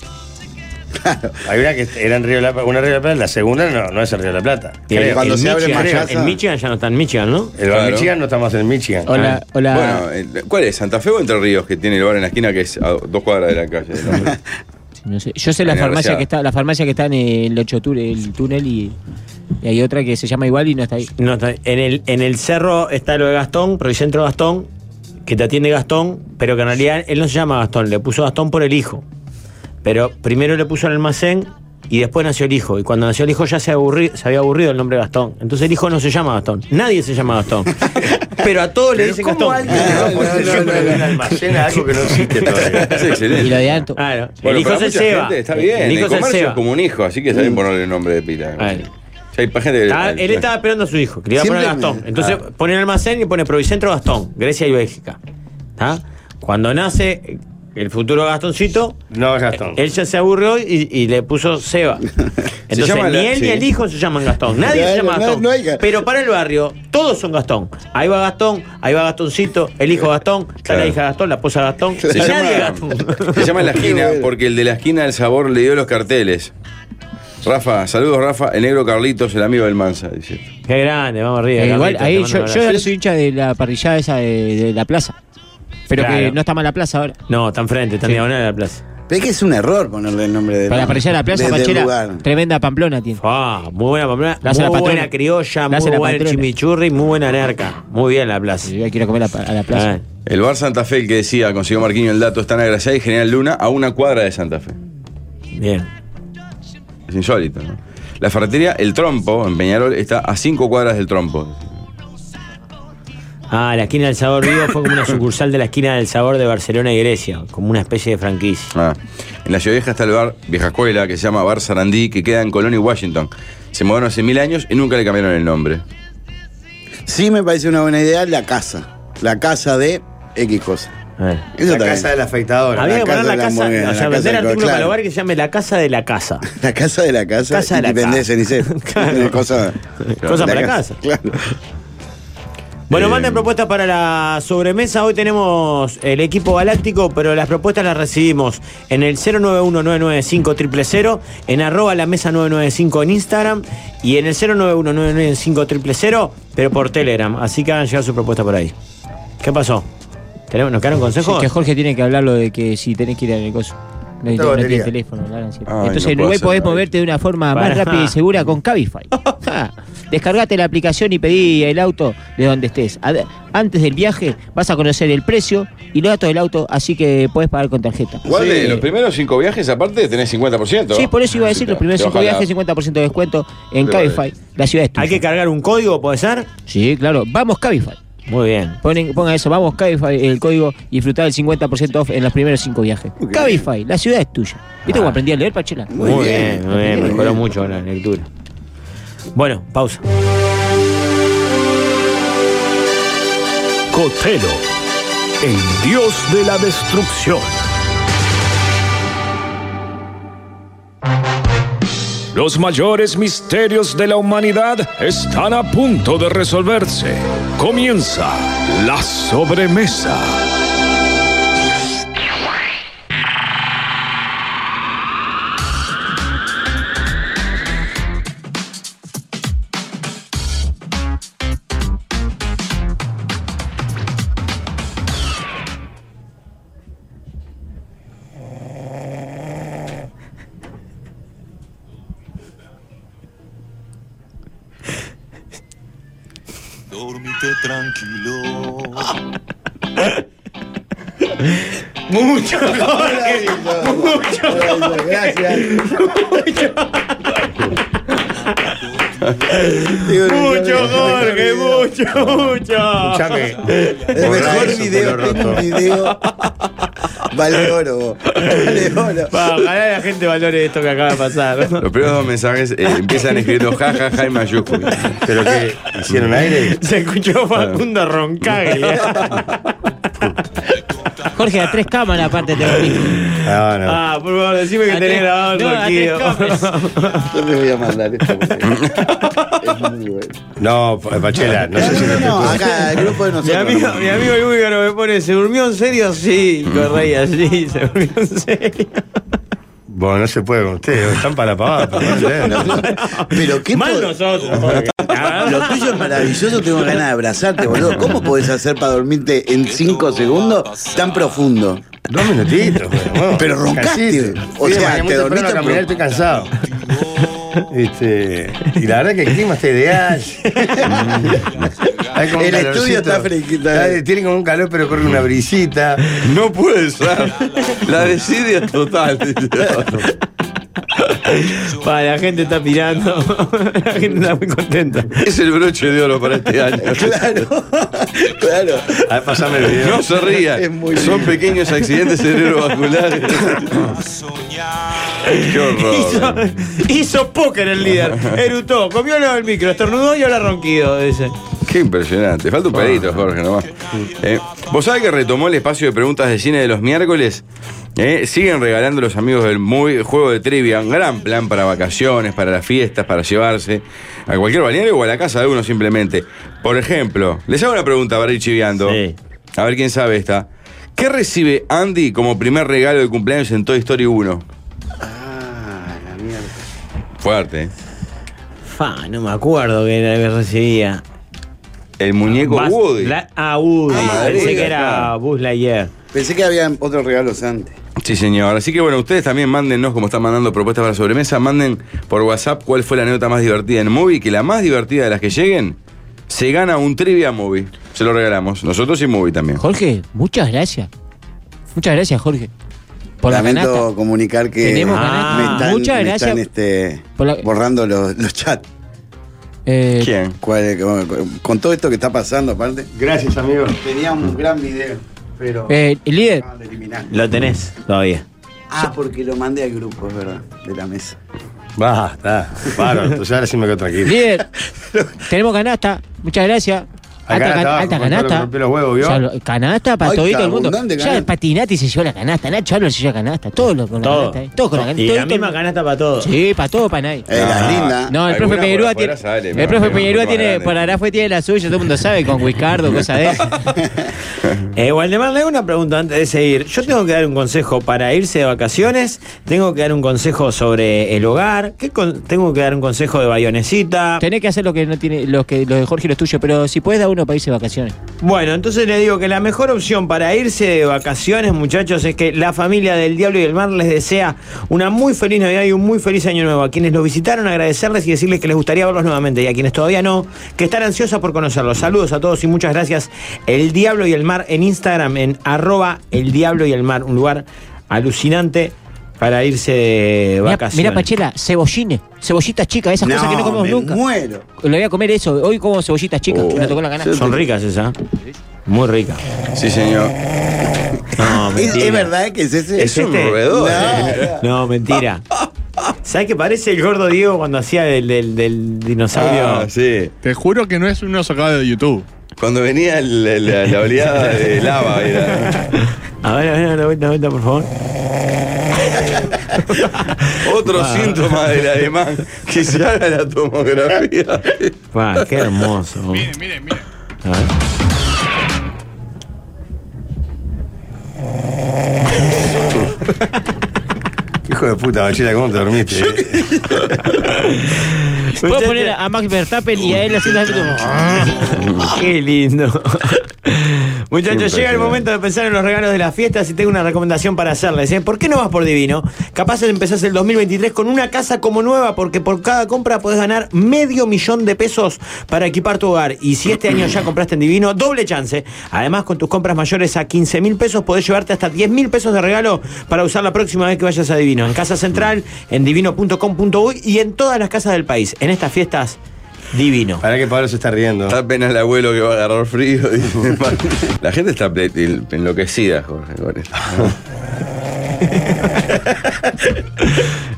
Hay una que era en Río de la Plata, una en Río de la Plata, la segunda no, no es en Río de la Plata.
Bien,
creo. Cuando
en
se abre
Michigan,
más
ya-
casa-
en Michigan ya no está en Michigan, ¿no? Ah.
El
Claro.
Michigan no estamos en Michigan.
Hola, hola.
Ah. Bueno, eh, ¿cuál es? ¿Santa Fe o Entre Ríos que tiene el bar en la esquina que es a dos cuadras de la calle? ¿no?
No sé, Yo sé la
Tenés
farmacia
rayada.
que está, la farmacia que está en el 8 túnel, el túnel y, y hay otra que se llama igual y no está ahí.
No está- en, el, en el cerro está lo de Gastón, Provicentro Gastón, que te atiende Gastón, pero que en realidad él no se llama Gastón, le puso Gastón por el hijo. Pero primero le puso el almacén y después nació el hijo. Y cuando nació el hijo ya se, aburri- se había aburrido el nombre Gastón. Entonces el hijo no se llama Gastón. Nadie se llama Gastón. pero a todos le dicen Gastón.
No, porque el nombre de un almacén es algo que no existe todavía.
es excelente.
Y lo de Anto.
Claro, el
Bueno,
hijo
para
es el
mucha
Seba.
gente está bien.
El
El,
hijo es el
comercio es
Seba.
como un hijo, así que saben ponerle el nombre de pila.
Ay.
O sea, hay pa- gente que-
Ah, él estaba esperando a su hijo, que le iba a poner
Siempre-
Gastón. Entonces pone el almacén y pone Provicentro Gastón, Grecia y Bélgica. ¿Tá? Cuando nace el futuro Gastoncito,
No es Gastón.
él ya se aburrió y, y le puso Seba. Entonces
llama
ni
la-
él ni
sí.
el hijo se llaman Gastón. Nadie se
Claro,
llama
no-
Gastón.
no hay que-
Pero para el barrio, todos son Gastón. Ahí va Gastón, ahí va Gastoncito, el hijo Gastón, está
Claro.
la hija Gastón, la esposa Gastón.
Se
y nadie
llama,
Gastón.
se llama La Esquina porque el de La Esquina del Sabor le dio los carteles. Rafa, saludos Rafa, el negro Carlitos, el amigo del Mansa, dice.
Qué grande, vamos arriba.
Eh, igual
Carlitos, te
ahí
mando
yo,
un
yo
abrazo.
ahora soy hincha de la parrillada esa de, de la plaza. Pero que
Claro.
no está mal la plaza ahora.
No, está enfrente, está en
Sí.
diagonal de la plaza.
Pero es que es un error ponerle el nombre de
Para la parrillada de la plaza,
de- del
Pachera,
lugar.
tremenda pamplona tiene.
Ah, muy buena pamplona,
La hace
muy
la patrona.
buena criolla,
La hace
muy
la
buen
patrona.
chimichurri, muy buena nerca. Muy bien la plaza.
Yo quiero comer a la- a la plaza.
Ah,
El bar Santa Fe, el que decía, consiguió Marquinho el dato, está en Agraciada y General Luna a una cuadra de Santa Fe.
bien.
Es insólito, ¿no? La ferretería El Trompo, en Peñarol, está a cinco cuadras del Trompo.
Ah, la esquina del sabor vivo fue como una sucursal de la esquina del sabor de Barcelona y Grecia, como una especie de franquicia.
Ah. En la ciudad vieja está el bar Vieja Escuela, que se llama Bar Sarandí, que queda en Colón y Washington. Se mudaron hace mil años y nunca le cambiaron el nombre.
Sí me parece una buena idea la casa. La casa de X cosa.
A ver.
Eso
la
está
casa
bien.
de la afeitadora.
Había que
casa
poner la
de la
casa,
mujer,
o
la
sea,
casa
vender
del
artículos para el
claro.
hogar que se llame la casa de la casa.
La casa de la casa.
Casa de
y
la
vendés
casa.
cenicero.
Claro.
Cosa,
Cosa para casa.
Claro.
Bueno,
Eh,
manden propuestas para la sobremesa. Hoy tenemos el equipo galáctico, pero las propuestas las recibimos en el 091995000, en arroba la mesa 995 en Instagram y en el 091995000, pero por Telegram. Así que hagan llegar su propuesta por ahí. ¿Qué pasó? ¿Tenemos- ¿Nos quedaron consejos?
Sí, que Jorge tiene que hablar lo de que si tenés que ir al negocio. No,
Tengo
no tiene
batería.
teléfono, la gran siete.
Ay,
Entonces
no
en
puedo
Uruguay
hacer
podés
nada.
moverte de una forma
Para.
más rápida y segura con Cabify. Ja. Descargate la aplicación y pedí el auto de donde estés. Ad- Antes del viaje vas a conocer el precio y los datos del auto, así que podés pagar con tarjeta.
Igual
Sí.
de los primeros cinco viajes, aparte, tenés 50%.
Sí, por eso iba a decir los primeros
Te
5
baja la-
viajes, 50% de descuento en
Te
Cabify, la ciudad es tuya. ¿Hay que
cargar un código, puede ser?
Sí, claro. Vamos Cabify.
Muy bien.
Ponen, pongan eso, vamos Cabify, el código y disfrutar el 50% off en los primeros 5 viajes. Cabify, la ciudad es tuya. ¿Viste
Ah.
cómo aprendí a leer, Pachela?
Muy, bien, muy bien, mejoró mucho la lectura. Bueno, pausa.
Cotelo, el dios de la destrucción. Los mayores misterios de la humanidad están a punto de resolverse. Comienza la sobremesa.
Dormite tranquilo.
Mucho
Jorge,
Mucho Gracias.
Mucho, Jorge, mucho, mucho.
Escuchame.
El mejor video, tengo un video. Vale oro, vos. Vale oro.
Pa, ojalá la gente valore esto que acaba de pasar.
Los primeros dos mensajes eh, empiezan escribiendo jajaja en mayúsculas.
¿Pero qué? ¿Hicieron aire?
Se escuchó Facundo Roncaglia.
Jorge, a tres cámaras aparte te
No, no.
Ah, por favor, decime que
A
tenés
tres-
grabado el
no, a tres
archivo.
Yo te voy a mandar esto. porque Es muy bueno.
No, pa- Pachela, no sé si
No,
lo
no, acá el grupo de
Mi
nosotros.
amigo, mi amigo el búlgaro me pone, ¿se durmió en serio? Sí, corría así, se durmió en serio.
Bueno, no se puede con ustedes, están para la pavada.
Pero qué
Mal
po-
nosotros. Jorge.
Lo tuyo es maravilloso, tengo ganas de abrazarte, boludo. ¿Cómo podés hacer para dormirte en 5 segundos tan profundo?
Dos minutitos, bueno,
Pero roncaste. O sea, te dormiste.
a caminar,
pro-
estoy cansado. Este, y la verdad que el clima está ideal. Hay como un
El estudio
calorcito.
está fresquito.
Está- Tiene como un calor, pero corre una brisita.
No puede ser. La desidia total.
Pa, la gente está pirando. La gente está muy contenta.
Es el broche de oro para este año.
Claro, claro.
A ver, pasame el video.
No se
Es
rían.
muy
Son pequeños accidentes cerebrovasculares. Qué
Hizo,
horror.
hizo póker el líder. Erutó, comió al lado del micro, estornudó y ahora ronquido. Dice.
Qué impresionante. Falta un pedito, Jorge, nomás. Eh, ¿Vos sabés que retomó el espacio de preguntas de cine de los miércoles? Eh, siguen regalando los amigos del muy juego de trivia. Un gran plan para vacaciones, para las fiestas, para llevarse a cualquier balneario o a la casa de uno simplemente. Por ejemplo, les hago una pregunta para ir chiviando. A ver quién sabe esta. ¿Qué recibe Andy como primer regalo de cumpleaños en Toy Story 1?
Ah, la mierda.
Fuerte, ¿eh?
Fa, no me acuerdo que era que recibía.
El muñeco
Bas-
Woody.
la- ah, Woody.
Ah,
Pensé
Woody,
que era Buzz Lightyear.
Pensé que había otros regalos antes.
Sí, señor. Así que bueno, ustedes también mándennos, como están mandando propuestas para sobremesa, manden por WhatsApp cuál fue la anécdota más divertida en movie, que la más divertida de las que lleguen se gana un trivia movie. Se lo regalamos. Nosotros y movie también.
Jorge, muchas gracias. Muchas gracias, Jorge. Por la
Lamento
canasta.
comunicar que
Tenemos
Ah,
me
canasta.
están,
muchas
me
gracias.
están, este,
por la-
borrando los, los chats.
eh,
¿Quién?
Cuál- con- Con todo esto que está pasando, aparte.
Gracias, amigo.
Tenía un gran video, pero
eh, el líder,
acaban Ah, de eliminar.
Lo tenés todavía.
Ah, porque lo mandé al grupo, es verdad, de la mesa.
Basta, paro. Entonces ahora sí me quedo tranquilo.
líder, tenemos canasta. Muchas gracias.
Acá
Alta, can-
estaba
alta
con todo lo que
canasta.
rompió los huevos, ¿vio?
Ya lo- canasta para
Ay,
todo
está
el mundo.
abundante
Ya
canasta.
el patinati se llevó la canasta. Nacho Álvarez se llevó la canasta. Todo lo con la
Todo.
canasta. eh. Todo con la
Y
canasta.
la
Todito el
misma
mundo.
canasta para todos.
Sí, para todo, para nadie.
Eh,
Ah. linda.
No, el
Alguna
profe
por
Peñerúa
afuera
tiene.
sale, me
el profe
imagino,
Peñerúa
mucho más
tiene.
grande.
Por ahora fue tiene la suya, todo el mundo sabe, con Wiscardo, cosas de esas.
Eh, Waldemar, le hago una pregunta antes de seguir. Yo tengo que dar un consejo para irse de vacaciones, tengo que dar un consejo sobre el hogar, ¿qué con- tengo que dar un consejo de bayonecita.
Tenés que hacer lo que no tiene, lo que lo de Jorge y lo tuyo, pero si puedes dar uno para irse de vacaciones.
Bueno, entonces le digo que la mejor opción para irse de vacaciones, muchachos, es que la familia del Diablo y del Mar les desea una muy feliz Navidad y un muy feliz Año Nuevo. A quienes los visitaron, agradecerles y decirles que les gustaría verlos nuevamente. Y a quienes todavía no, que están ansiosos por conocerlos. Saludos a todos y muchas gracias. El Diablo y el Mar en Instagram, en arroba el Diablo y el Mar, un lugar alucinante para irse de
Mirá,
vacaciones.
mirá, Pachela, cebollines, cebollitas chicas, esas
No,
cosas que no comemos
me
nunca.
Muero.
Le voy a comer eso. Hoy como cebollitas chicas, que me tocó en la canasta.
Son ricas esas. Muy ricas.
Sí, señor.
No,
¿Es,
mentira.
es verdad que es ese?
¿Es este? No, mentira. ¿Sabes qué parece el gordo Diego cuando hacía del, del, del dinosaurio?
Ah, sí.
Te juro que no es uno sacado de YouTube.
Cuando venía el- el- la, la oleada Ah, de lava, era.
A ver, a ver, a ver, vuelta, vuelta, por favor.
Otro
Ah.
síntoma del alemán que se haga la tomografía.
Pa, qué hermoso. Miren, miren, miren. A ver.
Hijo de puta, Bachela, ¿cómo te dormiste? eh?
Puedo poner a Max Verstappen y a él haciendo así como-
Qué lindo. Muchachos,
Impresionante.
llega el momento de pensar en los regalos de las fiestas y tengo una recomendación para hacerles. ¿eh? ¿Por qué no vas por Divino? Capaz empezás el 2023 con una casa como nueva porque por cada compra podés ganar medio millón de pesos para equipar tu hogar. Y si este año ya compraste en Divino, doble chance. Además, con tus compras mayores a 15 mil pesos podés llevarte hasta 10 mil pesos de regalo para usar la próxima vez que vayas a Divino. En Casa Central, en divino.com.uy y en todas las casas del país. En estas fiestas, Divino.
Para que Pablo se está riendo.
Está apenas el abuelo que va a agarrar frío. dice. La gente está ple- enloquecida, Jorge, con esto.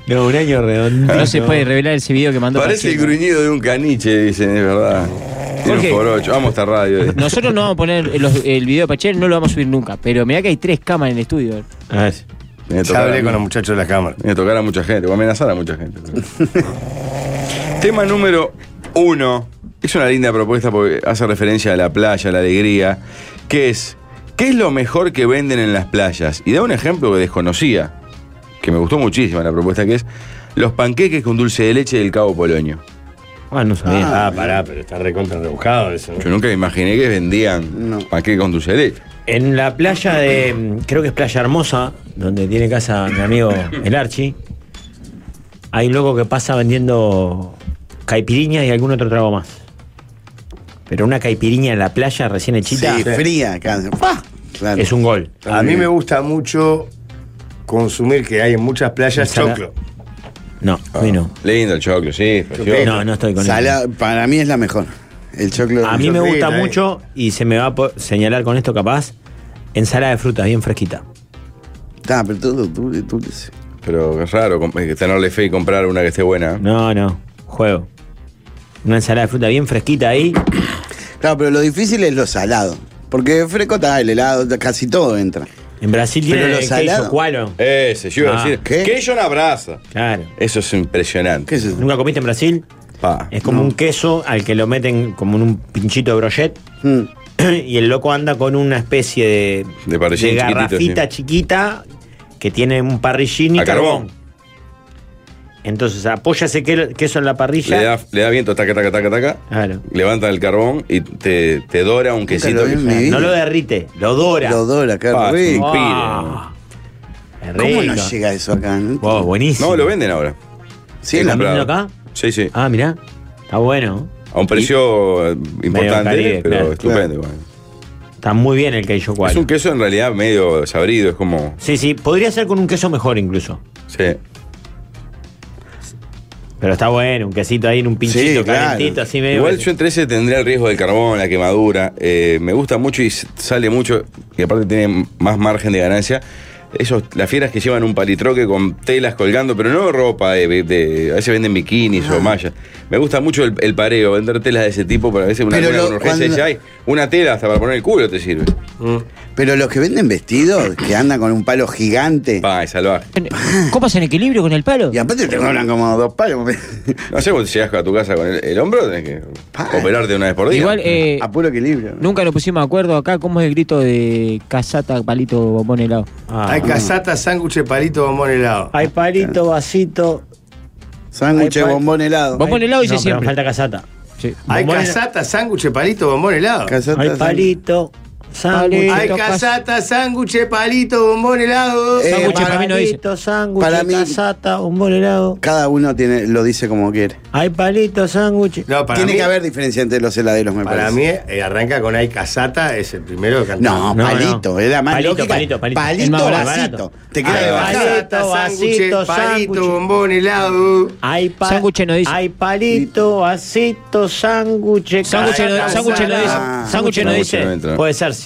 No, un año redondo.
No se puede revelar ese video que mandó
Parece el
Pachela.
gruñido de un caniche, dicen, es verdad. Tiene
Jorge.
un porocho. Vamos a esta radio. dice.
Nosotros no vamos a poner los- el video de Pachel, no lo vamos a subir nunca. Pero mirá que hay tres cámaras en el estudio.
Ah,
Voy a
Ya
tocar
hablé
a-
con los muchachos de la cámara.
Voy a tocar a mucha gente, voy a amenazar a mucha gente. Tema número uno. Es una linda propuesta porque hace referencia a la playa, a la alegría. Que es, ¿qué es lo mejor que venden en las playas? Y da un ejemplo que desconocía, que me gustó muchísimo la propuesta, que es los panqueques con dulce de leche del Cabo Polonio.
Ah, no
Ah, pará, pero está recontra rebuscado eso.
Yo nunca me imaginé que vendían panqueques con dulce de leche.
En la playa de. mm, Creo que es Playa Hermosa, donde tiene casa mi amigo el Archi. Hay un loco que pasa vendiendo caipiriñas y algún otro trago más. Pero una caipiriña en la playa recién hechita.
Sí, fría, acá. ¡Pah!
Es un gol.
A mí me gusta mucho consumir, que hay en muchas playas,
Ensalada.
choclo.
No, a mí no.
Ah, Lindo el choclo, sí. precioso.
No, no estoy con eso.
Sala- Para mí es la mejor. El choclo.
A mí me gusta mucho, y se me va a po- señalar con esto capaz, ensalada de frutas bien fresquita.
Está, pero todo dulce,
Pero es raro com- eh, tenerle fe y comprar una que esté buena.
No, no, juego. Una ensalada de fruta bien fresquita ahí.
Claro, pero lo difícil es lo salado. Porque fresco está el helado, está- casi todo entra.
En Brasil
Pero
tiene
lo salado.
cualo.
Ese, yo iba
Ah.
a decir.
¿Qué?
Que yo una brasa.
Claro.
Eso es impresionante.
¿Nunca comiste en Brasil?
Pa.
Es como un queso al que lo meten como en un pinchito de brochet. Y el loco anda con una especie de,
De parrillín
de
chiquitito,
garrafita
sí.
chiquita que tiene un parrillín y
A
carbón.
carbón.
Entonces apoya ese que- queso en la parrilla.
Le da, le da viento, taca, taca, taca, taca.
Claro.
Levanta el carbón y te, te dora un quesito.
lo vi en mi vida. No lo derrite, lo dora. Ah.
Lo dora, qué
Pa, es un
rico.
pire.
¿Cómo no
rico.
llega eso acá? No
Wow, buenísimo.
No, lo venden ahora.
Sí,
He
¿Lo
comprado.
venden acá?
Sí, sí.
Ah, mirá. Está bueno.
A un precio eh, importante,
Caribe,
pero
claro.
estupendo. bueno.
Está muy bien el queijo
Es
cualo.
un queso en realidad medio sabrido, es como.
Sí, sí, podría ser con un queso mejor incluso.
Sí.
Pero está bueno, un quesito ahí en un pinchito
Sí, claro.
calentito, así medio.
Igual yo entre ese tendría el riesgo del carbón, la quemadura. Eh, me gusta mucho y s- sale mucho, y aparte tiene m- más margen de ganancia, esos, las fieras que llevan un palitroque con telas colgando, pero no ropa, de, de- a veces venden bikinis o mallas. Me gusta mucho el, el pareo, vender telas de ese tipo, pero a veces una,
Pero
alguna
lo-
con urgencia
cuando-
dice, "Ay, una tela hasta para poner el culo te sirve.
Mm. Pero los que venden vestidos, que andan con un palo gigante.
Pa, es salvaje.
¿Copas en equilibrio con el palo?
Y aparte te cobran como dos palos.
No sé, vos llegas a tu casa con el, el hombro, tenés que operarte una vez por día.
Igual, eh,
eh. a puro equilibrio.
Nunca nos pusimos de acuerdo acá. ¿Cómo es el grito de casata, palito, bombón helado?
Ah.
Ah, uh.
Hay casata, sándwich, de palito, bombón helado.
Hay palito, vasito.
Sándwich,
Hay pa-
bombón helado.
Bombón helado dice
no, pero
siempre.
falta casata.
Hay
Bombón
casata, sándwich, de palito, bombón helado.
Hay palito, sándwich.
Hay casata, sándwich, palito, bombón helado.
Eh,
palito, sándwich,
eh, Para mí-
casata, un bol helado.
Cada uno tiene, lo dice como quiere.
Hay palito, sándwich.
No, para
tiene
mí-
que haber diferencia entre los heladeros, me
Para mí,
parece.
eh, arranca con hay casata, es el primero que canta.
No, No, palito, no. era más Palito, lógica. palito, palito. Palito, El más barato. vasito. Te queda
Hay
de bajada.
casata, sándwich,
vasito,
palito,
sándwich.
bombón helado.
Hay, pa-
Sándwich no dice.
hay palito, vasito, sándwich.
Sándwich no-
casata,
sándwich no dice.
Ah.
Sándwich no dice.
no entra. Puede ser, sí.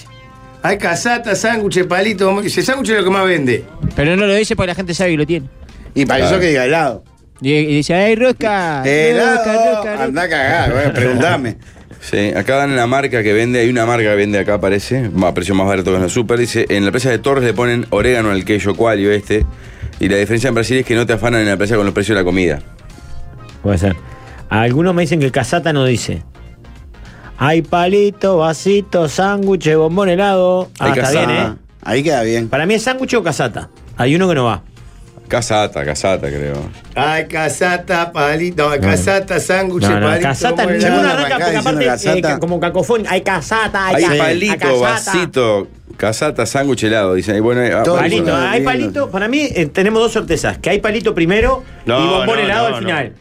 Hay casata, sándwich, palito, bombón. Dice, sándwich es lo que más vende.
Pero no lo dice porque la gente sabe que lo tiene.
Y
para eso que
diga helado.
Y, y dice, ¡ay, rosca!
Helado,
rosca, rosca, rosca".
Anda a
Ah,
cagar, bueno, preguntame.
Sí, acá dan la marca que vende, hay una marca que vende acá, parece, a precio más barato que en la super. Dice, en la presa de Torres le ponen orégano al queso cualio este. Y la diferencia en Brasil es que no te afanan en la presa con los precios de la comida.
Puede ser. Algunos me dicen que casata no dice. Hay palito, vasito, sándwich, bombón helado. Ah,
Hay
está
casata.
bien, ¿eh?
Ahí queda bien.
Para mí es sándwich o casata. Hay uno que no va.
Casata, casata, creo.
Hay casata, palito, no, casata, sándwich,
No, no,
palito.
casata,
bombón
ninguno
helado.
arranca porque aparte eh, ca- como cacofón. Hay casata, hay,
Hay
ca- hay
palito,
casata.
vasito, casata, sándwich helado. Dicen, y bueno, eh, ah,
palito,
bueno.
hay palito. Para mí eh, tenemos dos certezas: que hay palito primero
No,
y bombón
no,
helado
no,
al
no.
final.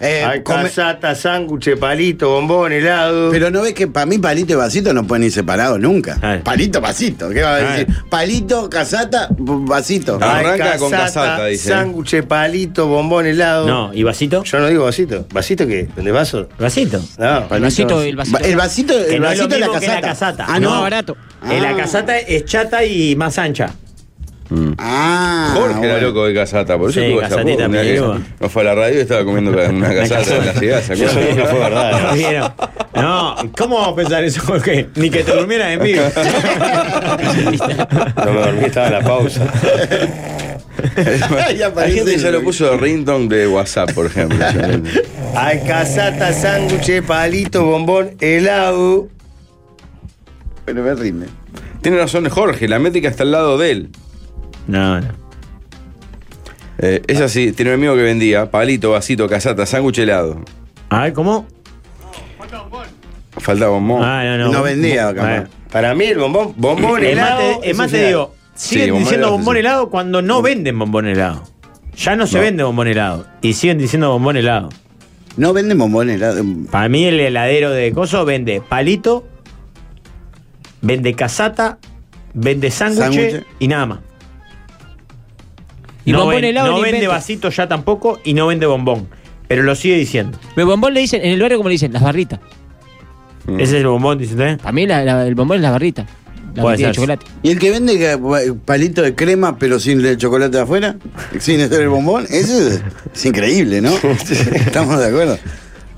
Hay
Eh, come-
casata, sándwich, palito, bombón helado.
Pero no ves que para mí palito y vasito no pueden ir separados nunca. Palito, vasito. ¿Qué va a decir? Palito, casata, vasito.
Hay ¿eh? Sándwich, palito, bombón helado.
No,
¿y vasito?
Yo no digo vasito. ¿Vasito qué? ¿De vaso?
Vasito.
No,
El vasito, el vasito.
El vasito,
Que
el
no es lo
vasito es la
mismo que
casata. Ah,
no,
no.
barato.
Ah.
Eh, La casata es chata y más ancha.
Ah.
Mm. Jorge era
bueno.
loco de casata, por eso
Sí,
tuvo esa
casatita
poca, una que
peluda.
No fue a la radio y estaba comiendo ca- una casata en la ciudad. ¿se acuerdan?
Vieron. No, ¿cómo vamos a pensar eso, Jorge? Ni que te durmieras en vivo.
No me dormí, estaba en la pausa. Hay gente que ya lo puso de ringtone de WhatsApp, por ejemplo.
Hay casata, sándwich, palito, bombón helado.
Pero me rinde.
Tiene razón Jorge, la métrica está al lado de él.
No, no.
Eh, es así, tiene un amigo que vendía palito, vasito, casata, sándwich helado.
A ver, ¿cómo?
Falta bombón.
Ah, no, no. No vendía, capaz.
eh.
Ah.
Para mí el bombón, bombón
Es más,
helado.
te, es más, te
esencial.
digo, siguen diciendo bombón helado cuando no venden bombón helado. Ya no se vende bombón helado. Y siguen diciendo bombón helado.
No venden bombón helado.
Para mí el heladero de Coso vende palito, vende casata, vende sándwich
Sándwich.
y nada más.
Y
no
bombón
ven-
helado
no
ni
vende
invento.
vasito ya tampoco y no vende bombón. Pero lo sigue diciendo.
El bombón le dicen, en el barrio como le dicen, las barritas.
Mm.
Ese es el bombón, dice usted.
A mí la- la- el bombón es las barritas. La
Puede
barrita de
ser.
chocolate.
¿Y el que vende que- palito de crema pero sin el chocolate de afuera? Sin hacer el bombón. Eso es, es increíble, ¿no? Estamos de acuerdo.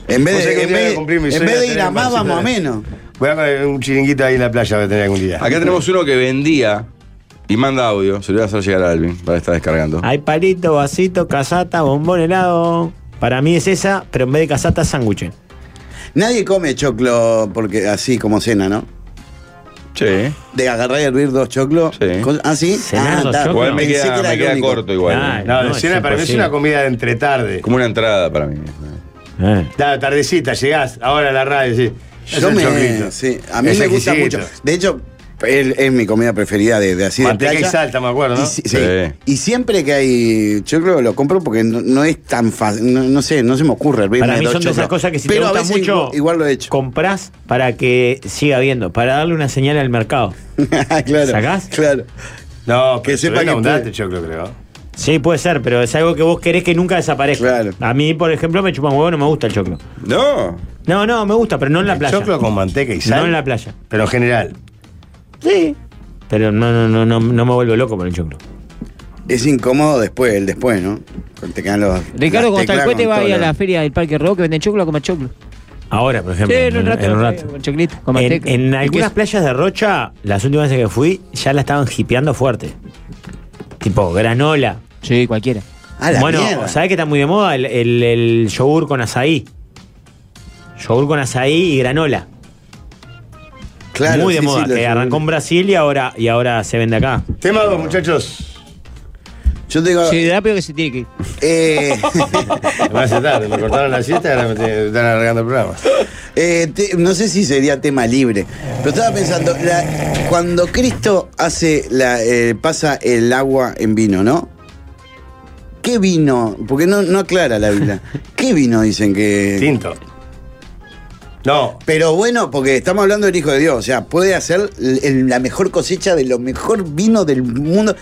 En vez
Vos sabés que
de,
un
en
día voy
vez,
a cumplir mi
en
sueño
vez de
tener
ir a
un
más,
pancito
vamos a
de-
menos.
Voy a poner un chiringuito ahí en la playa, voy a tener algún día.
Acá tenemos uno que vendía y manda audio. Se lo voy a hacer llegar a Alvin para estar descargando.
Hay palito, vasito, casata, bombón helado. Para mí es esa, pero en vez de casata, sándwich.
Nadie come choclo porque así como cena, ¿no?
Sí.
De agarrar y hervir dos choclos. Con- ¿Ah, sí?
Cenar
Ah,
dos
está.
choclos. Igual me
Pensé
queda-
que era
me
el
queda
único.
corto igual.
No, no,
No,
de cena
es
para mí es
imposible.
una comida de entre tarde.
Como una entrada para mí. Eh.
Claro, tardecita, llegás ahora a la radio, sí. Es
Yo
un
me-
choclito.
sí, a mí
Es
me gusta
exquisito.
mucho. De hecho, el- es mi comida preferida de, de así de
Manteca y
playa.
salta, me acuerdo, ¿no?
Y, si- sí. Y siempre que hay choclo lo compro porque no, no es tan fácil, no, no sé, no se me ocurre hervirme
Para mí
dos
son de esas
choclos.
cosas que si
Pero
te
a
gusta
veces
mucho,
igual- igual lo he hecho.
comprás para que siga habiendo, para darle una señal al mercado.
claro.
¿Sacás?
Claro.
No,
Que
que
sepa
sepa
que
que
puede.
abundante choclo, creo.
Sí, puede ser, pero es algo que vos querés que nunca desaparezca. A mí, por ejemplo, me chupan huevo, no me gusta el choclo.
No.
No, no, me gusta, pero no en la playa.
Choclo con manteca y sal.
No en la playa.
Pero en general.
Sí. Pero no, no, no, no, no me vuelvo loco por el choclo.
Es incómodo después, el después, ¿no? Cuando te quedan los.
Ricardo
las teclas
Gonzalcuete
con
va a ir a
todo
la feria del Parque Rock que venden choclo con choclo.
Ahora, por ejemplo.
Sí, en un rato,
En,
en un rato. con
En-
manteca.
en
Y
algunas
queso.
playas de Rocha, las últimas veces que fui, ya la estaban hipeando fuerte. Tipo, granola.
Sí, cualquiera.
Ah, la bueno,
mierda.
¿sabés que está muy de moda? El, el, el yogur con azaí. Yogur con azaí y granola.
Claro,
Muy de
sí,
moda.
sí, lo
que
yogur.
arrancó en Brasil y ahora, y ahora se vende acá.
Tema 2, muchachos.
Yo tengo.
Sí, rápido que se tiene que ir.
Eh.
Me hace tarde, me cortaron la siesta y ahora me tienen- están alargando el programa.
Eh, te- no sé si sería tema libre, pero estaba pensando, la- cuando Cristo hace la, eh, pasa el agua en vino, ¿no? ¿Qué vino? Porque no, no aclara la Biblia. ¿Qué vino dicen que.
Tinto. No.
Pero bueno, porque estamos hablando del Hijo de Dios, o sea, puede hacer l- el- la mejor cosecha de lo mejor vino del mundo.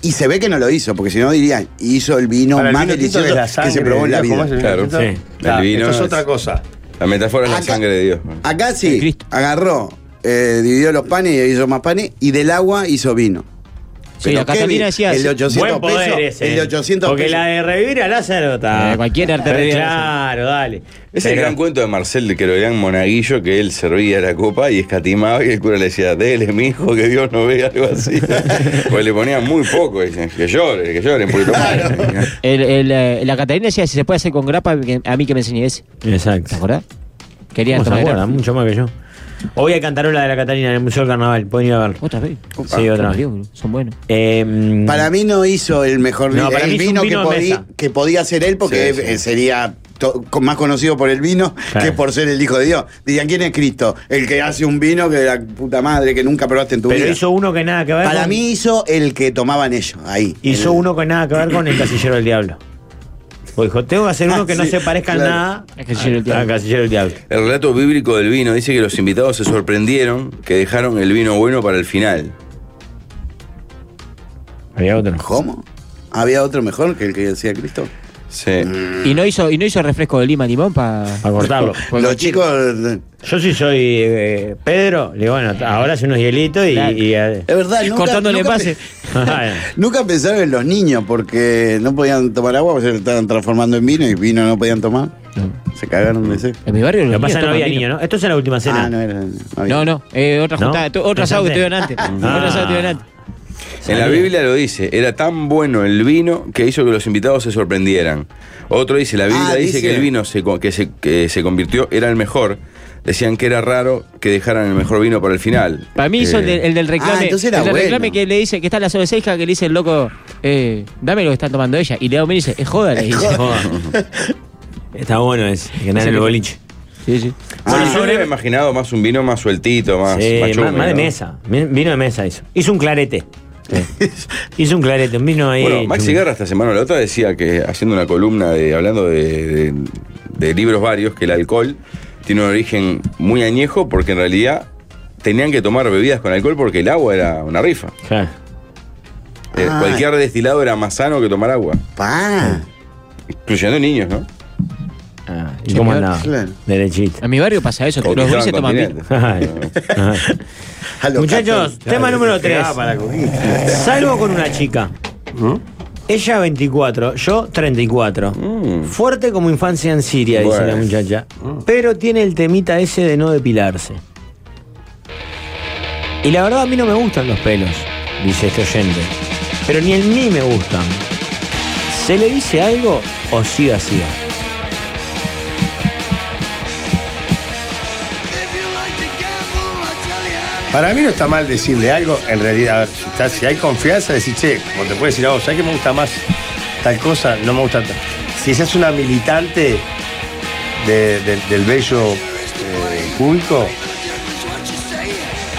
Y se ve que no lo hizo, porque si no dirían, hizo el vino
Para el
más
vino tinto
delicioso
de la
que se
sangre
probó en la
de Dios, ¿cómo
vida.
es el vino Claro, tinto? sí.
El vino
Esto es
es-
otra cosa.
La metáfora es la
Acá-
sangre de Dios.
Acá sí, agarró, eh, dividió los panes y hizo más panes, y del agua hizo vino.
Sí,
Pero
acá
qué
Catalina
vi-
decía
El
así.
de 800
Buen poder
pesos.
ese,
el
eh.
de 800
Porque
pesos.
la de revivir a Lázaro está.
Eh, cualquiera te
Pero
revive a
Claro, dale.
Es el
Pero-
gran cuento de Marcel, que lo gran monaguillo, que él servía la copa y escatimaba y el cura le decía, dele, mi hijo, que Dios no vea algo así. pues le ponía muy poco, dicen, que llore, que llore un poquito más.
El- el, eh, la Catarina decía, si se puede hacer con grapa, que- a mí que me enseñé ese.
Exacto. ¿Te
acordás? Quería
¿Cómo se
tomar
acuerda?
grapa.
Mucho más que yo. Hoy hay cantarola de la Catalina en el Museo del Carnaval. Pueden ir a verlo.
¿Otra vez?
Sí, otra
Ah,
vez.
Dios, Son buenos.
Eh,
Para mí no hizo el mejor
No,
vino,
para
el
mí hizo
vino,
un vino
que,
de
podí-
mesa.
que podía ser él, porque
Sí, sí.
eh, sería to- con- más conocido por el vino que por ser el hijo de Dios. Dirían, ¿quién es Cristo? El que hace un vino que de la puta madre que nunca probaste en tu
Pero
vida.
hizo uno que nada que ver.
Para
con-
mí hizo el que tomaban ellos, ahí.
Hizo
El-
uno que nada que ver con el casillero del diablo. Pues dijo, tengo que hacer uno que no
Ah, Sí,
se parezca en
claro.
nada
Al
casillero del diablo.
El relato bíblico del vino dice que los invitados se sorprendieron que dejaron el vino bueno para el final.
Había otro.
¿Cómo? ¿Había otro mejor que el que decía Cristo? Mm.
Sí.
Y no hizo, y no hizo refresco de lima limón para
cortarlo.
Los chicos.
Yo sí soy eh, Pedro, le digo, bueno, ahora hace unos hielitos y. eh, es
verdad, nunca- Cortándole nunca pase. Nunca pensaron en los niños porque no podían tomar agua, porque se lo estaban transformando en vino y vino no podían tomar. Se cagaron de sed.
En mi barrio
Lo que pasa es que no había niño, ¿no? Esto es en la última cena.
Ah, no era.
No, no, eh, otra
¿No?
juntada, tu- otro asado que
Pensante.
tuvieron antes.
Ah.
Otro asado que tuvieron antes.
En la Biblia lo dice, era tan bueno el vino que hizo que los invitados se sorprendieran. Otro dice, la Biblia
Ah,
dice,
dice.
que el vino se co- que, se, que se convirtió era el mejor. Decían que era raro que dejaran el mejor vino para el final. Eh,
Para mí hizo el, de- el del reclame. el del reclame que le dice, que está la sobreseja, que le dice el loco, eh, dame lo que están tomando ella. Y le da un dice, es joda, le dice.
Está bueno ese, que nada en el boliche.
Sí, sí.
Bueno, Ah, yo hubiera imaginado más un vino más sueltito,
Ah,
más,
Sí,
más
más-
chumel,
más de
¿no?
mesa. Mi- Vino de mesa hizo. Hizo un clarete. hizo un clarete, un vino ahí.
Bueno, Maxi
chumel.
Guerra esta semana o la otra decía que haciendo una columna de hablando de, de- de libros varios que el alcohol tiene un origen muy añejo porque en realidad tenían que tomar bebidas con alcohol porque el agua era una rifa. Eh,
Ah.
Cualquier destilado era más sano que tomar agua,
Pa.
incluyendo niños, ¿no?
¿Y cómo
Claro.
andaba? Derechito.
En mi barrio pasa eso,
O
los
que
dulces
estaban
toman vino.
Muchachos, tema número 3. Salvo con una chica.
¿Mm?
Ella 24, yo 34. Fuerte como infancia en Siria, dice
Mm. Bueno. Mm.
la muchacha. Pero tiene el temita ese de no depilarse. Y la verdad a mí no me gustan los pelos, dice este oyente. Pero ni el mí me gustan. ¿Se le dice algo o siga, siga?
Para mí no está mal decirle algo, en realidad, a ver, si, está- si hay confianza, decir, che, como te puede decir a vos, ¿sabes que me gusta más tal cosa? No me gusta tal. Si ella es una militante de- de- del bello eh, público,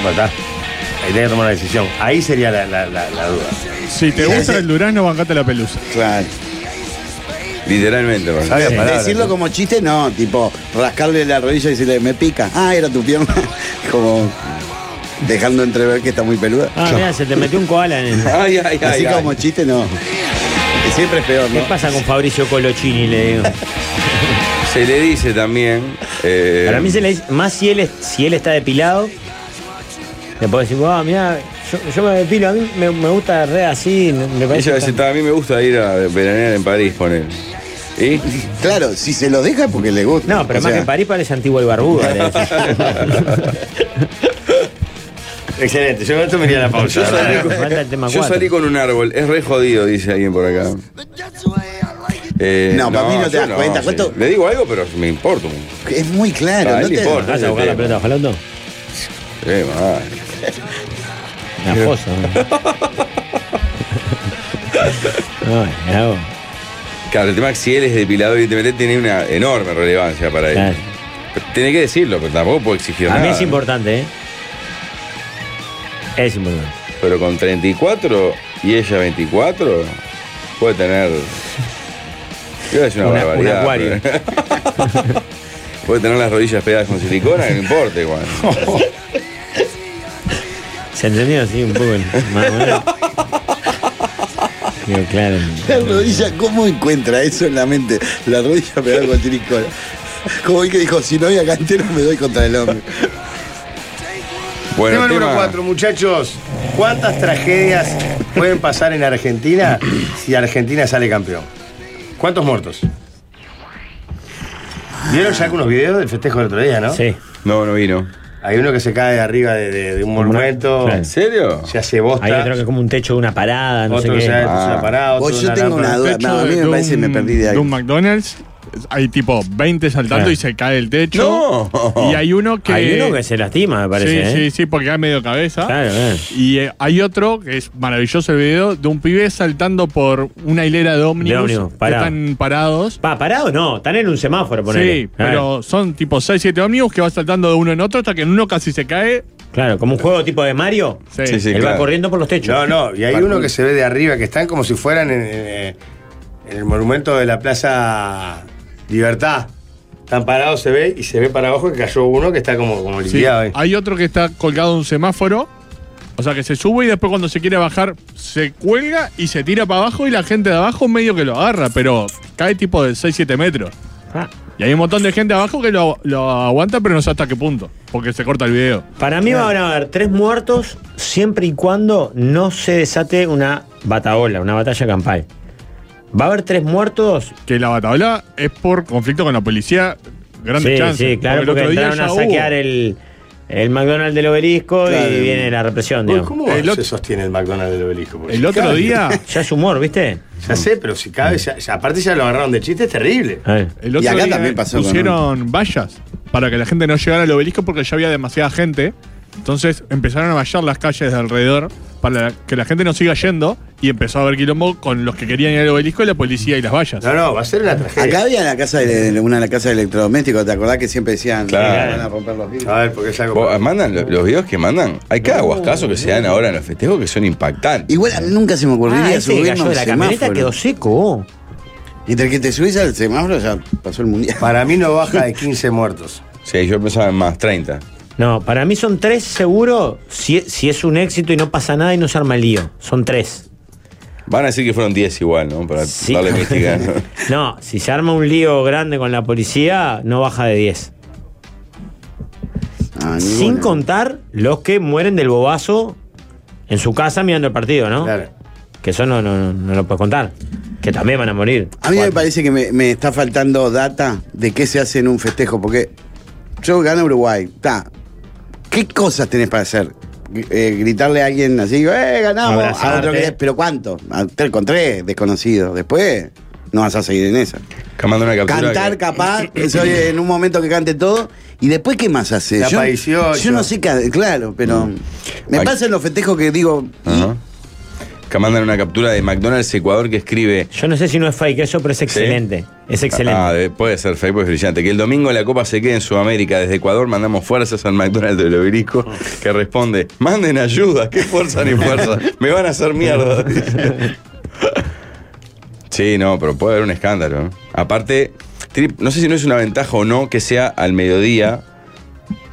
bueno, está. Ahí tenés que tomar una decisión. Ahí sería la, la- la- la duda.
Si te gusta el durazno, bancate la pelusa.
Claro.
Literalmente, ¿verdad?
Sí. Decirlo como chiste, no, tipo rascarle la rodilla y decirle, me pica. Ah, era tu pierna. como dejando entrever que está muy peluda.
Ah, mira, se te metió un koala en el.
Ay, ay, ay,
Así
ay.
como chiste, no. Que Siempre es peor, ¿no?
¿Qué pasa con Fabricio Colochini? Le digo.
Se le dice también. eh, Em.
Para mí se le dice, más si él, es- si él está depilado, le puedo decir, wow, mira, Yo, yo me depilo, a mí me, me gusta re así, me parece.
Ella dice, "Ta, a mí me gusta ir a veranear en París, poner. ¿Y?
Claro, si se lo deja porque le gusta.
No, pero
O
más
sea-
que en París parece antiguo el barbudo.
Excelente, yo con esto me iría a la pausa.
Yo salí, con,
Falta el tema
yo
cuatro.
salí con un árbol, es re jodido, dice alguien por acá. Eh,
No, para mí no te
yo
das cuenta, ¿cuánto?
Le digo algo, pero me importa. un-
Es muy claro.
Ah,
no
él
te-
importa, ese tema.
jalando?
Eh, madre.
Una fosa. ¿no? Ay, mirá vos.
Claro, el tema que si él es depilador y te metes tiene una enorme relevancia para él.
Claro.
Pero Tiene que decirlo, pero tampoco puedo exigir
A
nada.
mí es importante, ¿eh? Es importante.
Pero con 34 y ella 24, puede tener. Yo es una,
Una- un
barbaridad.
acuario.
pero- puede tener las rodillas pegadas con silicona, que no importa igual.
¿Se entendió así un poco? el- más o menos? Digo, claro.
La rodilla, ¿cómo encuentra eso en la mente? La rodilla pegada con tiricola. Como el que dijo, si no voy acá entero me doy contra el hombre.
tema número 4, muchachos. ¿Cuántas tragedias pueden pasar en Argentina si Argentina sale campeón? ¿Cuántos muertos? ¿Vieron ya algunos videos del festejo del otro día, no?
Sí. No, no vino.
Hay uno que se cae de arriba de, de- de un
Como una-
monumento.
Claro. ¿En
serio?
Se hace bosta.
Hay otro que es como un techo de una parada, no
Otro
sé qué.
se ha-
Ah.
se ha parado,
ah. Vos,
otro
yo
una
tengo
rampa.
una duda,
techo
no, a mí me
de
parece que me
un-
perdí de algo.
un McDonald's hay tipo 20 saltando
Claro.
y se cae el techo. Y hay uno que.
Hay uno que se lastima, me parece.
sí,
¿eh?
sí, sí, porque cae medio cabeza.
Claro, claro.
Y eh, hay otro que es maravilloso el video de un pibe saltando por una hilera de ómnibus.
ómnibus,
que
parado.
están parados.
Pa, parado no, están en un semáforo, ponele.
Sí, pero son tipo 6, 7 ómnibus que va saltando de uno en otro hasta que en uno casi se cae.
Claro, como un juego tipo de Mario.
Sí. Sí, sí,
Él va
claro.
corriendo por los techos.
No, no, y hay uno que se ve de arriba, que están como si fueran en, en- en el monumento de la Plaza Libertad. Están parados, se ve, y se ve para abajo que cayó uno que está como, como
Sí,
liquidado ahí.
Hay otro que está colgado en un semáforo. O sea, que se sube y después cuando se quiere bajar se cuelga y se tira para abajo y la gente de abajo medio que lo agarra, pero cae tipo de 6, 7 metros. Y hay un montón de gente abajo que lo, lo aguanta, pero no sé hasta qué punto, porque se corta el video.
Para mí van a haber tres muertos siempre y cuando no se desate una bataola, una batalla campal. Va a haber tres muertos.
Que la bataola es por conflicto con la policía, grandes
sí,
chances.
Sí, claro,
Porque
porque,
el otro día
entraron a
ya hubo.
saquear el, el McDonald's del obelisco
Claro.
y viene la represión,
Uy,
digamos.
¿Cómo se sostiene el McDonald's del obelisco? por
el
eso?
otro
Claro.
día- Ya es humor, ¿viste?
Ya sé, pero si cabe, ya- ya- aparte ya lo agarraron de chiste, es terrible.
Eh.
El otro día Pusieron vallas para que la gente no llegara al obelisco porque ya había demasiada gente. Entonces empezaron a vallar las calles de alrededor para que la gente no siga yendo y empezó a haber quilombo con los que querían ir al obelisco y la policía y las vallas.
No, no, va a ser una tragedia.
Acá había la casa de, una la casa de electrodomésticos, ¿te acordás que siempre decían
Claro.
van a romper los vidrios?
A ver, porque es algo.
Vos, mandan lo- los videos que mandan. Hay cada guascazo que se dan ahora en los festejos que son impactantes.
Igual a mí nunca se me
Ah, ese
ocurriría
que
subirme
cayó
a un
de la camioneta
semáforo.
quedó
seco.
Y entre que te subís al semáforo ya pasó el mundial.
Para mí no baja de 15 muertos.
Sí, yo pensaba en más, 30.
No, para mí son tres seguro si, si es un éxito y no pasa nada y no se arma el lío. Son tres.
Van a decir que fueron 10 igual, ¿no? Para darle mística.
No, si se arma un lío grande con la policía, no baja de 10. Sin contar los que mueren del bobazo en su casa mirando el partido, ¿no? Claro. Que eso no, no, no- no lo puedes contar. Que también van a morir.
A mí me parece que me, me está faltando data de qué se hace en un festejo, porque yo gano Uruguay, ta. ¿Qué cosas tenés para hacer? Gr- eh, gritarle a alguien así, ¡eh, ganamos! A otro
Abrazarte.
que- ¿Pero cuánto? A- tres con tres, desconocido. Después no vas a seguir en esa.
una captura
Cantar,
que-
capaz, eso en un momento que cante todo. ¿Y después qué más haces?
La
Yo,
pa' 18.
yo no sé, qué- claro, pero... Me
Ay.
pasa en los festejos que digo,
Ajá. Que mandan una captura de McDonald's Ecuador que escribe.
Yo no sé si no es fake eso, pero es excelente. Es excelente.
Ah, de- puede ser Facebook es brillante. Que el domingo la Copa se quede en Sudamérica. Desde Ecuador mandamos fuerzas al McDonald's del obelisco que responde, manden ayuda, qué fuerza ni fuerza. Me van a hacer mierda. dice. sí, no, pero puede haber un escándalo. ¿no? Aparte, tri- no sé si no es una ventaja o no que sea al mediodía.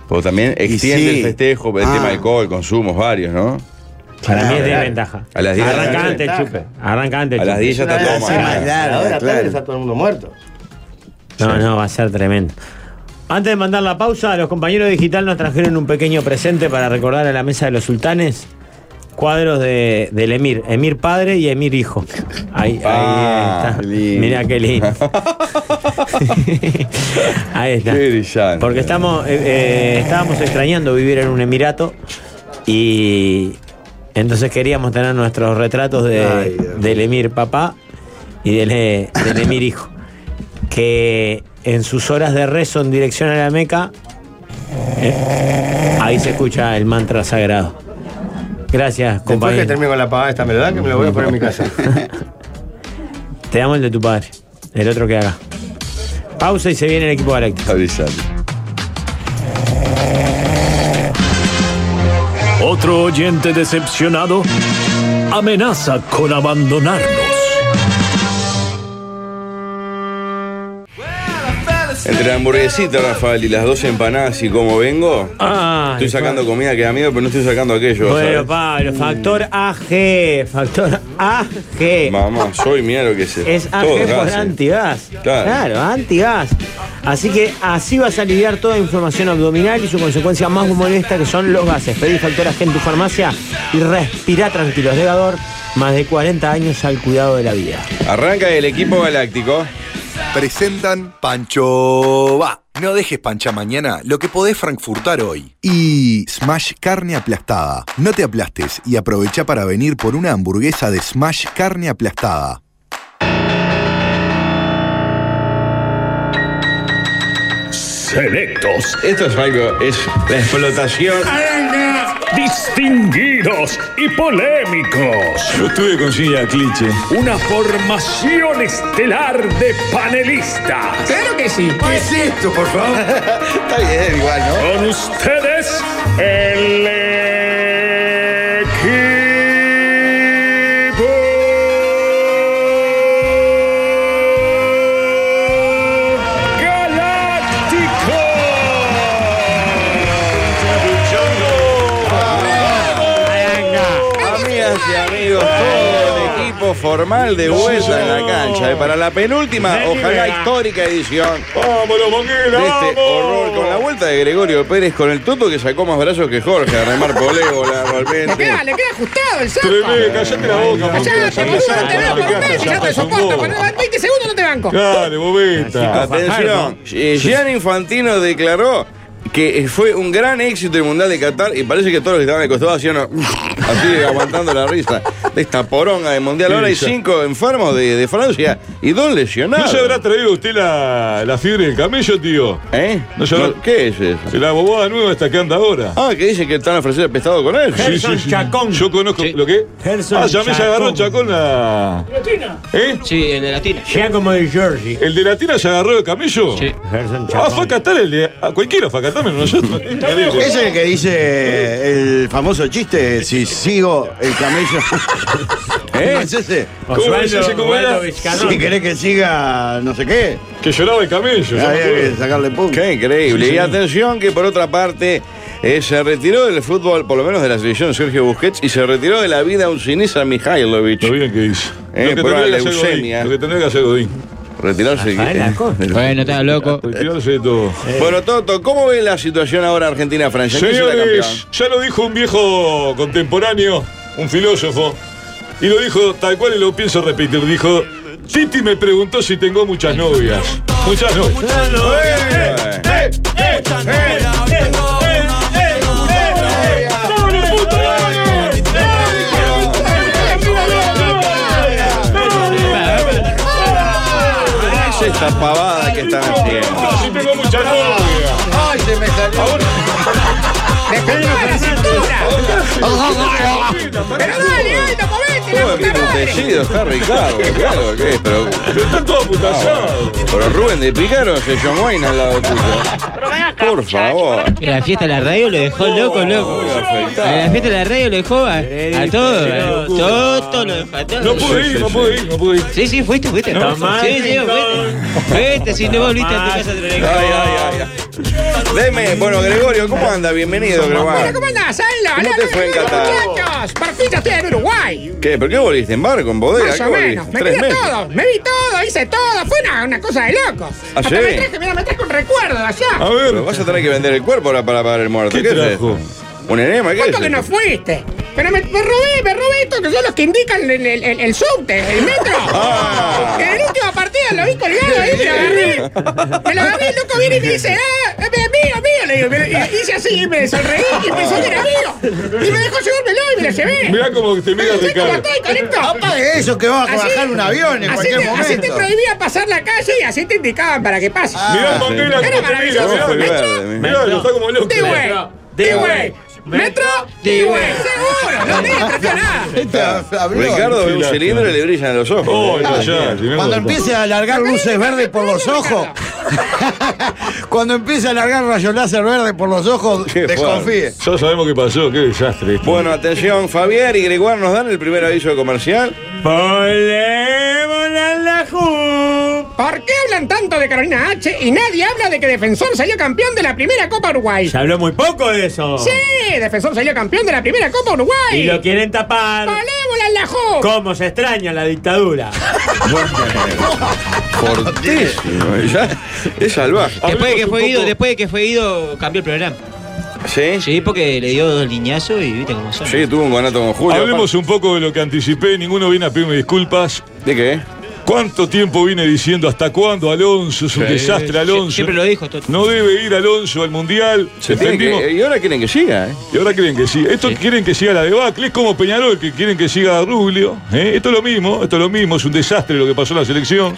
O también extiende
sí.
el festejo, el
Ah.
tema alcohol, consumos varios, ¿no?
Para mí es
Claro.
desventaja.
Ah, A las 10 de la
Arranca
noche.
antes el chupe. Arranca antes el
A las
chupe.
10 ya está todo
Una vez
mal.
Ah, más
Ahora
larga,
tarde
claro.
está todo el mundo muerto.
No, no, va a ser tremendo. Antes de mandar la pausa, los compañeros de digital nos trajeron un pequeño presente para recordar a la mesa de los sultanes. cuadros de, del Emir. Emir padre y Emir hijo. Ahí, ahí está. Mirá Ah, qué lindo. ahí está. Porque estamos, eh, eh, estábamos extrañando vivir en un Emirato y entonces queríamos tener nuestros retratos de, del Emir papá y del, eh, del Emir hijo. Que en sus horas de rezo en dirección a la Meca, eh, ahí se escucha el mantra sagrado. Gracias,
Después que
compañero.
termine con la pagada esta melodía que me la voy a poner en mi casa.
Te damos el de tu padre. El otro que haga. Pausa y se viene el equipo galáctico.
Otro oyente decepcionado amenaza con abandonarnos.
Entre la hamburguesita, Rafael, y las dos empanadas y como vengo,
Ah,
estoy sacando comida que da miedo, pero no estoy sacando aquello.
Bueno,
¿sabes?
Pablo, factor AG. Factor AG.
Mamá, soy mira lo que es.
Es AG
Todo
por
gas, eh.
antigas.
Claro.
Claro, antigas. Así que así vas a aliviar toda inflamación abdominal y su consecuencia más molesta que son los gases. Pedí factor AG en tu farmacia y respira tranquilos. Degador, más de 40 años al cuidado de la vida.
Arranca el equipo galáctico.
Presentan Pancho Va. No dejes pancha mañana lo
¿eh?
que podés frankfurtar hoy. Y Smash Carne Aplastada. No te aplastes y aprovecha para venir por una hamburguesa de Smash Carne Aplastada.
Selectos.
Esto es algo, es la explotación.
Distinguidos y polémicos.
Yo estuve con Gilla Cliché.
Una formación estelar de panelistas. Claro que sí. ¿Qué es esto, por favor? Está bien, igual, ¿no? Con ustedes, el
Amigas y amigos, todo el equipo formal de vuelta en la cancha. eh, Para la penúltima, ojalá histórica edición. de este horror con la vuelta de Gregorio Pérez con el Toto que sacó más brazos que Jorge, a remar polébola
Le
realmente.
queda, le queda ajustado el zapa.
Tremé, callate la boca, porque
Callate,
callate, callate,
boludo, no
callate,
te banco, Fernández, ya
callate,
te
son
soporto.
vos.
con 20 segundos no te banco.
Dale, bobita.
Atención, eh, Gian Infantino declaró que fue un gran éxito el Mundial de Qatar y parece que todos los que estaban al costado hacían una- así aguantando la risa de esta poronga de Mundial. Ahora hay
Sí, ya.
cinco enfermos de, de Francia y dos
¿No
lesionados.
se habrá traído usted la, la fiebre del camello, tío?
¿Eh?
¿No se habrá-
No, ¿Qué es eso?
La bobada nueva esta que anda ahora.
Ah, que dice que están ofreciendo pescado con él.
Gerson Chacón. Yo conozco lo que.
Gerson
ah, ya me
Chacón.
agarró Chacón la. ¿Eh?
Sí, el de Latina.
Ya como de Georgie. ¿El de Latina se agarró el camello? Sí. Ah, fue a catar el de. A cualquiera fue a catarme, no yo.
Es el que dice el famoso chiste, si sigo el camello.
¿Eh?
¿No es ese?
¿Cómo Osvaldo- es ese? ¿Cómo era? Osvaldo Vizcarrón.
Si querés que siga no sé qué.
Que lloraba el camello.
yo me
Había
acuerdo.
que sacarle punto.
Qué increíble.
Sí,
Y
señor.
atención que por otra parte eh, se retiró del fútbol, por lo menos de la selección Sergio Busquets, y se retiró de la vida un sinisa Mihailovic. Lo
bien que dice.
Eh,
Lo que
por una
tendría que hacer Godín,
leucemia.
lo que tendría que hacer Godín.
Retirarse.
Rafael
eh,
Alcón.
del-
Bueno,
está loco.
Retirarse de todo.
Bueno, Toto, ¿cómo ve la situación ahora Argentina-Francia? ¿Quién será
Señores, ya lo dijo un viejo contemporáneo, un filósofo, y lo dijo tal cual y lo pienso repetir. Dijo, Titi me preguntó si tengo muchas novias. Muchas novias. ¡Eh, eh, eh, eh, eh, eh, eh! ¡Dale, puto, dale! ¡Dale, puto, dale! ¡Dale!
¿Qué es esta pavada que están haciendo?
¡Dale! Si tengo muchas novias.
Ay, se me salió.
Me cortó la cintura. Pero dale, Aldo, movete, la
Todo el
puta
mismo
madre.
tejido, está Ricardo, claro que es, pero.
Está todo
putazado. Pero Rubén de Picaro se John Wayne al lado tuyo. Por favor.
La fiesta de la radio lo dejó loco, loco. La fiesta de la radio lo dejó a,
Eh,
a todo. a Todo lo dejó a todo.
No pude ir, no pude ir, no pude ir.
Sí, sí, fuiste, fuiste.
No,
sí, sí, fuiste. Fuiste, si no volviste a tu casa.
Ay, ay, ay, ay. Deme, bueno, Gregorio, ¿cómo anda? Bienvenido,
Bueno,
Gregorio.
¿cómo andás, ¿eh? Aldo?
¿Cómo te fue en Qatar?
muchachos. Por fin ya estoy en Uruguay.
¿Qué? ¿Por qué volviste en barco, en bodega?
Más
¿Qué
o menos.
volviste?
Me
Tres
vi
meses.
todo, me vi todo, hice todo. Fue una, una cosa de locos.
¿Ah,
Hasta
sí? Ah,
me traje, mira, me traje un recuerdo de allá.
Pero vas a tener que vender el cuerpo ahora para pagar el muerto. ¿Qué, es esto? ¿Un enema? ¿Qué es
¿Cuánto que
esto?
no fuiste? Pero me, me robé, me robé esto, que son los que indican el, el, el- el subte, el metro.
Ah.
En la última partida lo vi colgado ahí, me lo agarré. Me lo agarré, el loco viene y me dice, ah, es mío, mío. Le digo, me lo- y hice así, y me sonreí, y pensé que era mío. Y me dejó llevármelo y me lo llevé.
Mirá cómo te mira
Así como
Ricardo.
estoy, conecto.
Apague eso, que vamos a
Así-
bajar un avión en
así
cualquier
te- Así te
momento.
prohibía pasar la calle y así te indicaban para que pases.
Ah,
Mirá, Manguera,
Era
cómo te mira,
maravilloso.
mirá. Mirá, lo está como loco.
D-Way. D-Way. Metro. D-Way. Seguro. No tiene atracción nada.
Ricardo ve un cilindro y le brillan los ojos.
Cuando empiece a alargar luces verdes por los ojos, cuando empiece a alargar rayos láser verdes por los ojos,
Qué
desconfíe.
fuerte. Ya sabemos qué pasó, qué desastre. Bueno, atención, Fabián y Gregoire nos dan el primer aviso comercial.
¿Por qué hablan tanto de Carolina H y nadie habla de que Defensor salió campeón de la primera Copa Uruguay?
Se habló muy poco de eso.
Sí, Defensor salió campeón de la primera Copa Uruguay.
Y lo quieren tapar.
¡Palévola en la Ju!
¿Cómo se extraña la dictadura?
Fortísimo. ya, es salvaje.
Después de que fue
ido,
Guido, después de que fue Guido, cambió el programa.
¿Sí?
Sí, porque le dio dos liñazos y viste cómo son.
Sí, tuvo un guanato con Julio.
Hablemos un poco de lo que anticipé. Ninguno viene a pedirme disculpas.
¿De qué?
¿Cuánto tiempo vine diciendo hasta cuándo Alonso? Es un
Sí.
desastre,
Sie-
Alonso.
siempre
lo dijo,
No debe ir Alonso al mundial.
Se tiene
Defendimos-
que- y ahora quieren que siga, ¿eh?
Y ahora quieren que siga. Estos quieren que siga la debacle. Es como Peñarol, que quieren que siga Rubio. ¿eh? Esto es lo mismo, esto es lo mismo. Es un desastre lo que pasó en la selección.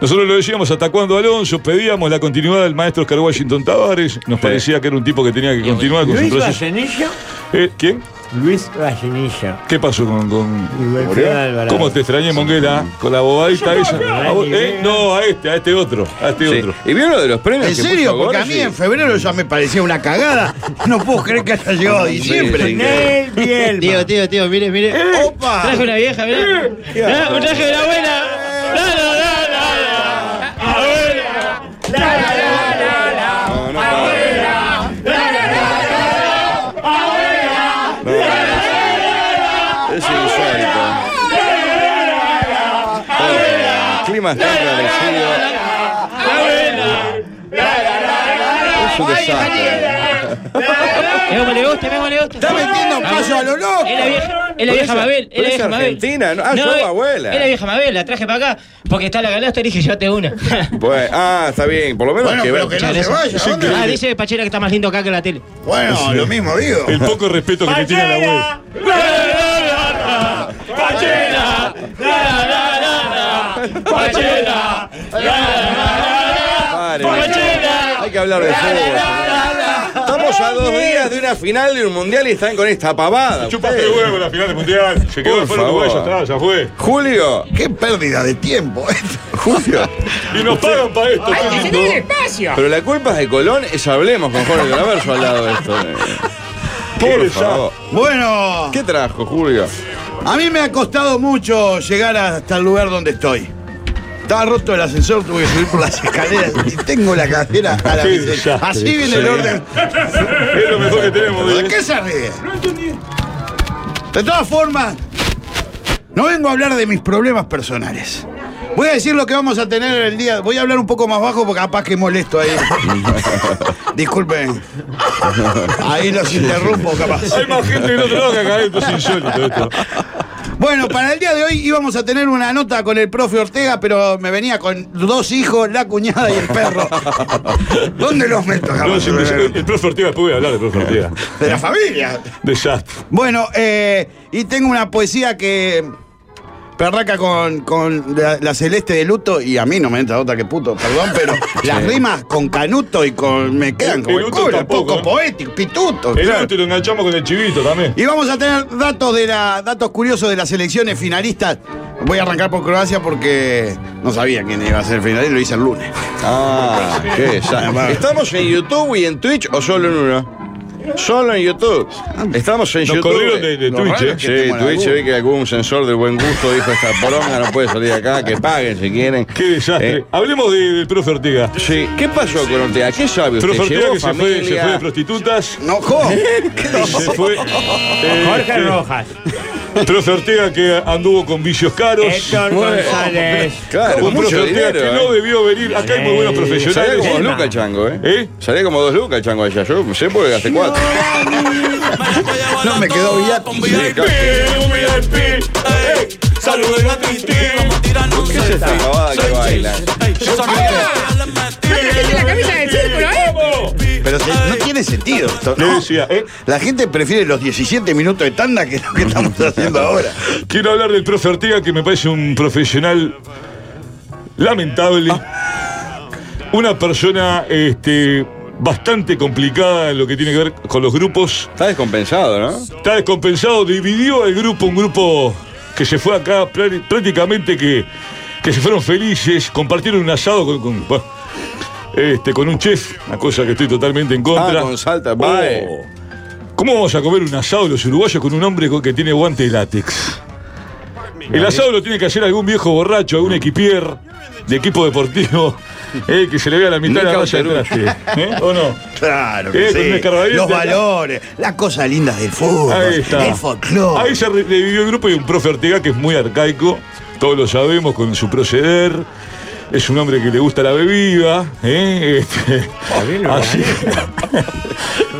Nosotros lo decíamos hasta cuando Alonso, pedíamos la continuidad del maestro Oscar Washington Tavares. Nos parecía que era un tipo que tenía que continuar con su
Luis
proceso.
Vallenillo.
Eh, ¿Quién?
Luis Vallenillo.
¿Qué pasó con, con
Wilfredo Alvarado.
¿Cómo te extrañé, Monguera? Con la bobadita
Yo
esa.
también.
A vos- eh, No, a este, a este otro. A este
Sí.
otro.
¿Y vieron lo de los premios?
En
que
serio,
puso
porque a
Gorgi?
mí en febrero ya me parecía una cagada. No puedo creer que haya llegado a
Sí,
diciembre.
sí,
Tío, tío, tío, mire, mire.
¡Opa!
Traje una vieja, mire. un traje de la abuela. No, no, no, no.
Es insólito. El clima está establecido. Es un desastre.
Mira cómo le gusta, mira cómo le gusta. Está metiendo un paso a lo loco. Ah, Es la vieja, es la
Pero
vieja
es-
Mabel. Es
pero
la
es
vieja Mabel.
argentina, ¿no? Ah, yo,
es-
abuela.
Es la vieja Mabel, la traje para acá. Porque está la canasta y dije, llévate una.
Bueno, ah, está bien. Por lo menos que ver-
Ah, dice Pachera que está más lindo acá que en la tele.
Bueno, lo mismo digo.
El poco respeto que le tiene a la web.
Paren. Hay que hablar de fútbol. Estamos a dos días de una final de un mundial y están con esta pavada.
Chupaste
ustedes.
huevo la final del mundial. Se quedó
Por
afuera
favor.
Uruguay, ya está, ya fue.
Julio.
Qué pérdida de
eh.
tiempo.
Julio.
Y nos pagan para esto.
¡Hay que llenar el espacio!
Pero la culpa es de Colón, es hablemos con Jorge Calaverso al lado de esto. eh. Por favor.
Bueno.
¿Qué trajo, Julio?
A mí me ha costado mucho llegar hasta el lugar donde estoy. Estaba roto el ascensor, tuve que subir por las escaleras y tengo la cadera a la
Qué
miseria.
desastre.
Así viene el
Sí.
orden.
Es lo mejor que tenemos.
¿De qué se ríe? De todas formas, no vengo a hablar de mis problemas personales. Voy a decir lo que vamos a tener el día. Voy a hablar un poco más bajo porque capaz que molesto ahí. Disculpen. Ahí los interrumpo, capaz.
Hay más gente que no trabaja acá adentro, es insólito esto.
Bueno, para el día de hoy íbamos a tener una nota con el profe Ortega, pero me venía con dos hijos, la cuñada y el perro. ¿Dónde los meto?
No, sí, el, el profe Ortega, después voy a hablar del profe Ortega.
De la familia.
Desastre.
Bueno, eh, y tengo una poesía que perraca con, con la, la celeste de luto, y a mí no me entra otra que puto, perdón, pero las rimas con canuto y con. me quedan como
El
el
luto
culo,
tampoco,
poco
¿no?
poético, pituto.
El
claro.
auto y lo enganchamos con el chivito también.
Y vamos a tener datos de la, datos curiosos de las elecciones finalistas. Voy a arrancar por Croacia porque no sabía quién iba a ser finalista, lo hice el lunes.
Ah, qué desastre. ¿Estamos en YouTube y en Twitch o solo en uno? Solo en YouTube.
Ah,
Estamos en
Nos
YouTube.
corrieron de- de
Lo
Twitch,
raro
¿eh?
es
Que
Sí,
estemos en
Twitch
alguno.
ve que algún sensor de buen gusto dijo esta poronga no puede salir acá, que paguen si quieren. Eh,
Qué desastre. Hablemos de- del profe Ortega.
Sí, ¿qué pasó con Ortega? ¿Qué sabe usted?
Profe Ortega
¿Llevó
que se fue, se
familia?
fue de prostitutas.
No, jo.
Se fue. eh,
Jorge
sí.
Rojas.
Profe Ortega que anduvo con vicios caros.
Héctor González.
Claro,
un
mucho
profe Ortega
dinero,
que
¿eh?
no debió venir. Acá hay muy buenos
Salía
profesionales.
como dos lucas el chango, ¿eh?
¿Eh?
Salía como dos lucas el chango allá. Yo sé porque gasté cuatro.
No, me quedó VIP.
Un VIP, ey, saluden a Titi. ¿Qué es esta
pavada que Ah, baila?
la camisa del círculo, ¿eh?
Pero se- no tiene sentido esto, ¿no?
eh.
La gente prefiere los 17 minutos de tanda que lo que estamos haciendo ahora.
Quiero hablar del profe Ortega, que me parece un profesional lamentable. Una persona este, bastante complicada en lo que tiene que ver con los grupos.
Está descompensado, ¿no?
Está descompensado. Dividió el grupo, un grupo que se fue acá prá- prácticamente que, que se fueron felices, compartieron un asado con, con- bueno, este, con un chef, una cosa que estoy totalmente en contra.
Ah, con Salta, bye.
Oh. ¿Cómo vamos a comer un asado los uruguayos con un hombre co- que tiene guante de látex? El asado lo tiene que hacer algún viejo borracho, algún equipier de equipo deportivo, eh, que se le vea la mitad de la
Nunca
raya
un
atrás, ¿eh? ¿O no?
Claro que
Eh, con un
sí.
escarbadiente
Los
acá.
valores, las cosas lindas del fútbol,
Ahí está.
el folclore.
Ahí se re- dividió el grupo y un profe Ortega que es muy arcaico, todos lo sabemos con su proceder. Es un hombre que le gusta la bebida. ¿eh? Este, así.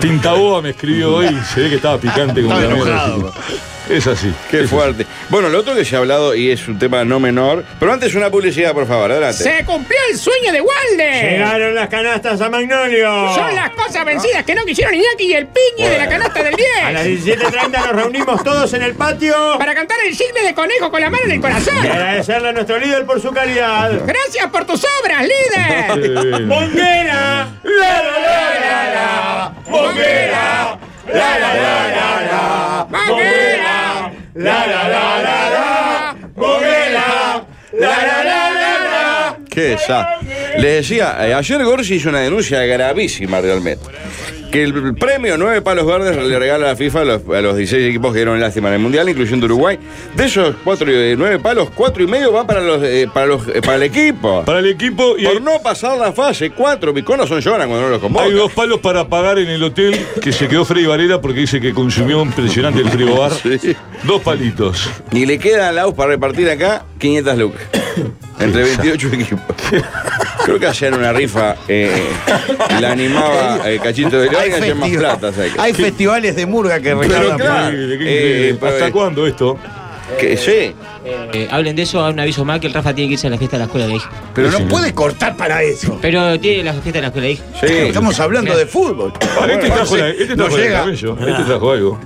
Tintaboa me escribió hoy, se ve que estaba picante como
Estaba
la mierda,
enojado.
así. Es así.
Qué fuerte. Bueno, lo otro que se ha hablado y es un tema no menor. Pero antes una publicidad, por favor, adelante.
Se cumplió el sueño de Walde.
Llegaron las canastas a Magnolio.
Son las cosas vencidas que no quisieron Iñaki y el piñe de la canasta del 10.
A las 17.30 nos reunimos todos en el patio.
Para cantar el chisme de conejo con la mano en el corazón.
Y agradecerle a nuestro líder por su calidad.
Gracias por tus obras, líder.
¡Bonguera! ¡La, la, la, la, la! ¡Bonguera! ¡La, la, la, la, la! ¡Bonguera! ¡La, la, la, la, la! ¡Bonguera! ¡La, la, la, la, la!
Qué desastre. Les decía, eh, ayer Gorsi hizo una denuncia gravísima realmente. Que el premio Nueve Palos Verdes le regala a la FIFA a los, a los 16 equipos que dieron lástima en el Mundial, incluyendo Uruguay. De esos cuatro, eh, nueve palos, cuatro y medio van para los, eh, para los eh, para el equipo.
Para el equipo y
Por no pasar la fase, cuatro biconos son lloran cuando no los convocan.
Hay dos palos para pagar en el hotel que se quedó Freddy Varela porque dice que consumió impresionante el frigobar. Dos palitos.
Y le queda a Laus para repartir acá 500 lucas. Entre 28 equipos. Creo que hacían una rifa, eh, la animaba eh, Cachito de León y hacían más
festival-
plata. ¿sabes?
hay festivales de murga que regalan.
claro, eh,
¿Hasta
pero-
cuándo esto?
Que sí.
Eh, hablen de eso, a un aviso más que el Rafa tiene que irse a la fiesta de la escuela de hija.
Pero no puede cortar para eso.
Pero tiene la fiesta de la escuela de hija.
Estamos hablando de fútbol.
Ah, este trajo,
eh,
la- este
No
trajo el
llega.
cabello,
Ah.
este trajo algo.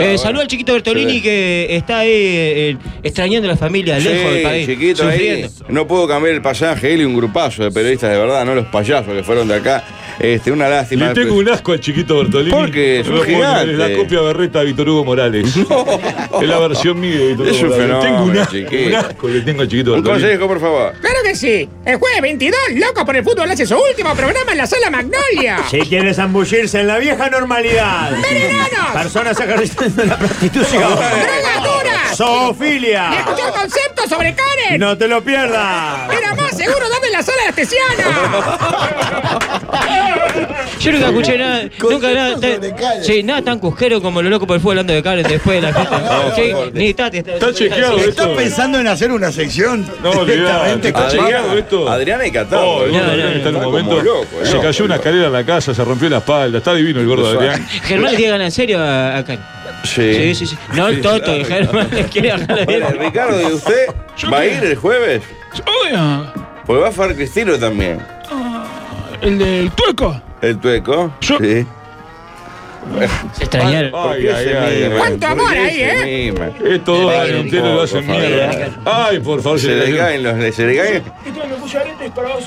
Eh, saludo al chiquito Bertolini que está ahí eh, eh, extrañando a la familia
Sí,
lejos del país.
chiquito ahí.
sufriendo.
No puedo cambiar el pasaje, él y un grupazo de periodistas de verdad, no los payasos que fueron de acá. Este, una lástima.
Le tengo un asco al chiquito Bertolini.
Porque es un
Lo puedo creer,
gigante.
es la copia berreta de Víctor Hugo Morales. Es la versión mía de Víctor
Es
Hugo
un
Morales. Le tengo un
fenómeno,
asco,
chiquito.
un asco le tengo al chiquito
Un
Bertolini.
consejo, por favor.
Claro que sí. El jueves 22, Loco por el Fútbol hace su último programa en la sala Magnolia.
Si quiere zambullirse en la vieja normalidad.
¡Venenanos!
Personas ejerciendo la prostitución.
¡Drogas duras! Y
Zoofilia.
escuchar conceptos sobre Karen.
No te lo pierdas.
Era más seguro dame en la sala de
Yo nunca escuché nada, nunca nada, tan- sí, nada tan cusquero como los locos por el fútbol hablando de Karen después de la fiesta. Sí, ni tate,
Está chequeado
¿Estás
esto.
pensando en hacer una sección?
No, olvidate.
directamente
Está
con-
chequeado esto.
Adriana y Catar.
Oh, el gordo
No, no,
Adrián
no,
está en un
está
momento.
como loco,
se
loco,
cayó una escalera en la casa, se rompió la espalda. Está divino el gordo
Eso,
Adrián.
Germán le tiene ganas en serio a, a Karen.
Sí.
Sí, sí, sí. No el Toto, el Germán le quiere ganar la
Bueno, Ricardo, ¿y usted va a ir el jueves?
Obvio.
Porque Pues va a Far Cristino también.
El del tueco.
El tueco. Sí.
Se extrañaron.
¿Por qué se miman?
¿Cuánto
¿Por
amor
qué
ahí,
se
eh?
miman?
Estos dos
Ay,
delanteros lo hacen
por favor.
mierda. Ay, por favor,
Se le
cayó.
caen los. Se le caen.
Entonces me puse aretes para vos.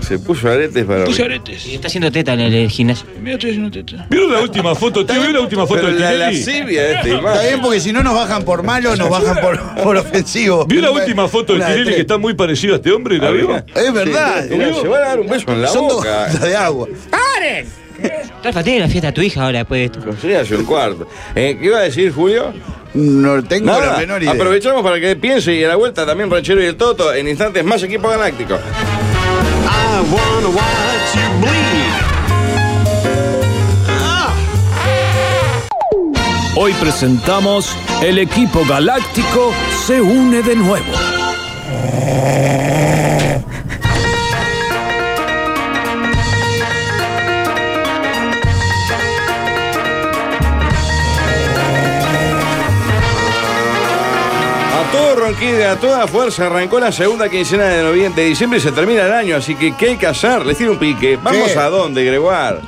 Se puso aretes para.
Puse aretes.
Y está haciendo teta en el gimnasio.
Mira, estoy haciendo teta.
¿Vieron la última foto? ¿Te vieron la última foto
Pero
de
la
Tinelli?
lascivia de esta
Está bien
imagen.
porque si no nos bajan por malo, nos bajan por, por ofensivo.
¿Vio la última foto de
Una de
Tinelli
tres.
que está muy parecido a este hombre? ¿La vio?
Es verdad.
Ah, Sí, mira, se van a dar un beso en la
Son dos
boca.
gotas de agua.
¡Karen!
Rafa, tiene la fiesta a tu hija ahora después de esto.
Sí, hace un cuarto. Eh, ¿Qué iba a decir, Julio?
No tengo
Nada.
la menor idea.
Aprovechamos para que piense y a la vuelta también Ranchero y el Toto en instantes más equipo galáctico.
I wanna watch you bleed.
Hoy presentamos El equipo galáctico se une de nuevo.
que a toda fuerza arrancó la segunda quincena de noviembre de diciembre y se termina el año, así que ¿qué hay que hacer? Les tiro un pique. ¿Vamos
¿Qué?
a dónde, Gregoire?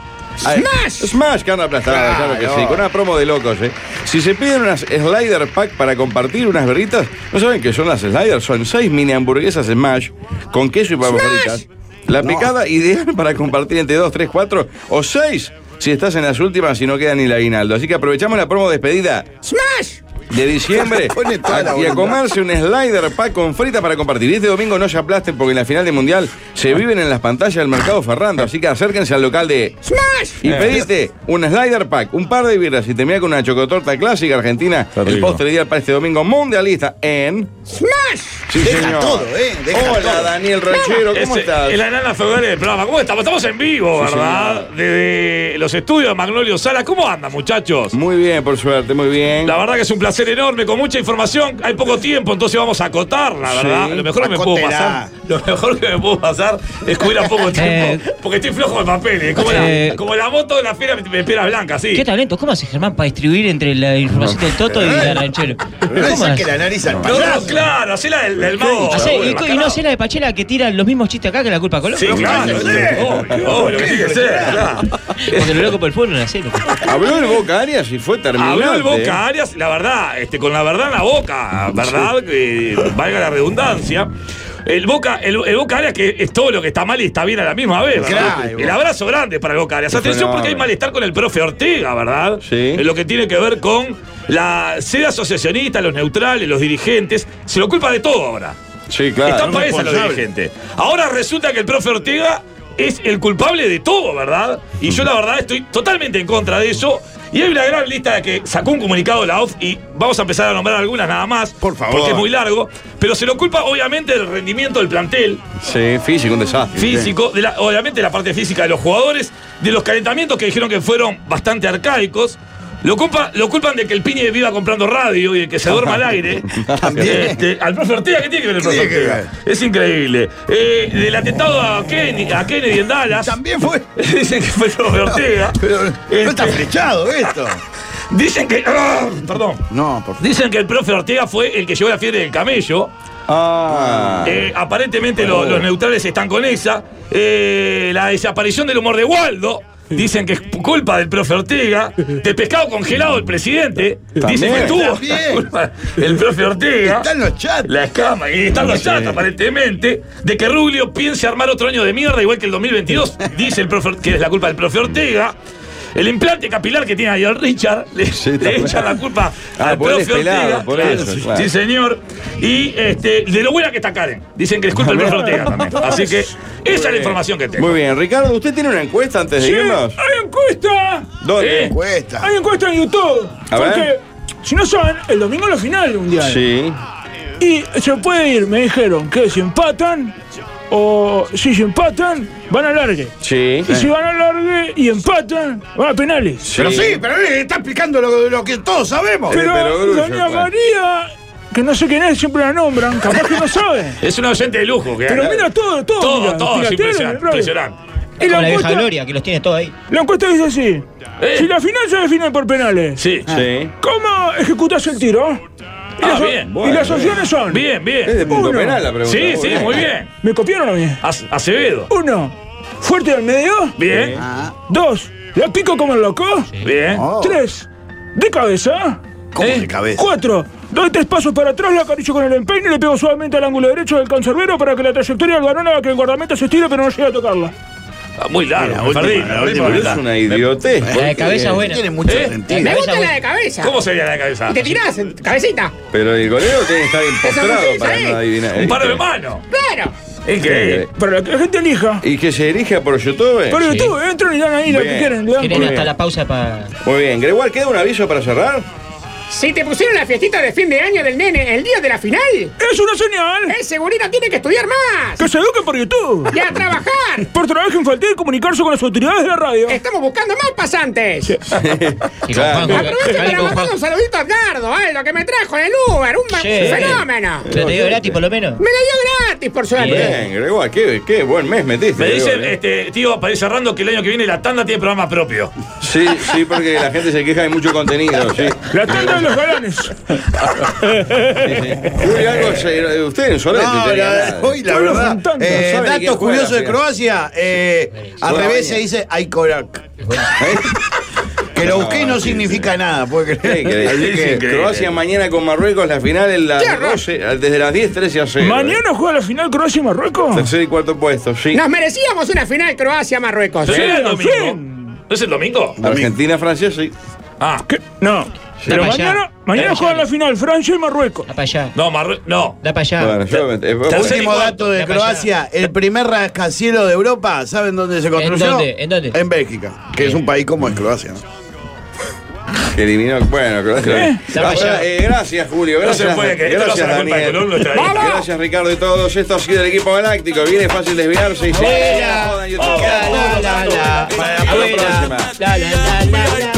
A-
¡Smash!
¡Smash! Que anda aplastada, claro, que
Claro.
sí. Con una promo de locos, ¿eh? Si se piden unas slider pack para compartir unas berritas, ¿no saben qué son las sliders? Son seis mini hamburguesas Smash con queso y papas
¡Smash!
fritas. La
No.
picada ideal para compartir entre 2, 3, 4 o 6 si estás en las últimas y no queda ni la aguinaldo. Así que aprovechamos la promo despedida
¡Smash!
de diciembre
Pone toda la
a- y a
voluntad.
comerse un slider pack con fritas para compartir. Y este domingo no se aplasten porque en la final del mundial se viven en las pantallas del mercado Ferrando. Así que acérquense al local de
¡Smash!
y pediste un slider pack, un par de birras y terminá con una chocotorta clásica argentina. El
rico.
postre ideal para este domingo mundialista en.
¡Smash!
Sí,
Deja
señor.
todo,
¿eh? Hola, Daniel Ranchero, ¿cómo
Ese-
estás?
El Anana Ferrer del programa, ¿cómo estamos? Estamos en vivo,
Sí,
¿verdad? Desde los estudios de Magnolio Sala. ¿Cómo andan, muchachos?
Muy bien, por suerte, muy bien.
La verdad que es un placer enorme, con mucha información. Hay poco tiempo, entonces vamos a acotarla, ¿verdad?
Sí.
Lo mejor que me puedo
Acótela.
pasar. Lo mejor que me puedo pasar es cubrir a poco tiempo. porque estoy flojo de papeles. Como, la-
Eh.
como la, moto de la fiera de piedra blanca, sí.
¿Qué talento? ¿Cómo hace Germán para distribuir entre la información del Toto y la ranchero? ¿Cómo hace?
No, no, claro, así la del, del mago.
Hacé-
la del
y, co- y
bacalao.
no sé la de Pachela que tira los mismos chistes acá que la culpa a Colón.
Sí, claro, sí. Obvio, obvio, que tiene que ser, claro.
Porque lo loco por el fútbol no la sé. loco.
Habló el Boca Arias y fue terminante.
Habló el Boca Arias, la verdad, este, con la verdad en la boca, ¿verdad? Que valga la redundancia. El Boca, el, el Boca Arias que es todo lo que está mal y está bien a la misma vez, ¿verdad?
Claro.
El abrazo grande para el Boca Arias.
Qué
Atención porque hay
fenómeno.
malestar con el profe Ortega, ¿verdad?
Sí.
En lo que tiene que ver con la sede asociacionista, los neutrales, los dirigentes. Se lo culpa de todo ahora.
Sí, claro.
Están
No
para esa los
responsable.
dirigentes. Ahora resulta que el profe Ortega es el culpable de todo, ¿verdad? Y yo la verdad estoy totalmente en contra de eso. Y hay una gran lista que sacó un comunicado la OF y vamos a empezar a nombrar algunas nada más. Por
favor.
Porque es muy largo. Pero se lo culpa obviamente del rendimiento del plantel
Sí, físico, un desastre.
físico, de la- obviamente la parte física de los jugadores, de los calentamientos que dijeron que fueron bastante arcaicos. Lo, culpa- lo culpan de que el Piñe viva comprando radio y de que se duerma al aire.
También.
Este, al profe Ortega, ¿qué tiene que ver el profe
tiene que
Ortega? Es increíble. Eh, del atentado a Kennedy, a Kennedy en Dallas. También fue. Dicen que fue el profe Ortega. Este, no está flechado eh, esto. Dicen que. ¡Ah! perdón.
No, por
Dicen que el profe Ortega fue el que llevó la fiebre del camello.
Ah.
Eh, aparentemente lo- los neutrales están con esa. Eh, la desaparición del humor de Waldo. Dicen que es culpa del profe Ortega. Del pescado congelado del presidente. Dicen que
También.
tuvo culpa el profe Ortega.
Están los chats.
La escama. Y están los chats, aparentemente. De que Rubio piense armar otro año de mierda igual que el 2022. Dice el profe Or- que es la culpa del profe Ortega. El implante capilar que tiene ahí el Richard le, le
también.
echa la culpa
Ah,
al
por él es
profe Ortega.
pelado, por eso,
sí,
claro.
sí, señor. Y este, de lo buena que está Karen. Dicen que es culpa del profe Ortega también. Así que esa es la información que tengo.
Muy bien, Ricardo, ¿usted tiene una encuesta antes de
Sí,
irnos?
hay encuesta.
¿Dónde?
Eh,
Encuesta.
Hay encuesta en YouTube.
A
Porque,
ver.
si no saben, el domingo es la final del mundial.
Sí.
Y se puede ir, me dijeron, que si empatan o si se empatan, van a largue.
Sí.
Y si van a largue y empatan, van a penales.
Pero sí, pero él está explicando lo, lo que todos sabemos.
Pero, doña María, que no sé quién es, siempre la nombran, capaz que no sabe.
Es un oyente de lujo. Que
Pero mira todo, todo.
Todo,
mira,
todo, es
fíjate,
impresionante,
bro.
impresionante.
Y
Como la vieja
encuesta-
Gloria, que los tiene todos ahí.
La encuesta dice así.
Eh.
Si la final se define por penales,
Sí.
Ah.
Sí.
¿cómo ejecutás el tiro? Y,
Ah,
las, o-
bien.
y
Bueno,
las
bien.
opciones son.
Bien, bien. Es de punto penal la pregunta. Sí, sí, muy bien.
¿Me copiaron a mí?
Ace- Acevedo.
Uno, fuerte al medio.
Bien. Sí.
Ah.
Dos, la pico como el loco.
Bien.
Oh,
Oh.
Eh,
Tres, de cabeza.
¿Cómo de cabeza?
Cuatro, doy tres pasos para atrás, la acaricio con el empeine y le pego suavemente al ángulo derecho del cancerbero para que la trayectoria del varón haga que el guardameta se estire pero no llegue a tocarla.
Ah, Muy largo,
La
me
última,
perdí.
la última, pero es una idiotez.
La de
cabeza buena.
Tiene mucho
sentido.
Me gusta la de cabeza.
¿Eh? ¿Cómo sería la de cabeza?
Y te tirás, cabecita.
Pero el golero tiene que estar impostrado
Desafío,
para
¿sabes?
no adivinar.
Un par de manos.
Claro.
Increíble.
Para que la gente elija.
¿Y que se dirige por YouTube?
Pero tú, entran y dan ahí lo
Bien.
que quieren. le dan
Tienen
por-
hasta la
pausa para.
Muy bien, Gregoire, ¿queda un aviso para cerrar?
Si te pusieron la fiestita de fin de año del nene el día de la final.
¡Es una señal!
Ese gorila tiene que estudiar más.
¡Que se eduquen por YouTube!
¡Y a trabajar!
Por trabajo infantil y comunicarse con las autoridades de la radio.
Estamos buscando más pasantes.
Claro.
Aprovecho para mandar un saludito a Edgardo, Aldo, que me trajo en el Uber. Un
Sí.
fenómeno.
Pero te dio gratis, por
lo menos.
Me lo dio gratis, por suerte.
Bien, Gregoire, qué, qué buen mes metiste.
Me dicen,
Gregoire, ¿eh?
este, tío, para ir cerrando, que el año que viene la tanda tiene programa propio.
Sí, sí, porque la gente se queja de mucho contenido. Sí.
La tanda los galanes. este-
Julio, algo se- usted en su
No,
arete tenía
la,
nada.
hoy la verdad.
¿Sabe
eh,
de quién
datos
juega
curiosos de
la
Croacia. eh, al
Buena
revés
baña.
se dice Aikorak. Que lo busqué y no significa nada, puede
¿Qué
creer.
querés?
Así
Así
que-
que Croacia mañana con Marruecos, la final en la
Tierra.
12, desde las 10, 13 a 0.
¿Mañana juega la final Croacia y Marruecos?
Tercer y cuarto puesto, sí.
Nos merecíamos una final Croacia-Marruecos.
Sí, el
domingo.
¿No es el domingo?
Argentina, Francia, sí.
Ah.
No. Pero
Da pa' allá.
mañana,
Da
mañana
pa'
juegan la final Francia y Marruecos. Da para allá.
No, Marru no.
Da para
Bueno, yo me- eh,
El
bueno,
último dato de Croacia, el primer rascacielos de Europa, ¿saben dónde se construyó?
dónde? ¿En dónde?
Bélgica, que es un país como es Croacia. ¿no?
¿eh? que eliminó. Bueno, Croacia.
¿Eh? Da pa'
Gracias,
allá.
eh, gracias, Julio.
No se
Gracias,
puede creer, esto lo
gracias,
hace la culpa de
Daniel.
Colón, nuestra
Gracias,
vida.
Gracias, Ricardo, y todos. Esto ha sido el equipo galáctico. Viene fácil desviarse y se.
Fuera.
jodan, YouTube. Hasta la próxima.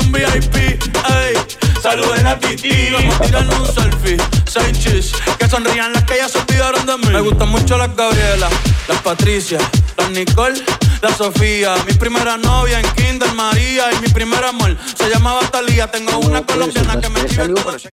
Un VIP, ey. Saluden a Titi, vamos a tirar un selfie. Seis chis, que sonrían las que ya se olvidaron de mí. Me gustan mucho las Gabriela, las Patricia, las Nicole, la Sofía. Mi primera novia en Kinder María y mi primer amor se llamaba Talía. Tengo una colombiana que me escribe todo.